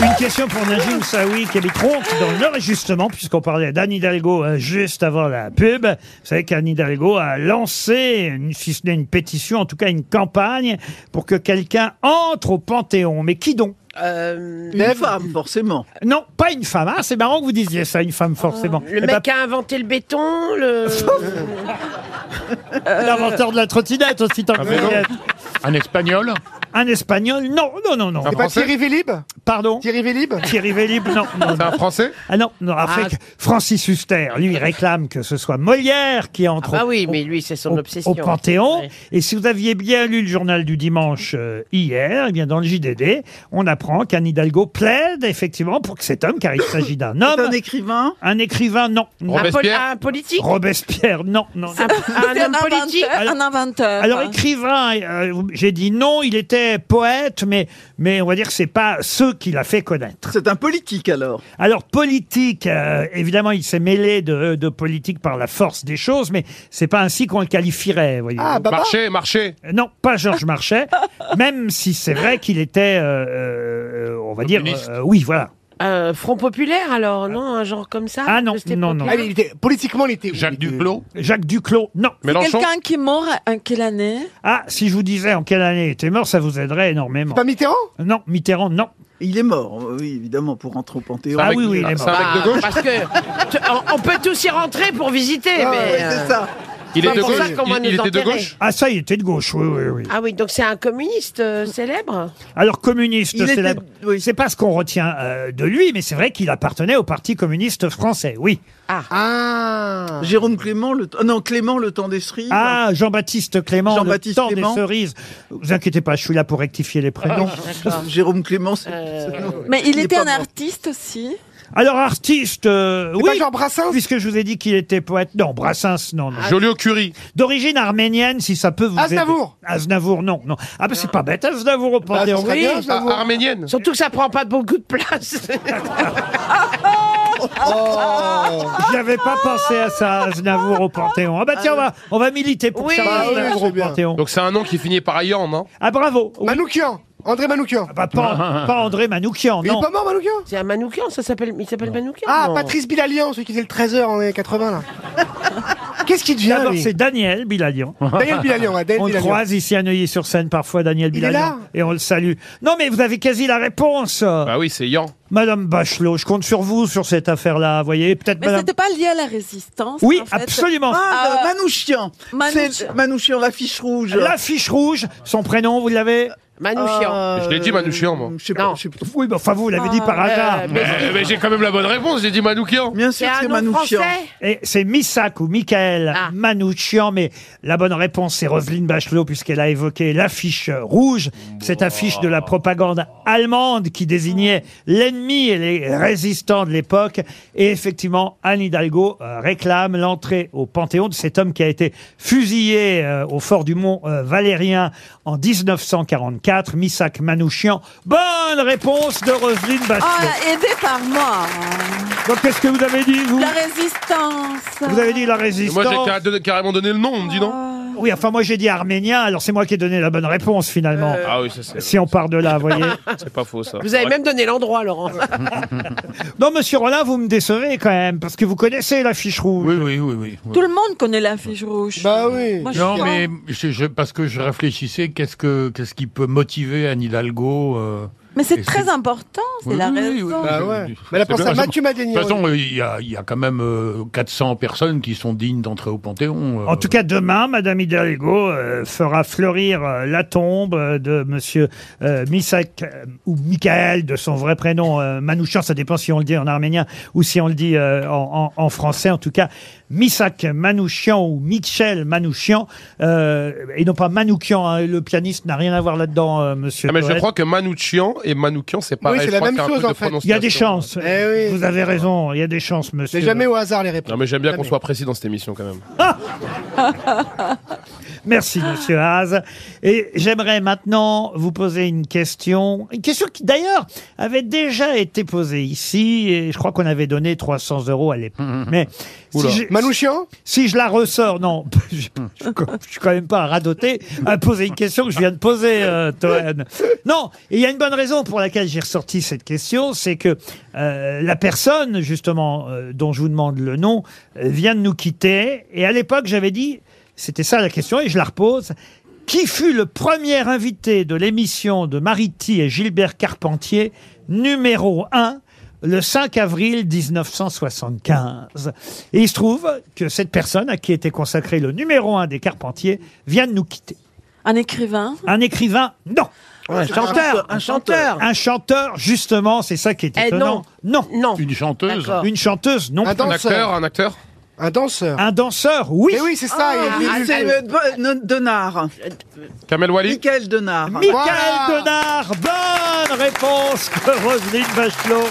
Speaker 2: Une question pour Najim Saoui qui habite Ronc dans le Nord et justement puisqu'on parlait d'Anne Hidalgo euh, juste avant la pub, vous savez qu'Anne Hidalgo a lancé, une- si ce n'est une pétition, en tout cas une campagne pour que quelqu'un entre au Panthéon. Mais qui donc
Speaker 3: Euh,
Speaker 8: Une femme, forcément.
Speaker 2: Non, pas une femme. Ah, c'est marrant que vous disiez ça, une femme forcément.
Speaker 3: Euh, Le
Speaker 2: Eh ben,
Speaker 3: mec a inventé le béton, le.
Speaker 2: L'inventeur de la trottinette aussi, tant que
Speaker 7: Euh, Ah, mais
Speaker 2: vous y
Speaker 7: non.
Speaker 2: êtes.
Speaker 7: Un espagnol
Speaker 2: Un espagnol Non, non, non, non.
Speaker 4: C'est pas Thierry Vélib
Speaker 2: Pardon
Speaker 4: Thierry Vélib
Speaker 2: Thierry Vélib, non. non.
Speaker 5: C'est un français
Speaker 2: Ah non, non, après,
Speaker 3: Ah.
Speaker 2: que Francis Huster, lui, réclame que ce soit Molière qui
Speaker 3: Ah
Speaker 2: entre
Speaker 3: bah
Speaker 2: au-
Speaker 3: oui, mais lui, c'est son
Speaker 2: au,
Speaker 3: obsession.
Speaker 2: au Panthéon.
Speaker 3: Ouais.
Speaker 2: Et si vous aviez bien lu le journal du dimanche euh, hier, eh bien dans le JDD, on apprend qu'Anne Hidalgo plaide effectivement pour que cet homme, car il s'agit d'un
Speaker 8: C'est un
Speaker 2: homme,
Speaker 8: écrivain.
Speaker 2: un écrivain, non. non.
Speaker 3: Un, pol-
Speaker 5: Robespierre
Speaker 3: un politique
Speaker 2: Robespierre, non, non.
Speaker 3: un, Ah, un
Speaker 6: C'est
Speaker 3: homme politique
Speaker 6: inventeur, un inventeur.
Speaker 2: Alors écrivain, euh, j'ai dit non, il était poète, mais mais on va dire que c'est pas ceux qui l'a fait connaître.
Speaker 8: C'est un politique alors.
Speaker 2: Alors politique, euh, évidemment, il s'est mêlé de, de politique par la force des choses, mais c'est pas ainsi qu'on le qualifierait. Voyez.
Speaker 4: Ah,
Speaker 8: bah,
Speaker 4: Baba
Speaker 5: Marché, marché.
Speaker 2: Euh, Non, pas Georges Marchais, même si c'est vrai qu'il était, euh, euh, on va dire,
Speaker 7: Communiste.
Speaker 2: euh, oui, voilà.
Speaker 3: Euh, Front populaire, alors, non Un genre comme ça
Speaker 2: Ah non,
Speaker 3: de cette
Speaker 2: non,
Speaker 3: époque-là
Speaker 4: Ah, il était- Politiquement, il était où
Speaker 7: Jacques
Speaker 4: Il était-
Speaker 7: Duclos
Speaker 2: Jacques Duclos, non.
Speaker 5: Mélenchon.
Speaker 6: Quelqu'un qui est mort en quelle année
Speaker 2: Ah, si je vous disais en quelle année il était mort, ça vous aiderait énormément.
Speaker 4: Pas Mitterrand
Speaker 2: Non, Mitterrand, non.
Speaker 8: Il est mort, oui, évidemment, pour rentrer au Panthéon.
Speaker 2: Ah
Speaker 5: mec
Speaker 2: oui,
Speaker 5: de-
Speaker 2: oui, il est
Speaker 5: c'est un
Speaker 2: mort.
Speaker 5: mec de
Speaker 3: Ah,
Speaker 5: gauche
Speaker 3: Parce que tu- on, on peut tous y rentrer pour visiter,
Speaker 8: Ah,
Speaker 3: mais.
Speaker 8: ouais,
Speaker 3: euh,
Speaker 8: c'est ça.
Speaker 5: Il est
Speaker 3: c'est
Speaker 5: de
Speaker 3: pour
Speaker 5: gauche.
Speaker 3: ça qu'on va
Speaker 5: Il-
Speaker 3: nous
Speaker 5: Il était de
Speaker 3: enterrer.
Speaker 5: gauche.
Speaker 2: Ah ça, il était de gauche, oui, oui, oui.
Speaker 3: Ah oui, donc c'est un communiste euh, célèbre
Speaker 2: Alors communiste,
Speaker 8: Il était-
Speaker 2: célèbre,
Speaker 8: oui.
Speaker 2: c'est pas ce qu'on retient euh, de lui, mais c'est vrai qu'il appartenait au Parti communiste français, oui.
Speaker 4: Ah
Speaker 8: Jérôme Clément, le... ah non, Clément, le temps des cerises.
Speaker 2: Ah, Jean-Baptiste Clément,
Speaker 8: Jean-Baptiste
Speaker 2: le temps
Speaker 8: Clément.
Speaker 2: des cerises. Vous inquiétez pas, je suis là pour rectifier les prénoms.
Speaker 3: D'accord.
Speaker 8: Jérôme Clément, c'est-
Speaker 3: Euh,
Speaker 8: c'est- non.
Speaker 6: Mais il,
Speaker 8: est
Speaker 6: était
Speaker 8: pas
Speaker 6: un
Speaker 8: mort.
Speaker 6: artiste aussi.
Speaker 2: Alors artiste, euh,
Speaker 4: C'est pas
Speaker 2: oui,
Speaker 4: Jean Brassens
Speaker 2: puisque je vous ai dit qu'il était poète. Non, Brassens, non, non.
Speaker 8: Ah,
Speaker 5: Joliot Curie.
Speaker 2: D'origine arménienne, si ça peut vous aider.
Speaker 4: Aznavour.
Speaker 2: Aznavour, non, non. Ah ben c'est pas bête, Aznavour au Panthéon.
Speaker 4: c'est très bien,
Speaker 5: Ah,
Speaker 4: Aznavour.
Speaker 5: Arménienne.
Speaker 3: Surtout que ça prend pas beaucoup de place.
Speaker 2: Je n'avais pas pensé à ça, Aznavour au Panthéon. Ah bah tiens, on va, on va militer pour
Speaker 5: Oui.
Speaker 2: que ça
Speaker 5: Ah oui,
Speaker 2: Aznavour
Speaker 5: c'est
Speaker 2: au
Speaker 5: bien.
Speaker 2: Panthéon.
Speaker 5: Donc c'est un nom qui finit par Ayan, non
Speaker 2: Ah bravo
Speaker 4: Manoukian André Manoukian
Speaker 2: bah,
Speaker 5: Ah.
Speaker 2: pas, pas André Manoukian,
Speaker 4: Il
Speaker 2: non.
Speaker 4: est pas mort, Manoukian
Speaker 3: C'est un Manoukian, ça s'appelle, il s'appelle Manoukian.
Speaker 4: Ah,
Speaker 2: Non.
Speaker 4: Patrice Bilalian, celui qui faisait le 13h en années 80, là. Qu'est-ce qu'il devient,
Speaker 2: D'abord,
Speaker 4: lui
Speaker 2: c'est Daniel Bilalian.
Speaker 4: Daniel Bilalian, ouais, Daniel
Speaker 2: On le
Speaker 4: Bilalian.
Speaker 2: croise ici à Neuilly-sur-Seine parfois, Daniel
Speaker 4: Il est
Speaker 2: Bilalian.
Speaker 4: là
Speaker 2: Et on le salue. Non, mais vous avez quasi la réponse. Bah
Speaker 5: oui, c'est Yan.
Speaker 2: Madame Bachelot, je compte sur vous sur cette affaire-là, vous voyez. Peut-être
Speaker 6: Mais
Speaker 2: Madame.
Speaker 6: c'était pas lié à la résistance
Speaker 2: Oui,
Speaker 6: en fait.
Speaker 2: absolument. Euh,
Speaker 6: Ah,
Speaker 8: Ah, le Manouchian.
Speaker 6: Manouchian.
Speaker 8: C'est Manouchian, l'affiche rouge.
Speaker 2: L'affiche rouge, son prénom, vous l'avez
Speaker 3: Manouchian.
Speaker 4: Euh,
Speaker 5: Je l'ai dit
Speaker 2: Euh,
Speaker 5: Manouchian, moi.
Speaker 8: Je sais pas, je sais pas.
Speaker 2: Oui, mais enfin, vous l'avez dit par
Speaker 8: Ah,
Speaker 2: hasard.
Speaker 8: euh,
Speaker 5: Mais, mais j'ai quand même la bonne réponse, j'ai dit Manoukian.
Speaker 8: Bien sûr,
Speaker 2: C'est Manouchian. Et c'est Missak ou Michael Manouchian, mais la bonne réponse c'est Roselyne Bachelot puisqu'elle a évoqué l'affiche rouge, cette affiche de la propagande allemande qui désignait l'ennemi et les résistants de l'époque. Et effectivement, Anne Hidalgo euh, réclame l'entrée au Panthéon de cet homme qui a été fusillé euh, au fort du Mont euh, Valérien en 1944, Missak Manouchian. Bonne réponse de Roselyne Bachelot.
Speaker 6: Ah, aidé par moi.
Speaker 2: Donc qu'est-ce que vous avez dit vous
Speaker 6: La résistance.
Speaker 2: Vous avez dit la
Speaker 5: Et
Speaker 2: résistance.
Speaker 5: Moi j'ai carré- donné- carrément donné le nom, on me dit non
Speaker 2: Oui, enfin, moi, j'ai dit arménien, alors c'est moi qui ai donné la bonne réponse, finalement.
Speaker 5: Ah oui, ça c'est.
Speaker 2: Si on part de là, vous voyez.
Speaker 5: C'est pas faux ça.
Speaker 3: Vous avez même donné l'endroit, Laurent.
Speaker 2: Non, monsieur Rollin, vous me décevez quand même, parce que vous connaissez la fiche rouge.
Speaker 7: Oui, oui, oui, oui.
Speaker 6: Tout le monde connaît l'affiche rouge.
Speaker 4: Bah oui.
Speaker 6: Moi, je suis
Speaker 7: Non,
Speaker 6: pas-
Speaker 7: mais je- je- parce que je réfléchissais, qu'est-ce que qu'est-ce qui peut motiver Anne Hidalgo euh,
Speaker 6: Mais
Speaker 7: et
Speaker 6: c'est très important, c'est
Speaker 7: Oui,
Speaker 6: la
Speaker 7: oui,
Speaker 6: raison.
Speaker 7: oui, oui,
Speaker 4: Bah
Speaker 7: je-
Speaker 4: ouais.
Speaker 7: je-
Speaker 4: Mais elle a
Speaker 7: c'est
Speaker 4: pensé
Speaker 7: bien.
Speaker 4: à Mathieu Madénian.
Speaker 7: De toute façon, euh, il y a, il y a quand même euh, 400 personnes qui sont dignes d'entrer au Panthéon. euh.
Speaker 2: En tout cas, demain, Madame Hidalgo euh, fera fleurir euh, la tombe euh, de Monsieur euh, Misak euh, ou Michael, de son vrai prénom euh, Manouchian. Ça dépend si on le dit en arménien ou si on le dit euh, en, en- en français. En tout cas, Misak Manouchian ou Michel Manouchian, euh, et non pas Manoukian. hein. le pianiste n'a rien à voir là-dedans, euh, Monsieur.
Speaker 5: Ah, mais je
Speaker 2: Toen.
Speaker 5: crois que Manoukian et Manoukian c'est pareil.
Speaker 4: c'est
Speaker 5: je
Speaker 4: la
Speaker 5: crois
Speaker 4: même
Speaker 5: qu'il y a un
Speaker 4: chose,
Speaker 5: peu de
Speaker 4: en fait. Eh
Speaker 2: Il y a des
Speaker 5: prononciation.
Speaker 2: chances. Vous avez raison. Il y a des chances, Monsieur.
Speaker 4: C'est jamais au hasard, les réponses.
Speaker 5: Non mais j'aime bien qu'on soit précis dans cette émission quand même.
Speaker 2: Merci, monsieur Haas. Et j'aimerais maintenant vous poser une question. Une question qui, d'ailleurs, avait déjà été posée ici. Et je crois qu'on avait donné 300 euros à l'époque. Mais.
Speaker 4: Oula. Manouchian
Speaker 2: Si je la ressors, non. je, je- je suis quand même pas à radoter à poser une question que je viens de poser, euh, Toen. Non. Et il y a une bonne raison pour laquelle j'ai ressorti cette question. C'est que euh, la personne, justement, euh, dont je vous demande le nom, euh, vient de nous quitter. Et à l'époque, j'avais dit. C'était ça la question et je la repose. Qui fut le premier invité de l'émission de Mariti et Gilbert Carpentier, numéro 1, le 5 avril 1975 Et il se trouve que cette personne à qui était consacré le numéro 1 des Carpentiers vient de nous quitter.
Speaker 6: Un écrivain.
Speaker 2: Un écrivain Non
Speaker 3: Un chanteur, un chanteur.
Speaker 2: Un chanteur, justement, c'est ça qui est
Speaker 3: Eh
Speaker 2: étonnant. non.
Speaker 3: Non.
Speaker 7: Une chanteuse
Speaker 3: D'accord.
Speaker 2: Une chanteuse, non.
Speaker 4: Un
Speaker 2: plus.
Speaker 4: danseur.
Speaker 5: Un acteur
Speaker 4: Un danseur.
Speaker 2: Un danseur, Eh oui.
Speaker 4: Mais oui, c'est ça.
Speaker 8: Ah,
Speaker 4: il est venu-
Speaker 8: c'est euh, Bon- Denard.
Speaker 5: Kamel Wally
Speaker 8: Michael Denard.
Speaker 2: Michael
Speaker 4: Voilà.
Speaker 2: Denard, bonne réponse de Roselyne Bachelot.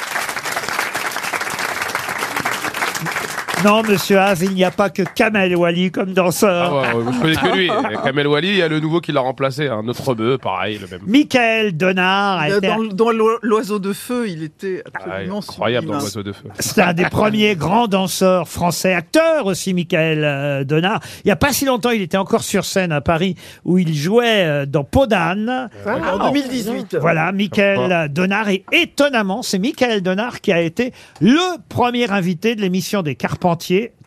Speaker 2: Non, monsieur Haas, il n'y a pas que Kamel Wally comme danseur.
Speaker 5: Ah ouais, ouais, je connais que lui. Kamel Wally, il y a le nouveau qui l'a remplacé, un autre rebeu, pareil, le même.
Speaker 2: Michael Denard a
Speaker 8: Euh,
Speaker 2: été
Speaker 8: Dans, dans l'o- l'oiseau de feu, il était absolument
Speaker 5: Ah, Incroyable dans l'oiseau
Speaker 8: sublime.
Speaker 5: de feu.
Speaker 2: C'est un des premiers grands danseurs français, acteur aussi, Michael euh, Denard. Il n'y a pas si longtemps, il était encore sur scène à Paris où il jouait euh, dans Podane.
Speaker 8: En 2018.
Speaker 2: Hein Ah, Voilà, Michael Donard. Et étonnamment, c'est Michael Donard qui a été le premier invité de l'émission des Carpentiers.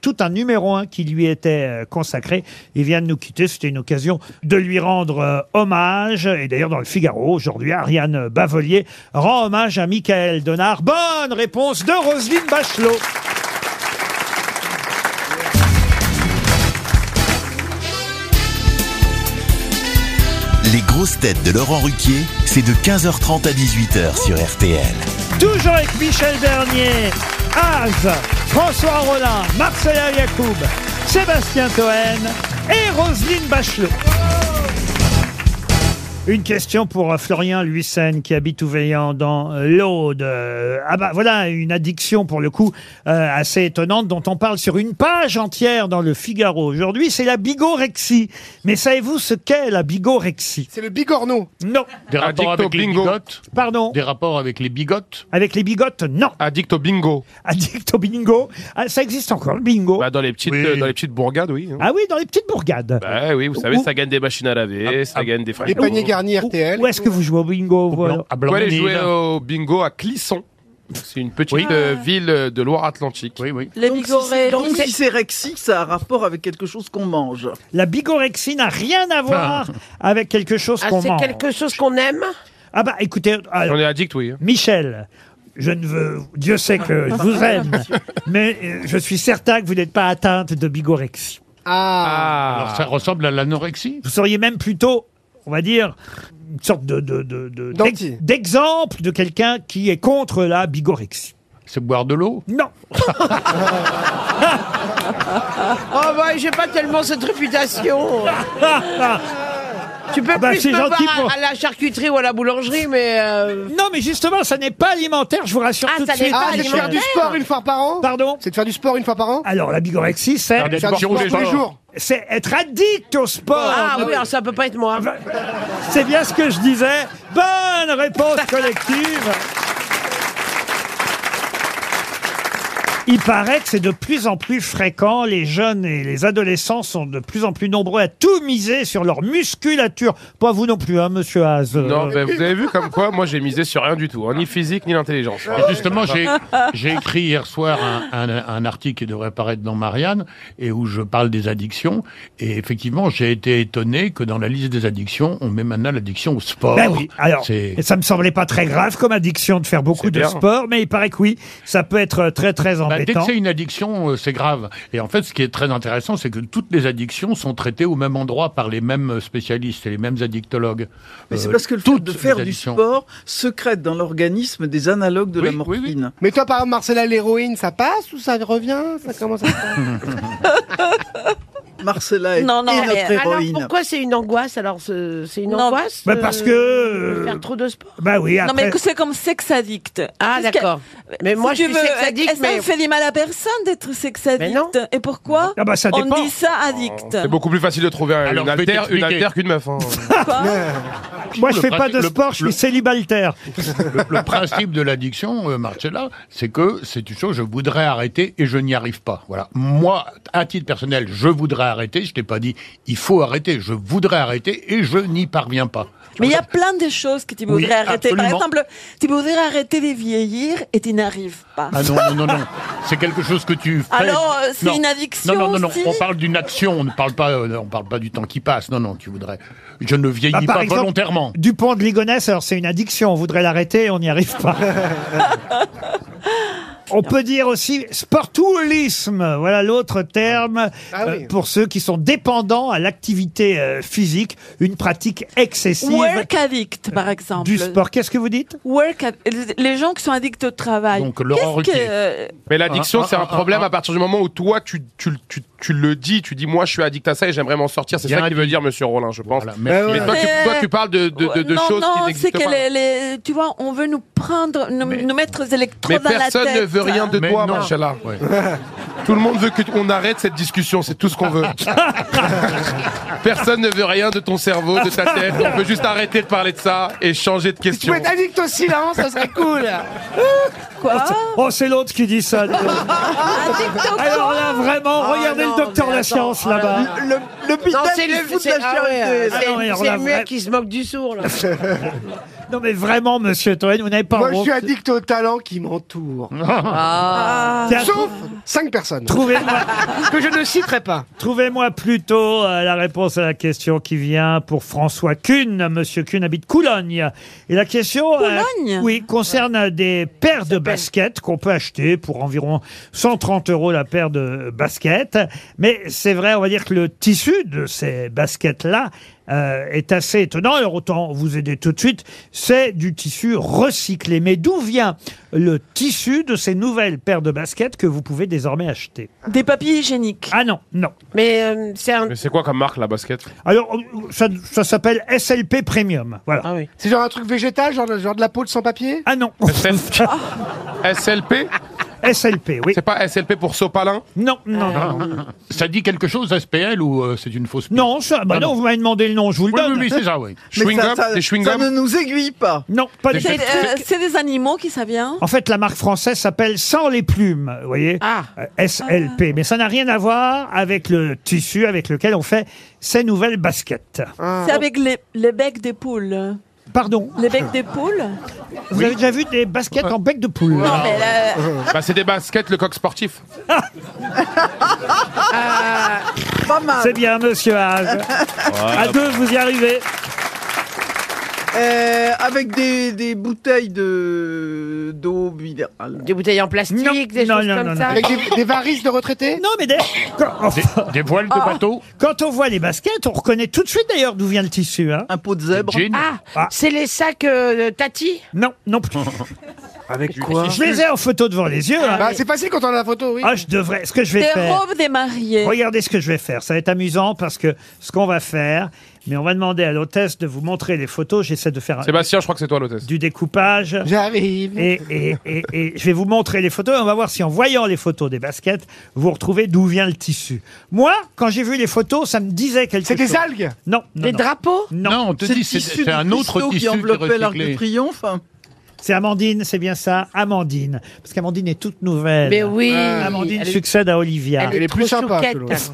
Speaker 2: Tout un numéro un qui lui était euh, consacré. Il vient de nous quitter. C'était une occasion de lui rendre euh, hommage. Et d'ailleurs, dans le Figaro, aujourd'hui, Ariane Bavelier rend hommage à Michael Donard. Bonne réponse de Roselyne Bachelot.
Speaker 1: Les grosses têtes de Laurent Ruquier, c'est de 15h30 à 18h sur RTL.
Speaker 2: Toujours avec Michel Bernier, Az, François Rollin, Marcella Yacoub, Sébastien Toen et Roselyne Bachelot. Une question pour euh, Florian Luyssen qui habite Ouveillan dans euh, l'Aude. Euh, Ah bah voilà, une addiction pour le coup euh, assez étonnante dont on parle sur une page entière dans le Figaro aujourd'hui, c'est la bigorexie. Mais savez-vous ce qu'est la bigorexie
Speaker 4: C'est le bigorneau.
Speaker 2: Non.
Speaker 7: Des rapports avec les bigotes
Speaker 2: Pardon
Speaker 7: Des rapports avec les bigotes
Speaker 2: Avec les bigotes, non.
Speaker 5: Addict au bingo.
Speaker 2: Addict au bingo. Ah, ça existe encore, le bingo.
Speaker 5: Bah, dans, les petites, euh, dans les petites bourgades, oui. hein.
Speaker 2: Ah oui, dans les petites bourgades.
Speaker 5: Bah oui, vous savez, ça gagne des machines à laver, ça gagne des fraises.
Speaker 2: garnis RTL. Où est-ce que vous jouez au bingo vous, alors
Speaker 5: Vous pouvez aller jouer au bingo à Clisson. C'est une petite euh, ville de Loire-Atlantique. Oui, oui.
Speaker 8: Les donc, si c'est- donc, si c'est rexy, ça a un rapport avec quelque chose qu'on mange.
Speaker 2: La bigorexie n'a rien à
Speaker 5: Ah.
Speaker 2: voir avec quelque chose
Speaker 8: Ah,
Speaker 2: qu'on
Speaker 8: c'est
Speaker 2: mange.
Speaker 8: quelque
Speaker 2: chose qu'on aime Ah bah écoutez, alors,
Speaker 5: On est addict, oui. hein.
Speaker 2: Michel, je ne veux, Dieu sait que je vous aime, mais euh, je suis certain que vous n'êtes pas atteinte de bigorexie.
Speaker 4: Ah.
Speaker 7: Alors ça ressemble à l'anorexie
Speaker 2: Vous seriez même plutôt, on va dire, une sorte de, de- de- de- d'ex- d'exemple de quelqu'un qui est contre la bigorexie.
Speaker 7: C'est boire de l'eau
Speaker 2: Non.
Speaker 13: Oh bah j'ai pas tellement cette réputation. tu peux
Speaker 2: Ah bah,
Speaker 13: plus
Speaker 2: c'est
Speaker 13: me voir
Speaker 2: gentil
Speaker 13: à-
Speaker 2: pour-
Speaker 13: à, la charcuterie ou à la boulangerie, mais euh,
Speaker 2: Non, mais justement, ça n'est pas alimentaire, je vous rassure tout de
Speaker 13: ça n'est
Speaker 2: suite.
Speaker 13: pas
Speaker 4: Ah, c'est de faire du sport une fois par an
Speaker 2: Pardon
Speaker 4: C'est de faire du sport une fois par an
Speaker 2: Alors, la bigorexie, c'est...
Speaker 4: Faire du Faire du sport sport tous tous les les jours. jours.
Speaker 2: C'est être addict au sport. bah,
Speaker 13: ah oui, alors ça peut pas être moi.
Speaker 2: C'est bien ce que je disais. Bonne réponse collective. Il paraît que c'est de plus en plus fréquent. Les jeunes et les adolescents sont de plus en plus nombreux à tout miser sur leur musculature. Pas vous non plus, hein, monsieur Haas.
Speaker 5: Non,
Speaker 2: Euh,
Speaker 5: mais vous avez vu comme quoi, moi j'ai misé sur rien du tout, hein, ni physique ni l'intelligence.
Speaker 7: Et justement, j'ai, j'ai écrit hier soir un, un- un article qui devrait paraître dans Marianne et où je parle des addictions. Et effectivement, j'ai été étonné que dans la liste des addictions, on met maintenant l'addiction au sport.
Speaker 2: Ben oui, alors,
Speaker 7: C'est-
Speaker 2: et ça me semblait pas très grave comme addiction de faire beaucoup
Speaker 7: C'est
Speaker 2: de
Speaker 7: bien.
Speaker 2: sport, mais il paraît que oui, ça peut être très très
Speaker 7: Bah, dès que
Speaker 2: embêtant.
Speaker 7: c'est une addiction, euh, c'est grave. Et en fait, ce qui est très intéressant, c'est que toutes les addictions sont traitées au même endroit par les mêmes euh, spécialistes et les mêmes addictologues.
Speaker 8: Mais c'est
Speaker 7: Euh,
Speaker 8: parce que le fait de
Speaker 7: les
Speaker 8: faire du
Speaker 7: addictions.
Speaker 8: sport secrète dans l'organisme des analogues de la morphine.
Speaker 4: Mais toi, par exemple, Marcella, l'héroïne, ça passe ou ça revient Ça commence à
Speaker 8: Marcella est,
Speaker 13: Non, non,
Speaker 8: est
Speaker 13: mais
Speaker 8: notre
Speaker 13: alors
Speaker 8: héroïne.
Speaker 13: pourquoi c'est une angoisse Alors ce- c'est une
Speaker 6: Non.
Speaker 13: angoisse
Speaker 2: Bah, parce que,
Speaker 13: euh,
Speaker 2: euh,
Speaker 13: Faire trop de sport
Speaker 2: Bah oui,
Speaker 6: Non,
Speaker 2: après...
Speaker 6: mais que c'est comme sexe addict.
Speaker 13: Ah,
Speaker 6: Parce que-
Speaker 13: d'accord. Mais moi,
Speaker 6: Si
Speaker 13: je
Speaker 6: tu
Speaker 13: suis
Speaker 6: veux,
Speaker 13: sex-addict,
Speaker 6: est-ce que
Speaker 13: mais-
Speaker 6: ça fait du mal à personne d'être sex addict. Et pourquoi
Speaker 2: Ah bah, ça
Speaker 6: on
Speaker 2: dépend.
Speaker 6: dit ça
Speaker 7: Ah,
Speaker 6: addict
Speaker 5: C'est beaucoup plus facile de trouver un-
Speaker 7: Alors,
Speaker 5: une
Speaker 7: je vais
Speaker 5: altère une
Speaker 7: t'expliquer.
Speaker 5: altère qu'une meuf. hein.
Speaker 2: Moi, je
Speaker 7: Le
Speaker 2: fais pas de
Speaker 7: pratique- euh, le-
Speaker 2: sport, je suis
Speaker 7: le-
Speaker 2: célibataire.
Speaker 7: Le, le principe de l'addiction, euh, Marcella, c'est que c'est une chose, je voudrais arrêter et je n'y arrive pas. Voilà. Moi, à titre personnel, je voudrais arrêter. Je t'ai pas dit, il faut arrêter. Je voudrais arrêter et je n'y parviens pas.
Speaker 6: Mais il y a plein de choses que tu
Speaker 7: Oui,
Speaker 6: voudrais arrêter.
Speaker 7: absolument.
Speaker 6: Par exemple, tu voudrais arrêter de vieillir et tu n'arrives pas.
Speaker 7: Ah non, non, non, non. C'est quelque chose que tu fais.
Speaker 6: Alors, euh, c'est
Speaker 7: Non.
Speaker 6: une addiction
Speaker 7: Non, non, non, non.
Speaker 6: aussi
Speaker 7: On parle d'une action. On ne parle pas, euh, on parle pas du temps qui passe. Non, non, tu voudrais. Je ne vieillis
Speaker 2: Bah,
Speaker 7: Ah, pas volontairement.
Speaker 2: Dupont de Ligonnès, alors c'est une addiction, on voudrait l'arrêter, on n'y arrive pas. On peut dire aussi sportoulisme, voilà l'autre terme
Speaker 4: Ah oui.
Speaker 2: euh, pour ceux qui sont dépendants à l'activité euh, physique, une pratique excessive
Speaker 6: Work addict, par exemple.
Speaker 2: du sport. Qu'est-ce que vous dites
Speaker 6: Work ad- Les gens qui sont addicts au travail.
Speaker 7: Donc, Laurent
Speaker 6: Qu'est-ce que-
Speaker 7: Ruquier.
Speaker 6: euh,
Speaker 5: Mais l'addiction,
Speaker 7: Ah, ah,
Speaker 5: c'est un
Speaker 7: ah,
Speaker 5: problème
Speaker 7: ah.
Speaker 5: à partir du moment où toi, tu, tu, tu, tu le dis, tu dis, moi, je suis addict à ça et j'aimerais m'en sortir. C'est
Speaker 7: Il y a
Speaker 5: ça
Speaker 7: un
Speaker 5: qu'il veut dire, monsieur Rollin, je pense.
Speaker 7: Voilà,
Speaker 5: mais
Speaker 7: merci.
Speaker 5: toi, tu,
Speaker 6: Mais- euh,
Speaker 5: toi, tu parles de, de, de- de
Speaker 6: non,
Speaker 5: choses
Speaker 6: non,
Speaker 5: qui
Speaker 6: c'est
Speaker 5: n'existent
Speaker 6: que
Speaker 5: pas.
Speaker 6: les, les- tu vois, on veut nous prendre, nous, nous mettre des électrodes
Speaker 5: Mais
Speaker 6: dans la tête.
Speaker 5: personne ne veut rien de
Speaker 7: Mais
Speaker 5: toi,
Speaker 7: non.
Speaker 5: Marcella.
Speaker 7: Ouais.
Speaker 5: Tout le monde veut qu'on arrête cette discussion, c'est tout ce qu'on veut. Personne ne veut rien de ton cerveau, de ta tête. On veut juste arrêter de parler de ça et changer de
Speaker 4: Tu
Speaker 5: question.
Speaker 4: peux être addict au silence, ça serait cool
Speaker 6: Quoi
Speaker 2: Oh, c'est l'autre qui dit ça.
Speaker 6: Addict au
Speaker 2: alors là, vraiment, regardez
Speaker 3: Ah, Oh,
Speaker 2: le docteur la science là-bas.
Speaker 8: Le, le
Speaker 13: Non,
Speaker 8: bidon
Speaker 13: c'est
Speaker 8: qui
Speaker 13: le,
Speaker 8: se fout de
Speaker 13: c'est-
Speaker 8: la
Speaker 13: ah ouais, euh,
Speaker 8: charité.
Speaker 13: c'est-
Speaker 2: non, mais alors
Speaker 13: c'est
Speaker 2: là,
Speaker 13: le mec
Speaker 2: vrai-
Speaker 13: qui se moque du sourd. Là.
Speaker 2: Non mais vraiment, monsieur Toen, vous n'avez pas
Speaker 4: Moi, je
Speaker 2: honte.
Speaker 4: suis addict au talent qui m'entoure.
Speaker 2: Tiens,
Speaker 4: Sauf 5 personnes
Speaker 2: Trouvez-moi
Speaker 4: que je ne citerai pas.
Speaker 2: Trouvez-moi plutôt euh, la réponse à la question qui vient pour François Kuhn. Monsieur Kuhn habite Coulogne. Et la question euh,
Speaker 6: Coulogne
Speaker 2: oui, concerne euh, des paires de baskets qu'on peut acheter pour environ 130 euros la paire de baskets. Mais c'est vrai, on va dire que le tissu coût de ces baskets-là euh, est assez étonnant. Alors autant vous aider tout de suite, c'est du tissu recyclé. Mais d'où vient le tissu de ces nouvelles paires de baskets que vous pouvez désormais acheter
Speaker 6: Des papiers hygiéniques. euh,
Speaker 2: Ah non, non.
Speaker 3: Mais c'est un...
Speaker 5: Mais c'est quoi comme marque la basket
Speaker 2: Alors euh, ça, ça s'appelle SLP Premium. Voilà. Ah oui.
Speaker 4: C'est genre un truc végétal, genre, genre de la peau de sans-papier
Speaker 2: Ah non.
Speaker 5: SLP
Speaker 2: SLP, oui.
Speaker 5: C'est pas SLP pour Sopalin
Speaker 2: Non, non, non.
Speaker 7: Ah. Ça dit quelque chose, SPL, ou euh, c'est une fausse piste
Speaker 2: Non, ça, bah
Speaker 7: Ah
Speaker 2: non, vous m'avez demandé le nom, je vous le
Speaker 7: Oui,
Speaker 2: donne.
Speaker 7: oui, oui, c'est ça, oui.
Speaker 8: Mais ça, ça- ça ne nous aiguille pas.
Speaker 2: Non, pas du tout.
Speaker 6: C'est euh, c'est des animaux qui ça vient
Speaker 2: En fait, la marque française s'appelle Sans les plumes, vous voyez
Speaker 8: Ah.
Speaker 2: Euh, SLP. Mais ça n'a rien à voir avec le tissu avec lequel on fait ces nouvelles baskets.
Speaker 8: Ah.
Speaker 6: C'est
Speaker 7: Ah.
Speaker 6: avec les, les becs des poules.
Speaker 2: Pardon
Speaker 6: Les becs des poules
Speaker 2: Vous avez déjà vu des baskets en bec de poule
Speaker 6: Non, mais là-
Speaker 5: Bah, c'est des baskets, le coq sportif.
Speaker 8: Pas mal.
Speaker 2: C'est bien, monsieur Haas. À deux, vous y arrivez.
Speaker 8: Euh, avec des, des bouteilles de d'eau minérale.
Speaker 3: Des bouteilles en plastique, des
Speaker 2: non,
Speaker 3: choses
Speaker 2: non,
Speaker 3: comme
Speaker 2: non,
Speaker 3: ça.
Speaker 4: Avec des, des varices de retraités
Speaker 2: Non, mais des,
Speaker 8: Ah.
Speaker 2: quand,
Speaker 7: Des, des voiles de bateau
Speaker 2: Ah. quand on voit les baskets, on reconnaît tout de suite d'ailleurs d'où vient le tissu. Hein.
Speaker 8: Un pot de zèbre.
Speaker 7: Jean
Speaker 3: Ah,
Speaker 2: Ah.
Speaker 3: c'est les sacs euh, Tati
Speaker 2: Non, non plus.
Speaker 5: Avec
Speaker 2: Je les ai en photo devant les yeux. hein.
Speaker 8: Ah,
Speaker 4: Bah, c'est facile quand on a la photo, oui.
Speaker 2: Ah, je devrais. Ce que je vais
Speaker 6: Des
Speaker 2: faire.
Speaker 6: robes des mariés.
Speaker 2: Regardez ce que je vais faire. Ça va être amusant parce que ce qu'on va faire, mais on va demander à l'hôtesse de vous montrer les photos. J'essaie de faire un-
Speaker 5: Sébastien, je crois que c'est toi l'hôtesse.
Speaker 2: du découpage.
Speaker 4: J'arrive.
Speaker 2: Et, et- et- et je vais vous montrer les photos. et On va voir si en voyant les photos des baskets, vous retrouvez d'où vient le tissu. Moi, quand j'ai vu les photos, ça me disait quelque
Speaker 4: C'est
Speaker 2: chose.
Speaker 4: des algues
Speaker 2: Non, non,
Speaker 3: Des
Speaker 2: non.
Speaker 3: drapeaux
Speaker 7: Non,
Speaker 2: Non,
Speaker 7: on te dit, c'est
Speaker 8: issu
Speaker 7: c'est
Speaker 8: du
Speaker 7: un autre
Speaker 8: cristaux
Speaker 7: tissu
Speaker 8: qui enveloppait l'Arc de
Speaker 7: recyclé.
Speaker 8: Triomphe.
Speaker 2: c'est Amandine, c'est bien ça, Amandine. Parce qu'Amandine est toute nouvelle.
Speaker 3: Mais oui.
Speaker 2: Amandine
Speaker 3: elle est-
Speaker 2: succède à Olivia.
Speaker 4: Elle est
Speaker 3: trop
Speaker 4: plus sympa que
Speaker 3: chouquette.
Speaker 4: l'autre.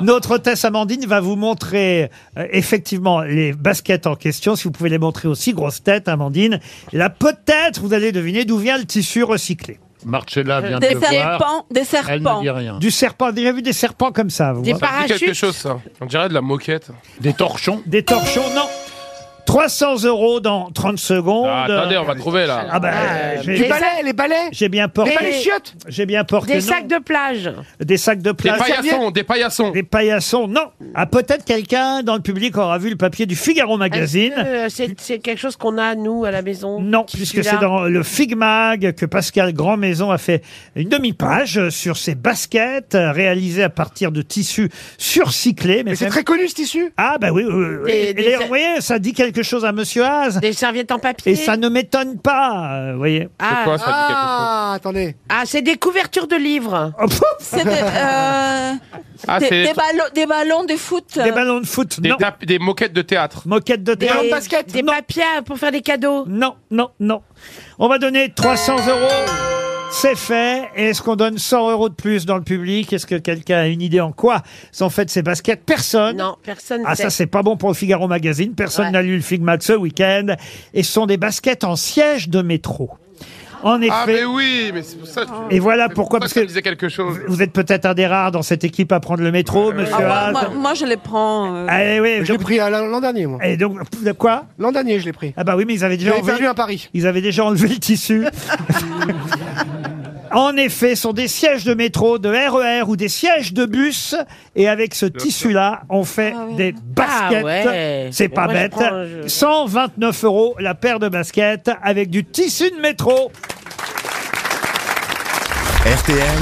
Speaker 2: Notre hôtesse Amandine va vous montrer euh, effectivement les baskets en question. Si vous pouvez les montrer aussi, grosse tête, Amandine. Et là, peut-être, vous allez deviner d'où vient le tissu recyclé.
Speaker 7: Marcella vient de
Speaker 6: Des
Speaker 7: le voir.
Speaker 6: serpents. Des
Speaker 7: Elle ne
Speaker 6: serpents.
Speaker 7: dit rien.
Speaker 2: Du serpent. Vous avez déjà vu des serpents comme ça, vous
Speaker 3: Des
Speaker 2: hein
Speaker 5: Ça me dit quelque
Speaker 3: parachutes.
Speaker 5: chose, ça. On dirait de la moquette.
Speaker 7: Des torchons.
Speaker 2: Des torchons, non. 300 euros dans 30 secondes.
Speaker 5: Ah, attendez, on va trouver là.
Speaker 2: Ah ben,
Speaker 3: Ah,
Speaker 2: j'ai-
Speaker 4: Les balais, les balais
Speaker 2: j'ai bien
Speaker 4: Les
Speaker 2: porté.
Speaker 4: balais chiottes
Speaker 2: J'ai bien porté.
Speaker 3: Des
Speaker 2: non.
Speaker 3: sacs de plage.
Speaker 2: Des sacs de
Speaker 5: Des
Speaker 2: place.
Speaker 5: paillassons, des paillassons.
Speaker 2: Des paillassons, non. Ah, peut-être quelqu'un dans le public aura vu le papier du Figaro Magazine.
Speaker 3: Est-ce que, euh, C'est c'est quelque chose qu'on a, nous, à la maison
Speaker 2: Non,
Speaker 3: Qui
Speaker 2: puisque
Speaker 3: celui-là
Speaker 2: c'est dans le Figmag que Pascal Grandmaison a fait une demi-page sur ses baskets euh, réalisées à partir de tissus surcyclés. Mais
Speaker 4: Mais c'est
Speaker 2: même-
Speaker 4: très connu ce tissu
Speaker 2: Ah bah oui, oui, oui, oui.
Speaker 3: Des-
Speaker 2: Et
Speaker 3: des-
Speaker 2: d'ailleurs, vous voyez, ça dit quelque chose à Monsieur Haas.
Speaker 3: Des serviettes en papier
Speaker 2: Et ça ne m'étonne pas, euh, vous voyez.
Speaker 5: C'est
Speaker 3: Ah,
Speaker 5: quoi ça dit quelque chose
Speaker 4: Ah, attendez.
Speaker 3: ah, c'est des couvertures de livres.
Speaker 2: Oh, pff,
Speaker 6: C'est des, euh,
Speaker 5: Ah,
Speaker 6: des-
Speaker 5: c'est
Speaker 6: des ballons, des ballons de foot.
Speaker 2: des ballons de foot,
Speaker 5: des,
Speaker 2: non.
Speaker 5: tapes- des moquettes de théâtre.
Speaker 2: Moquette de
Speaker 3: Des,
Speaker 2: terrain.
Speaker 3: des papiers pour faire des cadeaux.
Speaker 2: Non, non, non. On va donner 300 euros. C'est fait. Et Est-ce qu'on donne 100 euros de plus dans le public Est-ce que quelqu'un a une idée en quoi sont faites ces baskets Personne.
Speaker 3: Non, personne
Speaker 2: Ah
Speaker 3: sait.
Speaker 2: ça c'est pas bon pour le Figaro Magazine, personne
Speaker 3: Ouais.
Speaker 2: n'a lu le Figma de ce week-end. Et ce sont des baskets en siège de métro. En effet,
Speaker 5: Ah, mais oui, mais c'est pour ça. que tu-
Speaker 2: et voilà
Speaker 5: c'est
Speaker 2: pourquoi,
Speaker 5: ça
Speaker 2: parce
Speaker 5: que ça
Speaker 2: que
Speaker 5: me disait quelque chose.
Speaker 2: vous êtes peut-être un des rares dans cette équipe à prendre le métro, monsieur
Speaker 6: Ah, moi,
Speaker 2: Haas.
Speaker 6: moi- moi, je les prends. euh,
Speaker 2: Ah, eh oui,
Speaker 4: Je l'ai
Speaker 2: donc-
Speaker 4: pris à l'an l'an dernier, moi.
Speaker 2: et donc, de quoi
Speaker 4: L'an dernier, je l'ai pris.
Speaker 2: Ah bah oui, mais ils avaient déjà
Speaker 4: J'avais
Speaker 2: enlevé,
Speaker 4: perdu à Paris.
Speaker 2: ils avaient déjà enlevé le tissu. En effet, ce sont des sièges de métro, de RER ou des sièges de bus. Et avec ce tissu-là, on fait
Speaker 6: Ah ouais.
Speaker 2: des baskets.
Speaker 3: Ah ouais.
Speaker 2: C'est pas
Speaker 3: Moi, je
Speaker 2: bête.
Speaker 3: prends, je-
Speaker 2: 129 euros la paire de baskets avec du tissu de métro.
Speaker 1: RTL,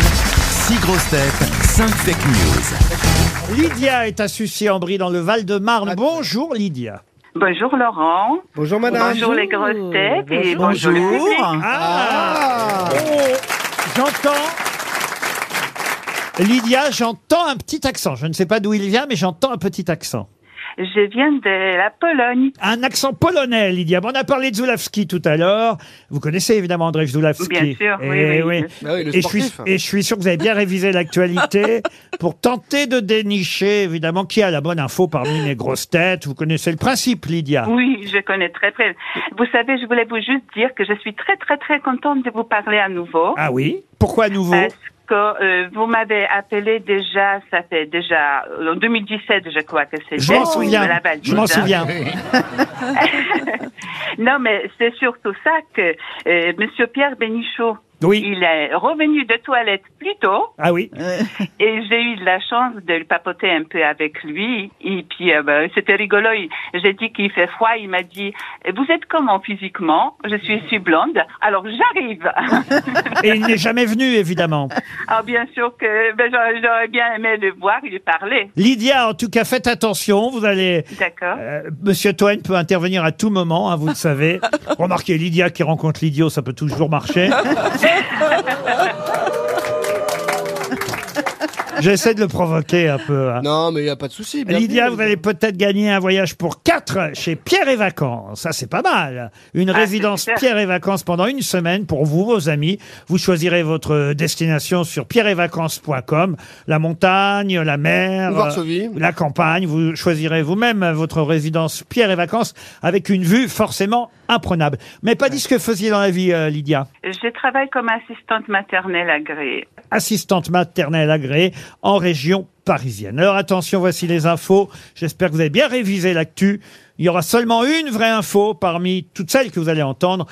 Speaker 1: 6 grosses têtes, 5 fake news.
Speaker 2: Lydia est à Sucy-en-Brie dans le Val-de-Marne. Bonjour Lydia.
Speaker 9: Bonjour Laurent.
Speaker 4: Bonjour, madame.
Speaker 9: Bonjour les grosses têtes et bonjour, le
Speaker 8: Bonjour.
Speaker 9: public.
Speaker 2: Ah,
Speaker 4: Ah
Speaker 2: Oh, J'entends. Lydia, j'entends un petit accent. Je ne sais pas d'où il vient, mais j'entends un petit accent.
Speaker 9: Je viens de la Pologne,
Speaker 2: Un accent polonais, Lydia. Bon, on a parlé de Zulawski tout à l'heure. Vous connaissez évidemment André Zulawski.
Speaker 9: bien sûr. Oui,
Speaker 2: Eh
Speaker 9: oui.
Speaker 2: oui.
Speaker 4: Bah oui, le
Speaker 2: Et je, suis,
Speaker 4: sportif.
Speaker 2: et je suis sûr que vous avez bien révisé l'actualité pour tenter de dénicher, évidemment, qui a la bonne info parmi mes grosses têtes. Vous connaissez le principe, Lydia.
Speaker 9: Oui, je connais très très. Vous savez, je voulais vous juste dire que je suis très très très contente de vous parler à nouveau
Speaker 2: Ah oui Pourquoi à nouveau
Speaker 9: parce que euh, vous m'avez appelé déjà, ça fait déjà en 2017, je crois que c'était.
Speaker 2: Je m'en
Speaker 9: Oui, de
Speaker 2: souviens.
Speaker 9: la valise,
Speaker 2: Je m'en
Speaker 9: hein.
Speaker 2: souviens.
Speaker 9: Non, mais c'est surtout ça que euh, Monsieur Pierre Bénichot,
Speaker 2: Oui.
Speaker 16: Il est revenu de toilette plus tôt.
Speaker 2: Ah oui.
Speaker 9: Euh.
Speaker 16: Et j'ai eu de la chance de le papoter un peu avec lui. Et puis, euh, ben, c'était rigolo. Il- J'ai dit qu'il fait froid. Il m'a dit, vous êtes comment physiquement? Je suis, je suis blonde. Alors, j'arrive.
Speaker 2: Et il n'est jamais venu, évidemment.
Speaker 16: ah, bien sûr que, ben, j'a- j'aurais bien aimé le voir, lui parler.
Speaker 2: Lydia, en tout cas, faites attention. Vous allez.
Speaker 16: D'accord.
Speaker 2: Euh, Monsieur Toen peut intervenir à tout moment, hein, vous le savez. Remarquez, Lydia qui rencontre l'idiot, ça peut toujours marcher. J'essaie de le provoquer un peu. hein.
Speaker 4: Non, mais il n'y a pas de souci. bienvenue.
Speaker 2: Lydia, vous allez peut-être gagner un voyage pour quatre chez Pierre et Vacances. Ça, c'est pas mal. Une
Speaker 4: Ah, c'est
Speaker 2: résidence
Speaker 4: super.
Speaker 2: Pierre et Vacances pendant une semaine pour vous, vos amis. Vous choisirez votre destination sur pierreetvacances.com. La montagne, la mer,
Speaker 4: Ou Varsovie.
Speaker 2: euh, la campagne. Vous choisirez vous-même votre résidence Pierre et Vacances avec une vue forcément imprenable. Mais pas dit ce que faisiez dans la vie, euh, Lydia.
Speaker 16: Je travaille comme assistante maternelle agréée.
Speaker 2: assistante maternelle agréée en région parisienne. Alors attention, voici les infos. J'espère que vous avez bien révisé l'actu. Il y aura seulement une vraie info parmi toutes celles que vous allez entendre.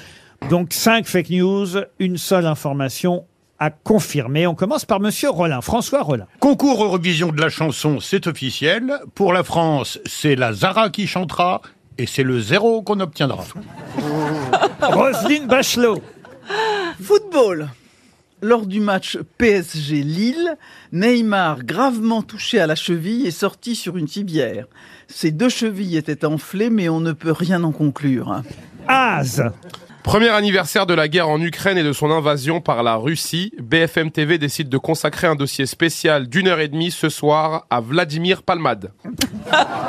Speaker 2: Donc cinq fake news, une seule information à confirmer. On commence par Monsieur Rollin, François Rollin.
Speaker 7: Concours Eurovision de la chanson, c'est officiel. Pour la France, c'est la Zara qui chantera et c'est le zéro qu'on obtiendra.
Speaker 2: Roselyne Bachelot.
Speaker 8: Football. Lors du match PSG-Lille, Neymar, gravement touché à la cheville, est sorti sur une cibière. Ses deux chevilles étaient enflées, mais on ne peut rien en conclure.
Speaker 2: Az.
Speaker 5: Premier anniversaire de la guerre en Ukraine et de son invasion par la Russie, BFM TV décide de consacrer un dossier spécial d'une heure et demie ce soir à Vladimir Palmade.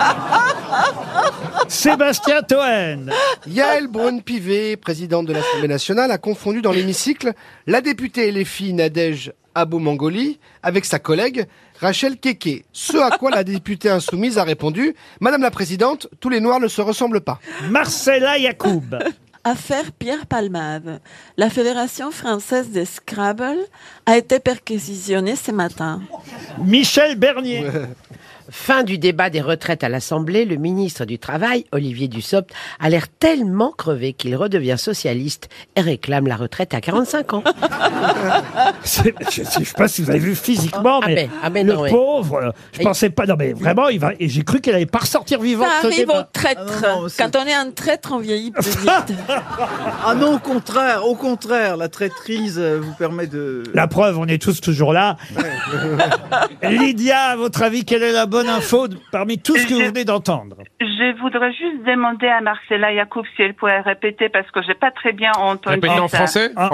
Speaker 2: Sébastien Toen.
Speaker 4: Yael Braun-Pivet, présidente de l'Assemblée nationale, a confondu dans l'hémicycle la députée et les filles Nadège Abou-Mangoli avec sa collègue Rachel Keke. Ce à quoi la députée insoumise a répondu Madame la présidente, tous les noirs ne se ressemblent pas.
Speaker 2: Marcella Yacoub.
Speaker 6: Affaire Pierre Palmade. La Fédération française des Scrabble a été perquisitionnée ce matin.
Speaker 2: Michel Bernier.
Speaker 3: Fin du débat des retraites à l'Assemblée, le ministre du Travail, Olivier Dussopt, a l'air tellement crevé qu'il redevient socialiste et réclame la retraite à 45 ans.
Speaker 2: C'est- Je ne sais pas si vous avez vu physiquement,
Speaker 3: Ah
Speaker 2: mais,
Speaker 3: ben, ah ben
Speaker 2: le
Speaker 3: non, oui.
Speaker 2: pauvre, euh, je
Speaker 3: Et-
Speaker 2: pensais pas. Non, mais vraiment, il va. Et j'ai cru qu'elle allait pas ressortir vivante.
Speaker 6: Ça
Speaker 2: de ce
Speaker 6: arrive aux
Speaker 2: débat. Ah,
Speaker 6: traîtres. Quand on est un traître, on vieillit plus vite.
Speaker 8: Ah non, au contraire, au contraire, la traîtrise euh, vous permet de...
Speaker 2: La preuve, on est tous toujours là. Lydia, à votre avis, quelle est la bonne info de- parmi tout ce que vous venez d'entendre
Speaker 16: Je voudrais juste demander à Marcella Yacoub si elle pourrait répéter parce que j'ai pas très bien entendu. ça.
Speaker 2: Ah,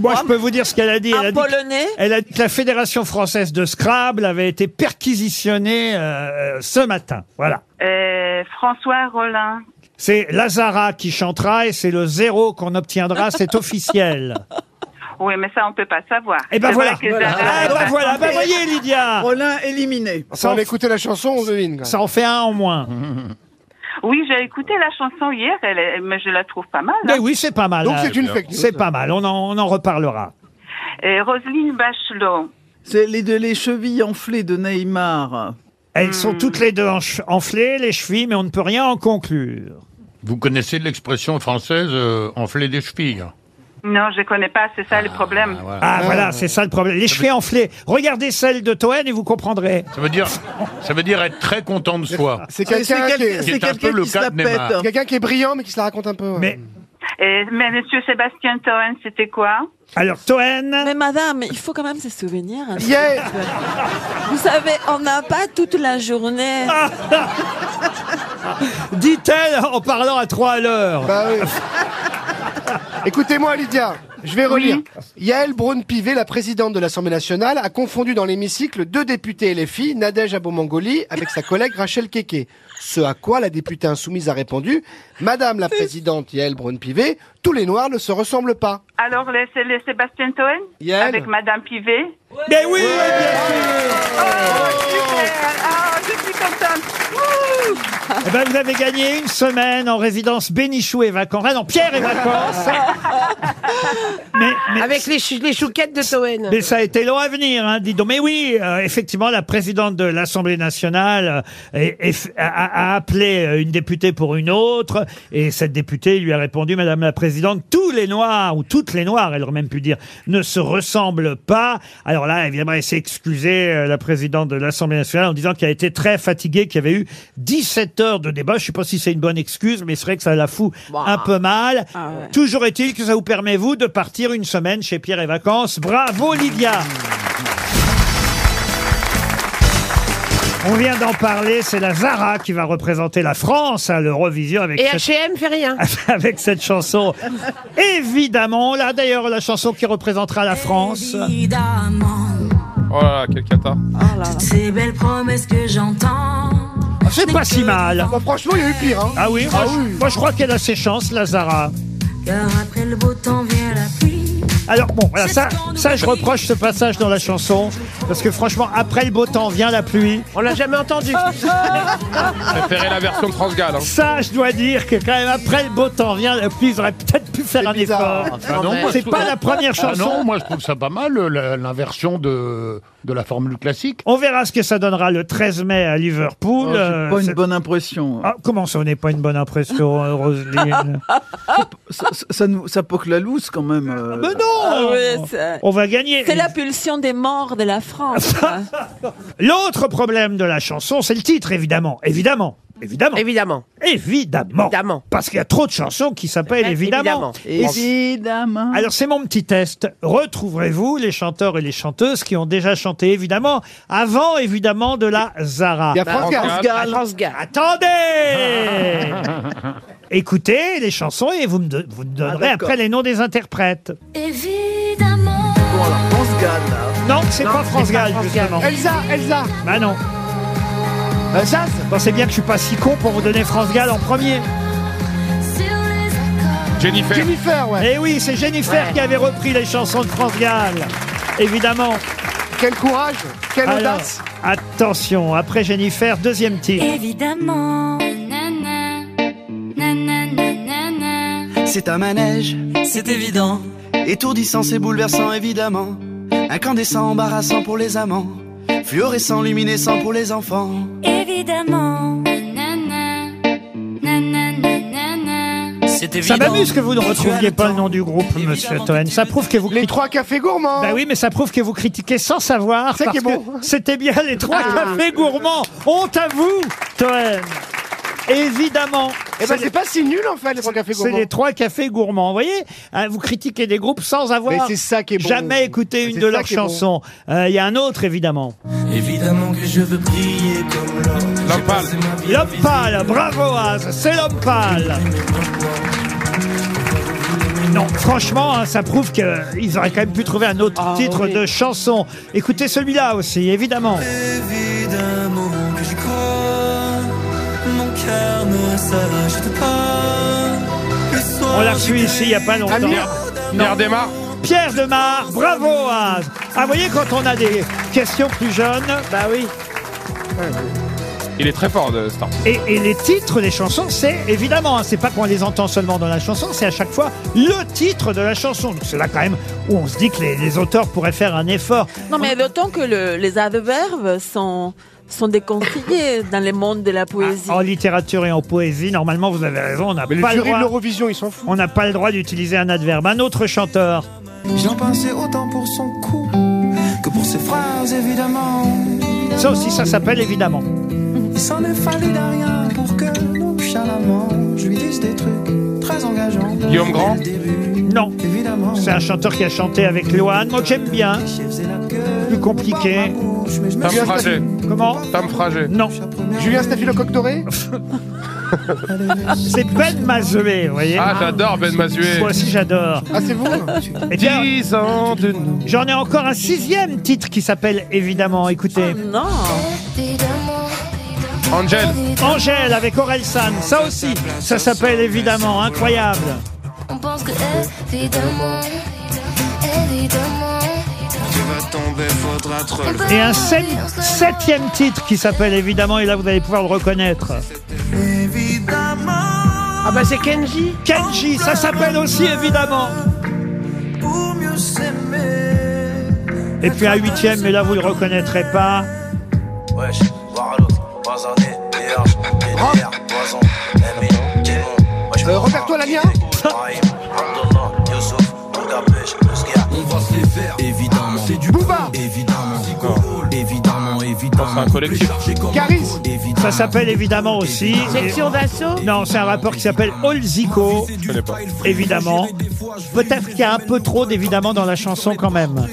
Speaker 2: Moi, je peux vous dire ce qu'elle a dit. Elle a dit, que-
Speaker 6: Polonais
Speaker 2: elle a dit que la Fédération française de Scrabble avait été perquisitionnée euh, ce matin. Voilà.
Speaker 16: Euh, François Rollin.
Speaker 2: C'est Lazara qui chantera et c'est le zéro qu'on obtiendra, c'est officiel.
Speaker 16: Oui, mais ça, on peut pas savoir.
Speaker 2: Eh ben
Speaker 16: C'est
Speaker 2: voilà.
Speaker 16: vrai que
Speaker 2: Voilà.
Speaker 16: Zara-
Speaker 2: Ah, bah voilà, bah voyez, Lydia
Speaker 8: Rollin éliminé.
Speaker 4: Sans écouter la chanson, on devine.
Speaker 2: Ça en fait un en moins.
Speaker 16: Oui, j'ai écouté la chanson hier, elle est- mais je la trouve pas mal.
Speaker 2: Mais oui, c'est pas mal.
Speaker 16: Donc
Speaker 2: hein.
Speaker 16: c'est une fake news.
Speaker 2: C'est pas mal, on en, on en reparlera.
Speaker 16: Et Roselyne Bachelot.
Speaker 8: C'est les, deux- les chevilles enflées de Neymar.
Speaker 2: Elles
Speaker 16: Hmm.
Speaker 2: sont toutes les deux ench- enflées, les chevilles, mais on ne peut rien en conclure.
Speaker 7: Vous connaissez l'expression française euh, enfler des chevilles
Speaker 16: Non, je connais pas, c'est ça le problème.
Speaker 2: Ah voilà, c'est ça le problème. Les chevilles enflées. Regardez celle de Toen et vous comprendrez.
Speaker 7: Ça veut dire, ça veut dire être très content de soi.
Speaker 4: C'est quelqu'un qui, est-
Speaker 7: qui est un peu le cas de Neymar.
Speaker 4: C'est quelqu'un qui est brillant mais qui se la raconte un peu.
Speaker 2: Mais
Speaker 16: Et, mais Monsieur Sébastien Toen, c'était quoi
Speaker 2: Alors, Toen.
Speaker 6: Mais madame, il faut quand même se souvenir. un
Speaker 4: Yeah.
Speaker 6: truc. Vous savez, on n'a pas toute la journée.
Speaker 2: Dit-elle en parlant à trois à l'heure.
Speaker 4: Bah Écoutez-moi, Lydia. Je vais
Speaker 2: Oui.
Speaker 4: relire. Yael Braun-Pivet, la présidente de l'Assemblée nationale, a confondu dans l'hémicycle deux députés et les filles, Nadège Abomangoli, avec sa collègue Rachel Keke. Ce à quoi la députée insoumise a répondu Madame la présidente Yael Braun-Pivet, tous les noirs ne se ressemblent pas.
Speaker 16: Alors, le- c'est le Sébastien Toen
Speaker 4: Yael.
Speaker 16: Avec Madame Pivet
Speaker 2: Mais oui,
Speaker 16: bien sûr
Speaker 4: Oh,
Speaker 16: super. Ah, je suis contente. Ouh.
Speaker 2: Eh ben, vous avez gagné une semaine en résidence Bénichou et vacances. Ah non, Pierre et vacances.
Speaker 3: Avec les, chou- les chouquettes de Toen.
Speaker 2: Mais ça a été long à venir, hein, dis donc. Mais oui, euh, effectivement, la présidente de l'Assemblée nationale euh, est- est- a, a appelé euh, une députée pour une autre, et cette députée lui a répondu, Madame la Présidente, tous les Noirs, ou toutes les Noires, elle aurait même pu dire, ne se ressemblent pas. Alors là, évidemment, elle s'est excusée, euh, la présidente de l'Assemblée nationale, en disant qu'elle a été très fatiguée, qu'il y avait eu 17 heures de débat. Je sais pas si c'est une bonne excuse, mais c'est vrai que ça la fout un peu mal.
Speaker 3: Ah
Speaker 2: Euh, Toujours est-il que ça vous permet, vous, de partir une semaine chez Pierre et Vacances. Bravo, Lydia On vient d'en parler, c'est la Zara qui va représenter la France à l'Eurovision avec
Speaker 3: Et
Speaker 2: cette-
Speaker 3: H&M fait rien.
Speaker 2: avec cette chanson. Évidemment, là d'ailleurs la chanson qui représentera la France.
Speaker 5: Oh là là, quel cata.
Speaker 12: Toutes ces belles promesses que j'entends.
Speaker 2: C'est Ah, pas si mal. franchement, il y a eu pire. Ah
Speaker 15: Eh
Speaker 2: oui, moi, je- moi, je crois qu'elle a ses chances, la Zara.
Speaker 12: Car après le beau temps vient la pluie.
Speaker 2: Alors bon, voilà, ça, ça je reproche ce passage dans la chanson parce que franchement, après le beau temps vient la pluie.
Speaker 3: On l'a jamais entendu.
Speaker 5: Préférez la version Transgal. Hein.
Speaker 2: Ça, je dois dire que quand même après le beau temps vient la pluie, ils auraient peut-être pu faire un effort.
Speaker 7: Ah non, moi, je
Speaker 2: C'est
Speaker 7: trouve-
Speaker 2: pas la première
Speaker 7: Ah
Speaker 2: chanson.
Speaker 7: non, moi je trouve ça pas mal, euh, la- l'inversion de, de la formule classique.
Speaker 2: On verra ce que ça donnera le 13 mai à Liverpool.
Speaker 7: Oh, j'ai pas une
Speaker 2: bonne impression. comment ça, on n'est pas une bonne impression, euh, Roselyne
Speaker 8: ça, ça- ça nous, ça poque la loose quand même. euh.
Speaker 2: Mais non
Speaker 6: Ah oui, c'est-
Speaker 2: On va gagner.
Speaker 6: C'est la pulsion des morts de la France.
Speaker 2: L'autre problème de la chanson, c'est le titre, évidemment. Évidemment. Évidemment.
Speaker 3: Évidemment.
Speaker 2: Évidemment. Parce qu'il y a trop de chansons qui s'appellent évidemment.
Speaker 8: Évidemment.
Speaker 2: Alors c'est mon petit test. Retrouverez-vous les chanteurs et les chanteuses qui ont déjà chanté évidemment avant évidemment de la Zara.
Speaker 4: Il y a
Speaker 2: Bah,
Speaker 4: France Gall. France Gall.
Speaker 2: Attendez. Écoutez les chansons et vous me, don- vous me donnerez
Speaker 4: Ah,
Speaker 8: d'accord.
Speaker 2: après les noms des interprètes.
Speaker 12: Évidemment.
Speaker 8: Bon, alors, France Gall,
Speaker 2: Non, c'est pas France
Speaker 8: c'est pas
Speaker 2: Gall
Speaker 8: France
Speaker 2: justement.
Speaker 8: Gall.
Speaker 4: Elsa, Elsa.
Speaker 2: Bah non. Zaz. Pensez bien que je suis pas si con pour vous donner France Gall en premier.
Speaker 5: Jennifer.
Speaker 2: Jennifer, ouais. Et Eh oui, c'est Jennifer qui avait repris les chansons de France Gall. Évidemment.
Speaker 4: Quel courage, quelle
Speaker 2: Alors,
Speaker 4: audace.
Speaker 2: Attention, après Jennifer, deuxième titre.
Speaker 12: Évidemment.
Speaker 17: C'est un manège, c'est évident. Étourdissant, c'est bouleversant, évidemment. Incandescent, embarrassant pour les amants. Fluorescent, luminescent pour les enfants.
Speaker 12: Évidemment.
Speaker 17: C'est
Speaker 2: Ça
Speaker 17: évident.
Speaker 2: m'amuse que vous ne retrouviez pas le nom du groupe, monsieur Toen. Ça prouve que vous. Les
Speaker 4: trois cafés gourmands.
Speaker 2: Bah oui, mais ça prouve que vous critiquez sans savoir.
Speaker 4: C'est
Speaker 2: parce
Speaker 4: qui est
Speaker 2: que
Speaker 4: bon.
Speaker 2: C'était bien les trois
Speaker 4: Ah.
Speaker 2: cafés gourmands. Honte à vous, Toen. Évidemment.
Speaker 4: Eh ben, c'est pas si nul en fait, les trois cafés
Speaker 2: C'est
Speaker 4: gourmands.
Speaker 2: les trois cafés gourmands. Vous voyez, hein, vous critiquez des groupes sans avoir
Speaker 4: Mais c'est ça qui est bon.
Speaker 2: jamais écouté une
Speaker 4: C'est
Speaker 2: de
Speaker 4: ça
Speaker 2: leurs
Speaker 4: qui est bon.
Speaker 2: chansons. Euh, Il y a un autre, évidemment.
Speaker 17: Évidemment que je veux briller comme l'or. J'ai passé ma vie à
Speaker 2: L'homme pâle, bravo Az, c'est l'homme pâle. Non, franchement, hein, ça prouve qu'ils auraient quand même pu trouver un autre titre de chanson. Écoutez celui-là aussi, évidemment.
Speaker 17: Évidemment que j'y crois, mon cœur ne s'achète pas. Le soir,
Speaker 2: On l'a
Speaker 17: j'ai
Speaker 2: reçu
Speaker 17: cru-
Speaker 2: ici il n'y a pas longtemps.
Speaker 17: Pierre-
Speaker 5: Pierre Desmar
Speaker 2: Pierre Desmar, bravo Az. Ah, vous voyez, quand on a des questions plus jeunes. Bah oui.
Speaker 5: Il est très fort, de Star.
Speaker 2: Et, et les titres des chansons, c'est évidemment, hein, c'est pas qu'on les entend seulement dans la chanson, c'est à chaque fois le titre de la chanson. Donc c'est là quand même où on se dit que les, les auteurs pourraient faire un effort.
Speaker 6: Non, mais d'autant que le- les adverbes sont, sont déconseillés dans le monde de la poésie.
Speaker 2: En littérature et en poésie, normalement, vous avez raison, on n'a
Speaker 4: Ah. Mais le
Speaker 2: pas le
Speaker 4: jury de
Speaker 2: droit.
Speaker 4: l'Eurovision, ils s'en foutent.
Speaker 2: On n'a pas le droit d'utiliser un adverbe. Un autre chanteur.
Speaker 17: J'en pensais autant pour son cou que pour ses phrases, évidemment.
Speaker 2: Ça aussi, ça s'appelle évidemment.
Speaker 17: Il s'en est fallu d'un rien pour que nonchalamment je lui dise des trucs très engageants.
Speaker 5: Guillaume Grand
Speaker 2: Non. C'est un chanteur qui a chanté avec Loane. Moi, que j'aime bien. Plus compliqué.
Speaker 5: Tam Frager.
Speaker 2: Comment
Speaker 5: Tam Frager.
Speaker 2: Non.
Speaker 4: Julien Staphylocoque doré
Speaker 2: C'est Ben Mazué, vous voyez.
Speaker 5: Ah, j'adore Ben Mazué.
Speaker 2: Moi aussi, j'adore.
Speaker 4: Ah, c'est vous
Speaker 2: Et tiens, J'en ai encore un sixième titre qui s'appelle Évidemment. Écoutez.
Speaker 6: Non.
Speaker 5: Angel.
Speaker 2: Angèle avec Aurel San. Ça aussi, ça s'appelle Évidemment. Incroyable.
Speaker 12: On pense que évidemment. Évidemment.
Speaker 15: va tomber, faudra te relever.
Speaker 2: Et un sept- septième titre qui s'appelle évidemment, et là vous allez pouvoir le reconnaître.
Speaker 15: Évidemment,
Speaker 2: Ah bah c'est Kenji Kenji, ça s'appelle aussi évidemment.
Speaker 15: pour mieux s'aimer.
Speaker 2: Et puis un huitième, mais là vous le reconnaîtrez pas.
Speaker 15: Wesh, voir l'autre, pas un délire. Délire, poison, ennemi, démon. Wesh,
Speaker 4: Euh, Roberto Alagna
Speaker 15: Brahim, Abdullah, Youssouf, Budapest, Muscat. On va se les faire, évidemment. C'est du Booba, évidemment. Évidemment, évidemment. C'est un collectif.
Speaker 2: Caris Ça s'appelle évidemment aussi.
Speaker 15: Section
Speaker 2: d'assaut Non, c'est un rapport qui s'appelle Olzico. Évidemment. Peut-être qu'il y a un peu trop d'évidemment dans la chanson quand même.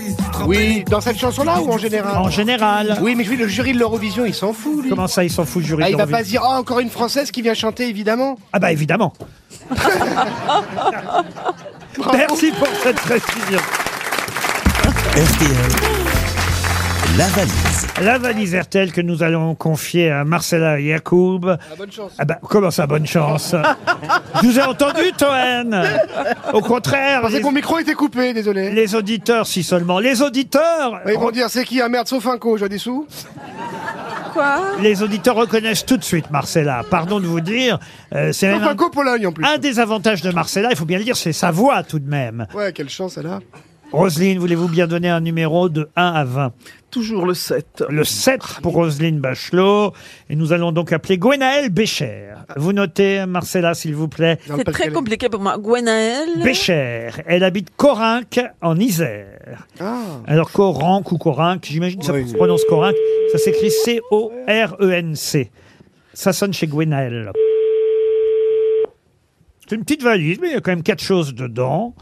Speaker 4: Oui, dans cette chanson-là ou en général
Speaker 2: En général.
Speaker 4: Oui, mais je dis, le jury de l'Eurovision, il s'en fout, lui.
Speaker 2: Comment ça, il s'en fout, jury
Speaker 4: Ah, il
Speaker 2: de
Speaker 4: va pas
Speaker 2: l'Eurovision
Speaker 4: dire, ah, encore une Française qui vient chanter, évidemment.
Speaker 2: Ah bah évidemment. Merci pour cette précision.
Speaker 1: La valise.
Speaker 2: La valise RTL que nous allons confier à Marcella Yacoub.
Speaker 4: bonne chance.
Speaker 2: Ah bah, comment ça, bonne chance Je vous ai entendu, Toen Au contraire.
Speaker 4: Je pensais que mon
Speaker 2: micro était coupé, désolé. Les auditeurs, si seulement. Les auditeurs
Speaker 4: Ils vont dire, c'est qui, un merde, sauf un co, j'ai des sous
Speaker 6: Quoi
Speaker 2: Les auditeurs reconnaissent tout de suite Marcella. Pardon de vous dire, euh, c'est
Speaker 4: Sauf
Speaker 2: même
Speaker 4: un
Speaker 2: un,
Speaker 4: co Pologne, en plus.
Speaker 2: un des avantages de Marcella, il faut bien le dire, c'est sa voix tout de même.
Speaker 4: Ouais, quelle chance, elle a.
Speaker 2: Roselyne, voulez-vous bien donner un numéro de 1 à 20
Speaker 8: Toujours le 7.
Speaker 2: Le 7 pour Roselyne Bachelot. Et nous allons donc appeler Gwenaël Bécher. Vous notez, Marcella, s'il vous plaît.
Speaker 6: C'est très compliqué pour moi. Gwenaël
Speaker 2: Bécher. Elle habite Corinque, en Isère.
Speaker 15: Ah.
Speaker 2: Alors, Corinque ou Corinque, j'imagine que ça se prononce Corinque. Ça s'écrit C-O-R-E-N-C. E Ça sonne chez Gwenaël. C'est une petite valise, mais il y a quand même quatre choses dedans.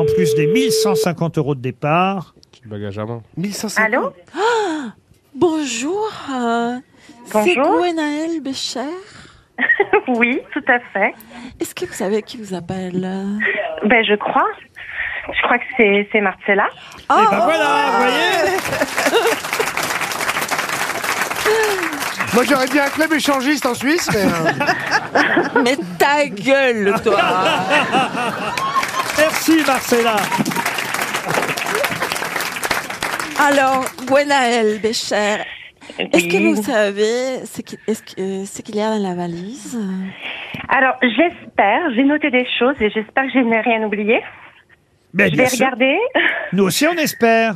Speaker 2: En plus des 1150 euros de départ.
Speaker 5: Bagage à main.
Speaker 4: 1500.
Speaker 6: Allô Ah, Bonjour. euh, C'est
Speaker 11: Bonjour.
Speaker 6: Gwenaël Bécher
Speaker 11: Oui, tout à fait.
Speaker 6: Est-ce que vous savez qui vous appelle euh
Speaker 11: Ben, je crois. Je crois que c'est c'est Marcella.
Speaker 6: Ah,
Speaker 11: ben voilà, vous voyez
Speaker 4: Moi, j'aurais bien un club échangiste en Suisse, mais. euh,
Speaker 6: Mais ta gueule, toi
Speaker 2: Merci, Marcella
Speaker 6: Alors, Gwenaël Bécher, est-ce que
Speaker 11: Oui.
Speaker 6: vous savez ce qui- est-ce que- euh, ce qu'il y a dans la valise
Speaker 11: Alors, j'espère, j'ai noté des choses et j'espère que je n'ai rien oublié.
Speaker 2: Mais
Speaker 4: Ben,
Speaker 11: je
Speaker 7: bien
Speaker 11: vais
Speaker 7: sûr.
Speaker 11: regarder.
Speaker 2: Nous aussi, on espère.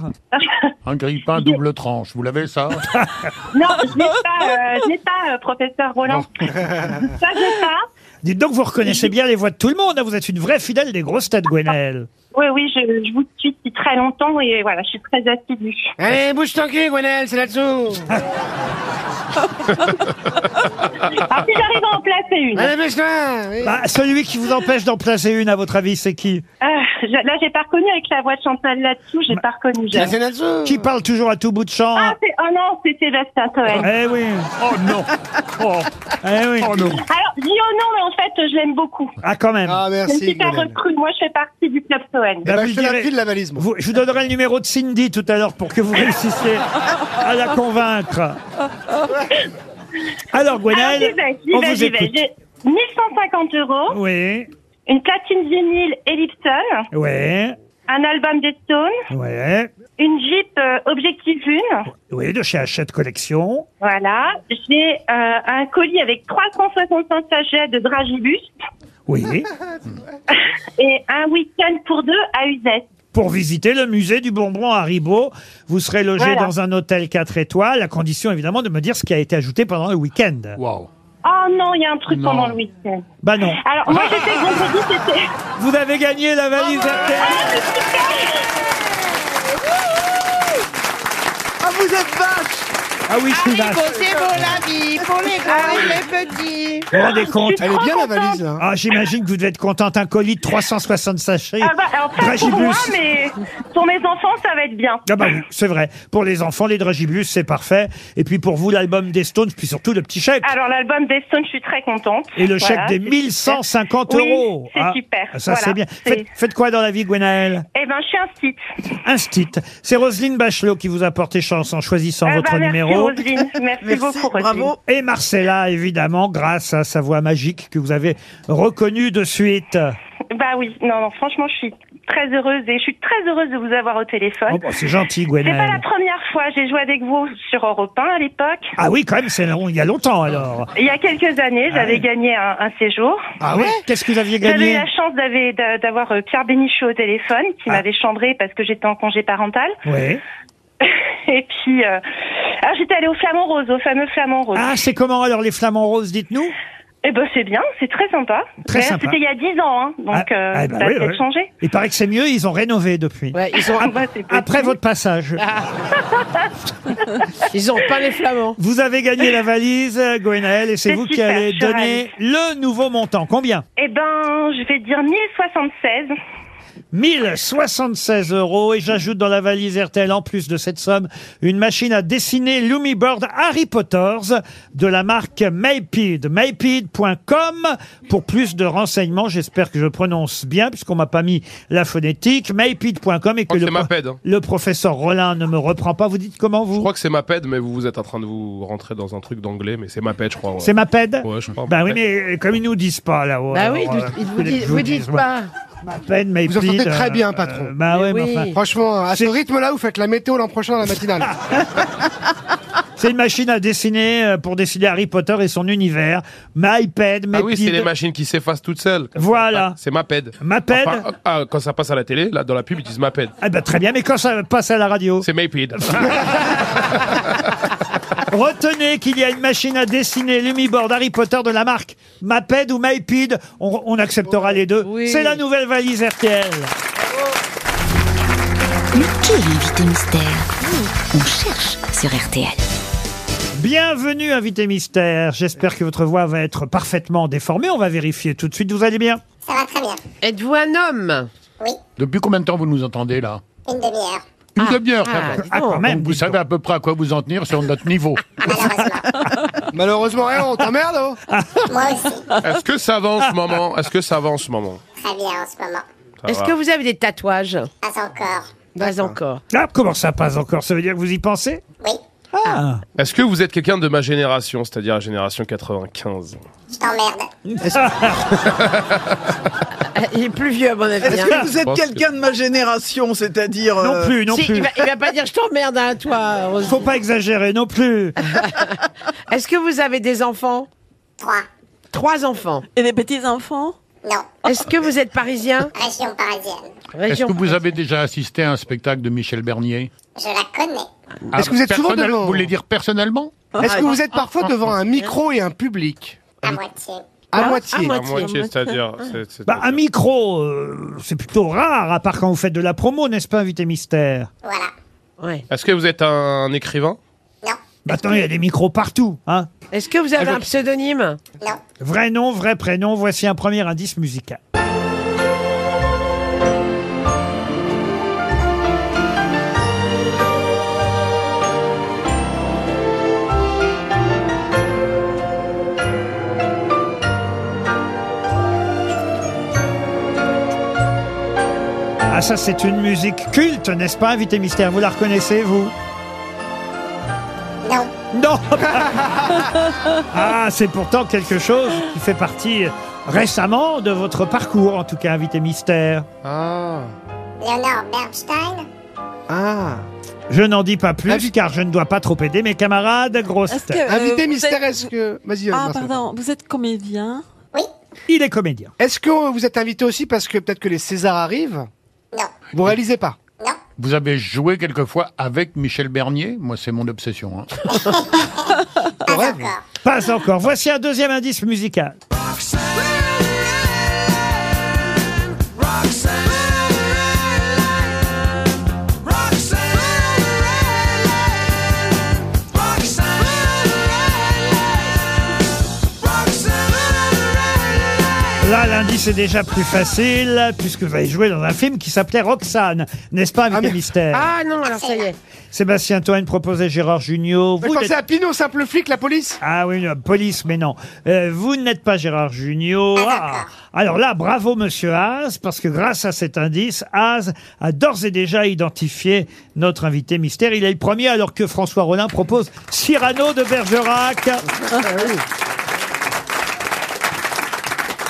Speaker 7: Un grille-pain double tranche, vous l'avez ça
Speaker 11: Non, je n'ai pas, euh, je n'ai pas euh, professeur Roland. Ça, je n'ai pas.
Speaker 2: Dites donc, vous reconnaissez bien les voix de tout le monde. hein. Vous êtes une vraie fidèle des grosses têtes, Gwenaël.
Speaker 11: Oui, oui, je, je vous suis depuis très longtemps et voilà, je suis très assidue.
Speaker 4: Allez, Eh, bouge ton cul, Gwenel, c'est là-dessous.
Speaker 11: Alors, Ah, si j'arrive à en placer une.
Speaker 4: Allez, bouge-toi oui.
Speaker 2: Bah, celui qui vous empêche d'en placer une, à votre avis, c'est qui
Speaker 11: Ah, je- là, j'ai pas reconnu avec la voix de Chantal là-dessous, j'ai pas reconnu. j'ai-
Speaker 2: Bah, Qui parle toujours à tout bout de champ
Speaker 11: Ah, c'est, oh non, c'est Sébastien Toen.
Speaker 2: Eh oui Oh non Oh, eh oui.
Speaker 11: Alors, dis oh non, mais en fait, je l'aime beaucoup.
Speaker 2: Ah, quand même
Speaker 11: C'est une super recrue. Moi, je fais partie du club Toen.
Speaker 2: Bah, vous le direz. Vous- je vous donnerai le numéro de Cindy tout à l'heure pour que vous réussissiez à la convaincre. Alors, Gwenaël,
Speaker 11: Alors, Ah, j'y vais, j'y
Speaker 2: on
Speaker 11: vais,
Speaker 2: vous
Speaker 11: j'y vais.
Speaker 2: écoute.
Speaker 11: J'ai 1150 euros.
Speaker 2: Oui.
Speaker 11: Une platine vinyle Ellipton.
Speaker 2: Ouais,
Speaker 11: Un album des Stones.
Speaker 2: ouais,
Speaker 11: Une Jeep euh, Objectif 1.
Speaker 2: oui, de chez Hachette Collection.
Speaker 11: Voilà. J'ai euh, un colis avec 365 sachets de Dragibus.
Speaker 2: Oui.
Speaker 11: Et un week-end pour deux à Uzès.
Speaker 2: pour visiter le musée du bonbon Haribo. Vous serez logé
Speaker 11: Voilà.
Speaker 2: dans un hôtel 4 étoiles, à condition évidemment de me dire ce qui a été ajouté pendant le week-end. Wow.
Speaker 11: Oh non, il y a un truc
Speaker 2: Non.
Speaker 11: pendant le week-end.
Speaker 2: Bah non.
Speaker 11: Alors, moi, j'étais vendredi, c'était...
Speaker 2: Vous avez gagné la valise RTL.
Speaker 13: Ah, vous êtes vache
Speaker 2: Ah oui, je suis vache.
Speaker 13: C'est Ah beau la vie, pour les grands et les petits.
Speaker 2: Vous vous rendez compte
Speaker 13: Elle est bien, la valise,
Speaker 2: Ah, j'imagine que vous devez être contente. Un colis de 360 sachets.
Speaker 11: Ah bah, alors pas pour
Speaker 2: Dragibus.
Speaker 11: moi, mais pour mes enfants, ça va être bien.
Speaker 2: Ah bah oui, c'est vrai. Pour les enfants, les dragibus, c'est parfait. Et puis pour vous, l'album des Stones, puis surtout le petit chèque.
Speaker 11: Alors l'album des Stones, je suis très contente.
Speaker 2: Et le
Speaker 11: Voilà,
Speaker 2: chèque des
Speaker 11: c'est
Speaker 2: 1150
Speaker 11: super. Oui,
Speaker 2: euros.
Speaker 11: c'est
Speaker 2: Ah,
Speaker 11: super.
Speaker 2: Ça,
Speaker 11: Voilà,
Speaker 2: c'est bien.
Speaker 11: c'est-
Speaker 2: Faites, faites quoi dans la vie, Gwenaël
Speaker 11: Eh ben, je suis un site.
Speaker 2: Instit. C'est Roselyne Bachelot qui vous a porté chance en choisissant
Speaker 11: Ah bah,
Speaker 2: votre
Speaker 11: merci,
Speaker 2: numéro.
Speaker 11: Roselyne. Merci, beaucoup, Roselyne.
Speaker 2: Et Marcella, évidemment, grâce à sa voix magique que vous avez reconnue de suite.
Speaker 11: Ben bah oui, non, non, franchement, je suis très heureuse et je suis très heureuse de vous avoir au téléphone.
Speaker 2: Oh, bah, c'est gentil,
Speaker 11: C'est
Speaker 2: Gwenaëlle.
Speaker 11: pas la première fois, j'ai joué avec vous sur Europe 1 à l'époque.
Speaker 2: Ah oui, quand même, c'est long, il y a longtemps alors.
Speaker 11: Il y a quelques années,
Speaker 2: Ah
Speaker 11: j'avais
Speaker 2: oui.
Speaker 11: gagné un, un séjour.
Speaker 2: Ah ouais Qu'est-ce que vous aviez
Speaker 11: J'avais eu
Speaker 2: gagné Ah.
Speaker 11: la chance d'avoir- d'a- d'avoir euh, Pierre Bénichou au téléphone, qui m'avait chambré parce que j'étais en congé parental.
Speaker 2: Oui.
Speaker 11: Et puis, euh, ah, j'étais allée au Flamand Rose, au fameux Flamand Rose.
Speaker 2: Ah, c'est comment alors les flamants roses, dites-nous
Speaker 11: Eh ben, c'est bien, c'est très sympa.
Speaker 2: Très
Speaker 11: D'ailleurs,
Speaker 2: sympa.
Speaker 11: C'était il y a 10 ans, hein, donc
Speaker 2: Ah,
Speaker 11: euh,
Speaker 2: ah, bah
Speaker 11: ça a
Speaker 2: oui,
Speaker 11: peut-être
Speaker 2: oui.
Speaker 11: changé.
Speaker 2: Il paraît que c'est mieux, ils ont rénové depuis.
Speaker 11: ils ont-
Speaker 2: Ap-
Speaker 11: bah, c'est possible.
Speaker 2: après votre passage.
Speaker 3: Ah, Ils ont pas les flamands.
Speaker 2: Vous avez gagné la valise, Gwenaël, et c'est
Speaker 11: C'est
Speaker 2: vous qui
Speaker 11: super,
Speaker 2: allez
Speaker 11: je suis
Speaker 2: donner le nouveau montant. Combien
Speaker 11: Eh ben, je vais dire 1076.
Speaker 2: 1076 euros et j'ajoute dans la valise RTL en plus de cette somme une machine à dessiner Lumibird Harry Potters de la marque Maypid, maypid.com pour plus de renseignements. J'espère que je prononce bien puisqu'on m'a pas mis la phonétique. Maypid.com et que
Speaker 5: crois que
Speaker 2: le,
Speaker 5: c'est Maped, hein.
Speaker 2: le professeur Rollin ne me reprend pas. Vous dites comment vous
Speaker 5: Je crois que c'est Maped, mais vous, vous êtes en train de vous rentrer dans un truc d'anglais, mais c'est Maped, je crois. ouais.
Speaker 2: C'est Maped
Speaker 5: Ouais, je crois.
Speaker 2: Bah oui, mais comme ils nous disent pas là-haut.
Speaker 3: Bah oui,
Speaker 2: alors, euh,
Speaker 3: ils vous,
Speaker 2: voulez que
Speaker 3: disent,
Speaker 2: je vous
Speaker 3: vous
Speaker 2: dise,
Speaker 3: dites
Speaker 2: moi
Speaker 3: pas.
Speaker 2: Maped, Maypid,
Speaker 4: Vous en sortez
Speaker 2: euh,
Speaker 4: très bien, patron.
Speaker 2: euh, bah ouais, mais
Speaker 3: oui.
Speaker 2: enfin,
Speaker 4: Franchement, à ce rythme-là, vous faites la météo l'an prochain à la matinale.
Speaker 2: C'est une machine à dessiner euh, pour dessiner Harry Potter et son univers. MyPad,
Speaker 5: Ah oui, c'est
Speaker 2: Mepid.
Speaker 5: les machines qui s'effacent toutes seules. Ah,
Speaker 2: Voilà.
Speaker 5: C'est Maped.
Speaker 2: Maped
Speaker 5: Enfin, ah, quand ça passe à la télé, là, dans la pub, ils disent Maped.
Speaker 2: Ah bah très bien, mais quand ça passe à la radio
Speaker 5: C'est Maped.
Speaker 2: Retenez qu'il y a une machine à dessiner Lumiboard Harry Potter de la marque Maped ou MyPid. On, on acceptera les deux. C'est la nouvelle valise RTL.
Speaker 12: Mais qui est l'invité mystère On cherche sur RTL.
Speaker 2: Bienvenue, invité mystère. J'espère que votre voix va être parfaitement déformée. On va vérifier tout de suite. Vous allez bien
Speaker 18: Ça va très bien.
Speaker 3: Êtes-vous un homme
Speaker 7: Depuis combien de temps vous nous entendez là
Speaker 18: Une demi-heure.
Speaker 7: Une demi-heure.
Speaker 18: ah,
Speaker 7: ça va.
Speaker 18: dis donc.
Speaker 7: Donc vous savez à peu près à quoi vous en tenir sur notre niveau.
Speaker 18: Ah,
Speaker 4: Malheureusement, rien, on t'emmerde, oh
Speaker 2: Ah.
Speaker 18: Moi aussi.
Speaker 5: Est-ce que ça va en ce moment Est-ce que ça va en ce moment
Speaker 18: Très bien en ce moment.
Speaker 5: Ça
Speaker 3: Est-ce
Speaker 2: Ah.
Speaker 5: va.
Speaker 3: que vous avez des tatouages
Speaker 18: Pas encore.
Speaker 3: Pas encore.
Speaker 2: Ah, comment ça passe encore Ça veut dire que vous y pensez
Speaker 18: Oui.
Speaker 2: Ah.
Speaker 5: Est-ce que vous êtes quelqu'un de ma génération, c'est-à-dire la génération 95
Speaker 18: Je t'emmerde.
Speaker 3: Il est plus vieux, à mon avis.
Speaker 8: Est-ce
Speaker 3: hein.
Speaker 8: que vous
Speaker 5: Je
Speaker 8: êtes
Speaker 5: pense
Speaker 8: quelqu'un de ma génération, c'est-à-dire... euh,
Speaker 3: Si, Il va, il va pas dire je t'emmerde, hein, toi. Roselyne.
Speaker 2: Faut pas exagérer non plus.
Speaker 3: Est-ce que vous avez des enfants
Speaker 18: Trois.
Speaker 3: Trois enfants.
Speaker 6: Et des petits-enfants
Speaker 18: Non.
Speaker 3: Est-ce que vous êtes parisien
Speaker 18: Région parisienne.
Speaker 7: Est-ce
Speaker 3: Région.
Speaker 7: que vous avez déjà assisté à un spectacle de Michel Bernier Ah,
Speaker 18: Je la connais.
Speaker 4: Est-ce que vous êtes souvent
Speaker 7: personnel-
Speaker 4: devant-
Speaker 7: Vous voulez dire personnellement
Speaker 4: Est-ce que vous êtes parfois devant un micro et un public
Speaker 18: À moitié.
Speaker 4: À
Speaker 18: Ah,
Speaker 4: moitié.
Speaker 5: Bah, À moitié, Ah. c'est-à-dire. c'est- c'est-
Speaker 2: Bah, un micro, euh, c'est plutôt rare, à part quand vous faites de la promo, n'est-ce pas, invité mystère
Speaker 18: Voilà.
Speaker 5: Est-ce que vous êtes un écrivain
Speaker 2: Maintenant, il y a des micros partout. Hein
Speaker 3: Est-ce que vous avez un pseudonyme
Speaker 2: vrai nom, vrai prénom, voici un premier indice musical. Ah ça c'est une musique culte, n'est-ce pas, invité mystère Vous la reconnaissez, vous
Speaker 18: Non.
Speaker 2: Non Ah, c'est pourtant quelque chose qui fait partie récemment de votre parcours, en tout cas, invité mystère.
Speaker 4: Ah.
Speaker 18: Léonore Bernstein.
Speaker 4: Ah.
Speaker 2: Je n'en dis pas plus, car je ne dois pas trop aider mes camarades, grosse
Speaker 6: Est-ce que,
Speaker 2: tête.
Speaker 6: euh,
Speaker 4: Invité
Speaker 6: vous
Speaker 4: mystère,
Speaker 6: êtes-
Speaker 4: est-ce que. Vas-y,
Speaker 6: Ah,
Speaker 4: Vincent.
Speaker 6: pardon, vous êtes comédien
Speaker 2: Il est comédien.
Speaker 4: Est-ce que vous êtes invité aussi parce que peut-être que les Césars arrivent
Speaker 18: Non.
Speaker 4: Vous réalisez pas
Speaker 7: Vous avez joué quelquefois avec Michel Bernier Moi, c'est mon obsession. hein.
Speaker 2: Pas encore. Voici un deuxième indice musical. Là, l'indice est déjà plus facile, puisque vous avez joué dans un film qui s'appelait Roxane, n'est-ce pas, invité mystère
Speaker 3: Ah non, alors ça y est.
Speaker 2: Sébastien Toine proposait Gérard Junior.
Speaker 4: Je pensais à Pinot, simple flic, la police
Speaker 2: Ah oui, la police, mais non. Euh, vous n'êtes pas Gérard Junior. Ah. Alors là, bravo Monsieur Haas, parce que grâce à cet indice, Haas a d'ores et déjà identifié notre invité mystère. Il est le premier, alors que François Rollin propose Cyrano de Bergerac.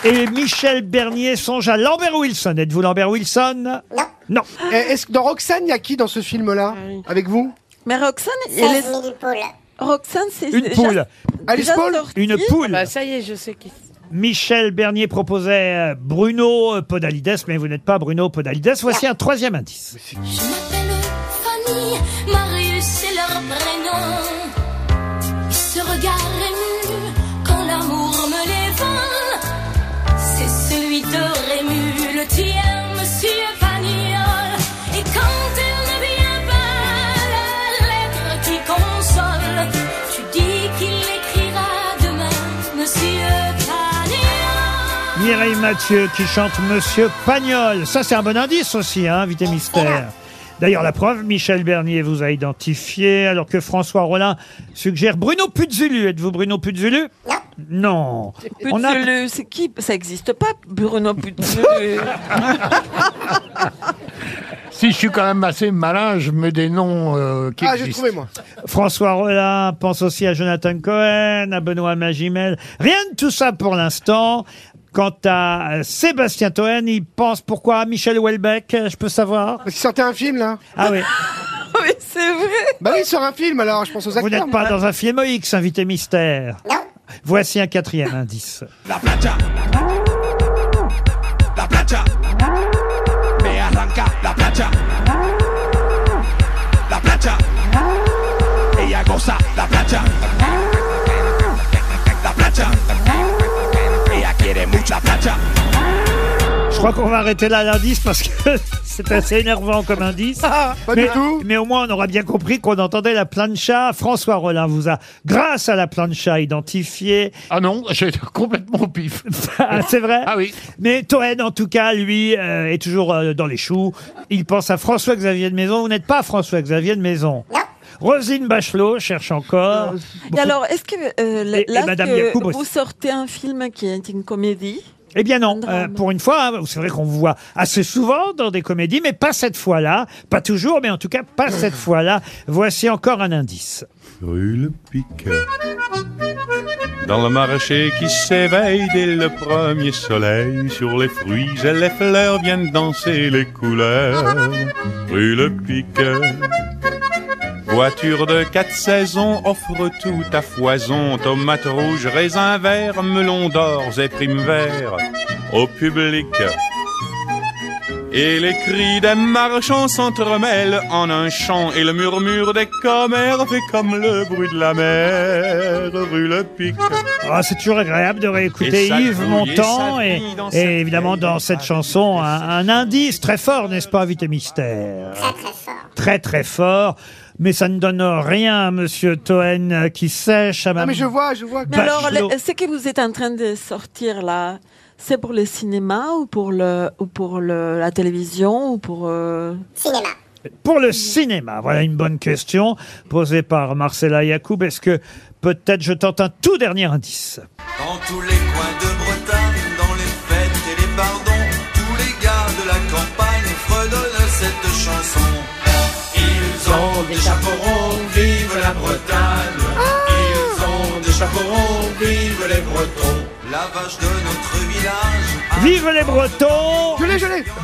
Speaker 2: Et Michel Bernier songe à Lambert Wilson. Êtes-vous Lambert Wilson Non. Ah Non.
Speaker 4: Eh, Est-ce que dans Roxane, il y a qui dans ce film-là Avec vous
Speaker 6: Mais Roxane,
Speaker 4: Seize
Speaker 6: est... Roxane, c'est
Speaker 2: Une
Speaker 6: déjà-
Speaker 2: poule.
Speaker 6: déjà sorti.
Speaker 2: Une poule.
Speaker 3: Ah bah, ça y est, je sais qui.
Speaker 2: Michel Bernier proposait euh, Bruno Podalides, mais vous n'êtes pas Bruno Podalides. Voici un troisième indice.
Speaker 19: Fanny, Marius, c'est leur prénom. Ce regard ému, quand l'amour me l'évade, c'est celui de Rému, le tien, monsieur Pagnol. Et quand elle ne vient pas, la lettre qui console, tu dis qu'il écrira demain, monsieur Pagnol.
Speaker 2: Mireille Mathieu qui chante Monsieur Pagnol. Ça, c'est un bon indice aussi, hein, invité mystère. D'ailleurs, la preuve, Michel Bernier vous a identifié, alors que François Rollin suggère Bruno Puzulu. Êtes-vous Bruno Puzulu Non. On a-
Speaker 6: Puzzle, c'est qui Ça n'existe pas, Bruno Puzzle.
Speaker 7: Si je suis quand même assez malin, je mets des noms euh, qui
Speaker 4: Ah, j'ai
Speaker 7: existent.
Speaker 4: trouvé, moi.
Speaker 2: François Rollin pense aussi à Jonathan Cohen, à Benoît Magimel. Rien de tout ça pour l'instant. Quant à euh, Sébastien Toen, il pense pourquoi à Michel Houellebecq, euh, je peux savoir Parce qu'il sortait un film, là. Ah oui.
Speaker 6: oui, c'est vrai.
Speaker 4: Bah oui, sur un film, alors, je pense aux acteurs.
Speaker 2: Vous n'êtes pas dans un film X, invité mystère. Voici un quatrième indice.
Speaker 15: La plancha. La plancha. Me arranca la plancha. La plancha. Ella goza la plancha. La plancha. Ella quiere mucho la plancha.
Speaker 2: Je crois qu'on va arrêter là l'indice parce que c'est assez énervant comme indice.
Speaker 7: Ah,
Speaker 4: pas
Speaker 2: mais,
Speaker 4: du tout.
Speaker 2: Mais au moins, on aura bien compris qu'on entendait la plancha. François Rollin vous a, grâce à la plancha, identifié.
Speaker 7: Ah non, j'ai complètement au pif.
Speaker 2: c'est vrai Ah oui. Mais Toen, en tout cas, lui, euh, est toujours euh, dans les choux. Il pense à François-Xavier de Maison. Vous n'êtes pas François-Xavier de Maison. Rosine Bachelot cherche encore.
Speaker 6: Et alors, est-ce que euh,
Speaker 2: Et- et
Speaker 6: là,
Speaker 2: Madame
Speaker 6: que
Speaker 2: Yacoub aussi.
Speaker 6: vous sortez un film qui est une comédie
Speaker 2: Eh bien non, euh, pour une fois, hein, c'est vrai qu'on vous voit assez souvent dans des comédies, mais pas cette fois-là. Pas toujours, mais en tout cas pas cette fois-là. Voici encore un indice.
Speaker 20: Brûle pique dans le maraîcher qui s'éveille dès le premier soleil. Sur les fruits et les fleurs viennent danser les couleurs. Brûle pique Voiture de quatre saisons offre tout à foison. Tomates rouges, raisins verts, melons d'or et primes verts au public. Et les cris des marchands s'entremêlent en un chant Et le murmure des commères fait comme le bruit de la mer Rue le pic
Speaker 2: Ah, c'est toujours agréable de réécouter
Speaker 20: Et ça
Speaker 2: Yves
Speaker 20: grouille,
Speaker 2: Montand
Speaker 20: et ça
Speaker 2: et,
Speaker 20: grouille dans
Speaker 2: et
Speaker 20: cette
Speaker 2: évidemment dans cette chanson un, un indice très fort, n'est-ce pas, Vite Mystère Très très fort. Mais ça ne donne rien à Monsieur Toen euh, qui sèche à ma.
Speaker 6: je
Speaker 4: vois.
Speaker 6: Ah, Mais alors,
Speaker 2: Bachelot.
Speaker 6: le- ce que vous êtes en train de sortir là, c'est pour le cinéma ou pour, le, ou pour le- la télévision ou pour... euh,
Speaker 18: Cinéma.
Speaker 2: Pour le cinéma, voilà une bonne question posée par Marcella Yacoub. Est-ce que peut-être je tente un tout dernier indice
Speaker 15: Dans tous les coins de Bretagne, dans les fêtes et les pardons, tous les gars de la campagne fredonnent cette chanson. Ils ont des chapeaux ronds, vive la Bretagne. Ils ont des chapeaux ronds, vive les Bretons. La vache de notre village.
Speaker 2: Vive les Bretons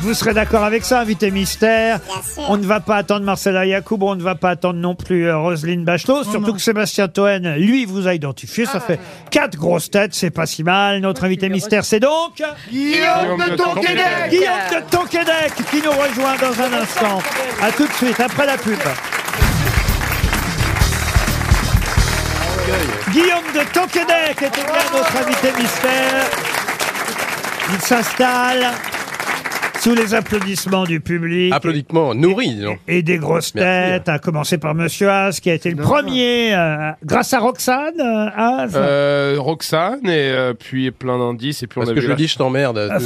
Speaker 2: Vous serez d'accord avec ça, invité mystère On ne va pas attendre Marcella Yacoub, on ne va pas attendre non plus euh, Roselyne Bachelot, surtout que Sébastien Toen, lui, vous a identifié. Ça fait quatre grosses têtes, c'est pas si mal. Notre invité mystère, c'est donc...
Speaker 4: Guillaume de Tonquédec
Speaker 2: Guillaume de Tonquédec qui nous rejoint dans un instant. À tout de suite, après la pub. Guillaume de Tonquédec était bien notre invité mystère. Il s'installe sous les applaudissements du public.
Speaker 5: Applaudissements nourris, non
Speaker 2: Et des grosses têtes, à commencer par Monsieur Haas, qui a été le premier, euh, grâce à Roxane euh,
Speaker 4: Ah,
Speaker 2: Haas.
Speaker 5: Euh, Roxane, et euh, puis plein d'indices, et puis on
Speaker 2: Parce
Speaker 5: a
Speaker 2: que
Speaker 5: vu
Speaker 2: je
Speaker 5: la-
Speaker 2: dis, je t'emmerde.
Speaker 4: Ah,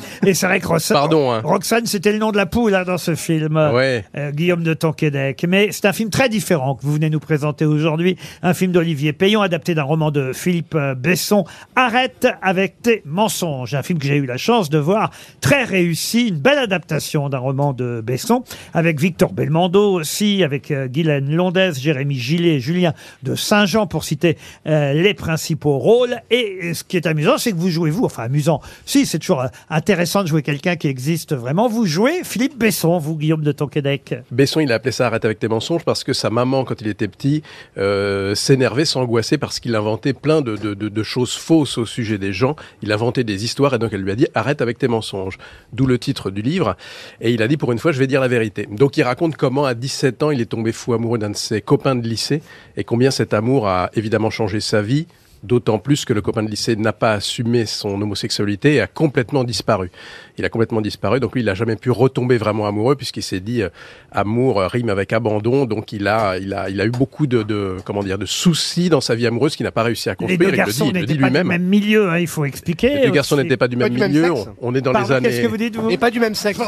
Speaker 2: Et c'est vrai que Roxane,
Speaker 5: Pardon, hein.
Speaker 2: Roxane, c'était le nom de la poule hein, dans ce film, Euh, Guillaume de Tonquédec. Mais c'est un film très différent que vous venez nous présenter aujourd'hui, un film d'Olivier Payon, adapté d'un roman de Philippe euh, Besson, Arrête avec tes mensonges, un film que j'ai eu la chance de voir très très réussi, une belle adaptation d'un roman de Besson, avec Victor Belmondo aussi, avec euh, Guylaine Londez, Jérémy Gillet, Julien de Saint-Jean, pour citer euh, les principaux rôles. Et euh, ce qui est amusant, c'est que vous jouez, vous, enfin amusant, si, c'est toujours euh, intéressant de jouer quelqu'un qui existe vraiment, vous jouez Philippe Besson, vous, Guillaume de Tonquédec.
Speaker 21: Besson, il a appelé ça Arrête avec tes mensonges parce que sa maman, quand il était petit, euh, s'énervait, s'angoissait parce qu'il inventait plein de, de- de- de choses fausses au sujet des gens. Il inventait des histoires et donc elle lui a dit Arrête avec tes mensonges. D'où le titre du livre. Et il a dit Pour une fois, je vais dire la vérité. Donc il raconte comment, à 17 ans, il est tombé fou amoureux d'un de ses copains de lycée et combien cet amour a évidemment changé sa vie, D'autant plus que le copain de lycée n'a pas assumé son homosexualité et a complètement disparu. Il a complètement disparu, donc lui, il n'a jamais pu retomber vraiment amoureux puisqu'il s'est dit euh, amour euh, rime avec abandon, donc il a, il a, il a eu beaucoup de, de- comment dire, de soucis dans sa vie amoureuse qu'il n'a pas réussi à construire.
Speaker 2: Les deux
Speaker 21: il le dit,
Speaker 2: garçons
Speaker 21: il le dit
Speaker 2: n'étaient pas du
Speaker 21: lui-même.
Speaker 2: même milieu, hein, il faut expliquer.
Speaker 21: Les deux garçons
Speaker 2: aussi.
Speaker 21: n'étaient pas du même milieu. on, on est dans
Speaker 2: Pardon,
Speaker 21: les années.
Speaker 2: qu'est-ce que vous dites, vous
Speaker 4: Et pas du même sexe.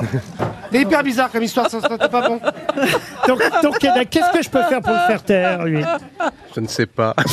Speaker 4: C'est hyper bizarre comme histoire, ça, ça, t'es pas bon.
Speaker 2: Donc, donc, qu'est-ce que je peux faire pour le faire taire, lui
Speaker 21: Je ne sais pas.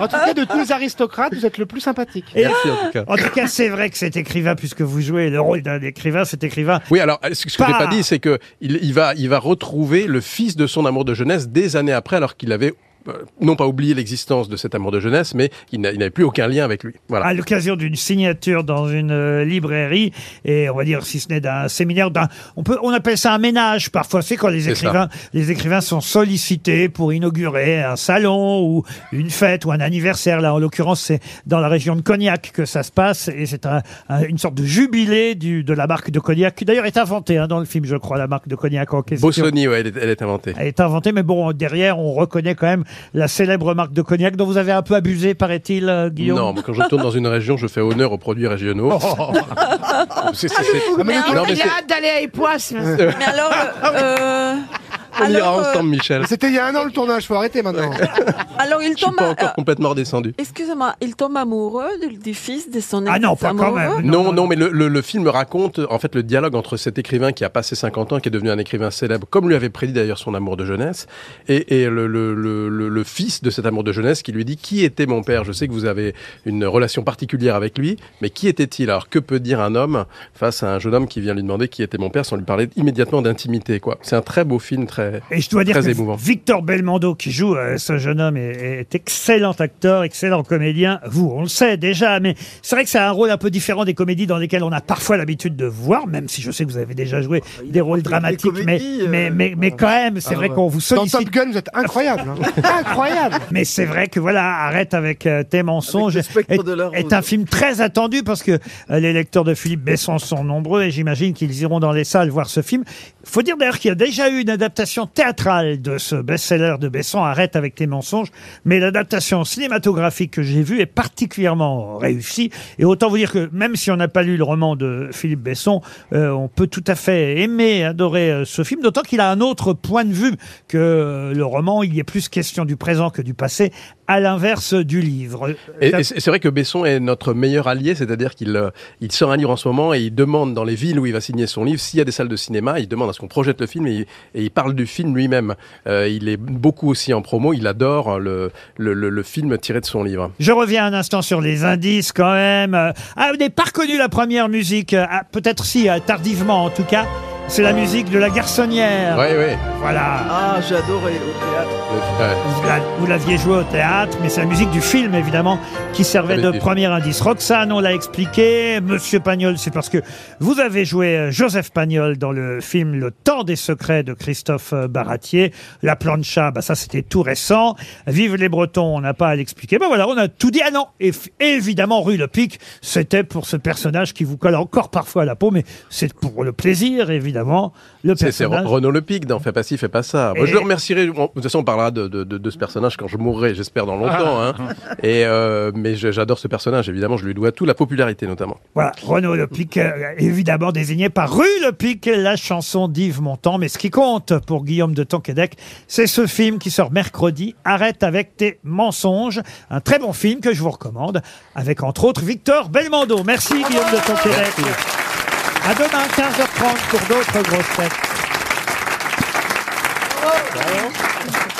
Speaker 4: En tout cas, de tous les aristocrates, vous êtes le plus sympathique.
Speaker 21: Merci, en tout cas.
Speaker 2: En tout cas, c'est vrai que cet écrivain, puisque vous jouez le rôle d'un écrivain, cet écrivain.
Speaker 21: Oui, alors ce ce que j'ai
Speaker 2: Pas-
Speaker 21: pas dit, c'est que il, il va, il va retrouver le fils de son amour de jeunesse des années après, alors qu'il avait euh, non pas oublié l'existence de cet amour de jeunesse, mais il n'a- il n'avait plus aucun lien avec lui. Voilà.
Speaker 2: à l'occasion d'une signature dans une euh, librairie et on va dire si ce n'est d'un séminaire d'un on peut on appelle ça un ménage parfois c'est quand les
Speaker 21: C'est ça.
Speaker 2: écrivains les écrivains sont sollicités pour inaugurer un salon ou une fête ou un anniversaire là en l'occurrence c'est dans la région de Cognac que ça se passe et c'est un- un- une sorte de jubilé du de la marque de Cognac qui d'ailleurs est inventée hein, dans le film je crois la marque de Cognac en question
Speaker 21: Bossoni, ouais, elle, est, elle est inventée.
Speaker 2: Elle est inventée, mais bon, derrière, on reconnaît quand même la célèbre marque de cognac dont vous avez un peu abusé, paraît-il, euh, Guillaume.
Speaker 21: Non, mais quand je tourne dans une région, je fais honneur aux produits régionaux. C'est- c'est- c'est-
Speaker 13: Oh. Ah, Mais
Speaker 21: Ah, Non, mais
Speaker 13: il
Speaker 21: c'est-
Speaker 13: a hâte d'aller à Époisse.
Speaker 21: Mais
Speaker 6: alors,
Speaker 2: Ah
Speaker 6: euh,
Speaker 21: on ira
Speaker 6: alors, euh,
Speaker 21: ensemble, Michel.
Speaker 4: C'était il y a un an le tournage, faut arrêter maintenant.
Speaker 6: Alors, il tombe.
Speaker 21: Pas
Speaker 6: à- euh,
Speaker 21: encore complètement redescendu.
Speaker 6: Excusez-moi, il tombe amoureux du, du fils de son ex
Speaker 21: Ah
Speaker 2: Ah
Speaker 21: Non, non, mais le, le- le film raconte en fait le dialogue entre cet écrivain qui a passé 50 ans, qui est devenu un écrivain célèbre, comme lui avait prédit d'ailleurs son amour de jeunesse, et, et le, le- le- le- le fils de cet amour de jeunesse qui lui dit qui était mon père. Je sais que vous avez une relation particulière avec lui, mais qui était-il Alors que peut dire un homme face à un jeune homme qui vient lui demander qui était mon père sans lui parler immédiatement d'intimité quoi C'est un très beau film, très
Speaker 2: Et je dois dire
Speaker 21: euh, très
Speaker 2: que
Speaker 21: émouvant.
Speaker 2: Victor Belmondo, qui joue euh, ce jeune homme, est, est excellent acteur, excellent comédien. Vous, on le sait déjà, mais c'est vrai que c'est un rôle un peu différent des comédies dans lesquelles on a parfois l'habitude de voir, même si je sais que vous avez déjà joué des rôles dramatiques, mais, mais, mais, mais quand même, c'est
Speaker 4: euh, Ah,
Speaker 2: vrai
Speaker 4: ouais.
Speaker 2: qu'on vous sollicite.
Speaker 4: Dans Top Gun, vous êtes incroyable. hein. incroyable.
Speaker 2: Mais c'est vrai que voilà, arrête avec euh, tes mensonges. est, est un film très attendu parce que euh, les lecteurs de Philippe Besson sont nombreux et j'imagine qu'ils iront dans les salles voir ce film. Faut dire d'ailleurs qu'il y a déjà eu une adaptation théâtrale de ce best-seller de Besson, arrête avec tes mensonges. Mais l'adaptation cinématographique que j'ai vue est particulièrement réussie et autant vous dire que même si on n'a pas lu le roman de Philippe Besson, euh, on peut tout à fait aimer, adorer euh, ce film, d'autant qu'il a un autre point de vue que euh, le roman. Il y est plus question du présent que du passé, à l'inverse du livre.
Speaker 21: Et, et c'est c'est vrai que Besson est notre meilleur allié, c'est-à-dire qu'il euh, il sort un livre en ce moment et il demande dans les villes où il va signer son livre, s'il y a des salles de cinéma, il demande à ce qu'on projette le film et, il- et il parle du film lui-même. Euh, il est beaucoup aussi en promo, il adore euh, le, le, le- le film tiré de son livre.
Speaker 2: Je reviens un instant sur les indices quand même. Euh, Ah, vous n'avez pas reconnu la première musique, euh, ah, peut-être si, euh, tardivement en tout cas. C'est la musique de la garçonnière.
Speaker 21: Oui, oui.
Speaker 2: Voilà.
Speaker 8: Ah, j'adorais au théâtre.
Speaker 2: Vous la- Vous l'aviez joué au théâtre, mais c'est la musique du film, évidemment, qui servait de premier indice. Roxane, on l'a expliqué. Monsieur Pagnol, c'est parce que vous avez joué euh, Joseph Pagnol dans le film Le Temps des Secrets de Christophe euh, Baratier. La plancha, bah ça, c'était tout récent. Vive les Bretons, on n'a pas à l'expliquer. Ben voilà, on a tout dit. Ah non, et f- évidemment, Rue Le Pic, c'était pour ce personnage qui vous colle encore parfois à la peau, mais c'est pour le plaisir, évidemment. Le
Speaker 21: C'est c'est
Speaker 2: personnage.
Speaker 21: Re- Renaud Lepic dans Fais pas ci, fais pas ça. Moi,
Speaker 2: Et-
Speaker 21: je le remercierai. bon, de toute façon, on parlera de, de- de- de ce personnage quand je mourrai, j'espère dans longtemps. hein. Et, euh, mais je- j'adore ce personnage, évidemment, je lui dois tout, la popularité notamment.
Speaker 2: Voilà, Renaud Lepic, euh, évidemment désigné par Rue Lepic, la chanson d'Yves Montand. Mais ce qui compte pour Guillaume de Tonquédec, c'est ce film qui sort mercredi, Arrête avec tes mensonges. Un très bon film que je vous recommande, avec entre autres Victor Belmondo. Merci Guillaume de Tonquédec. À demain, 15h30 pour d'autres grosses têtes.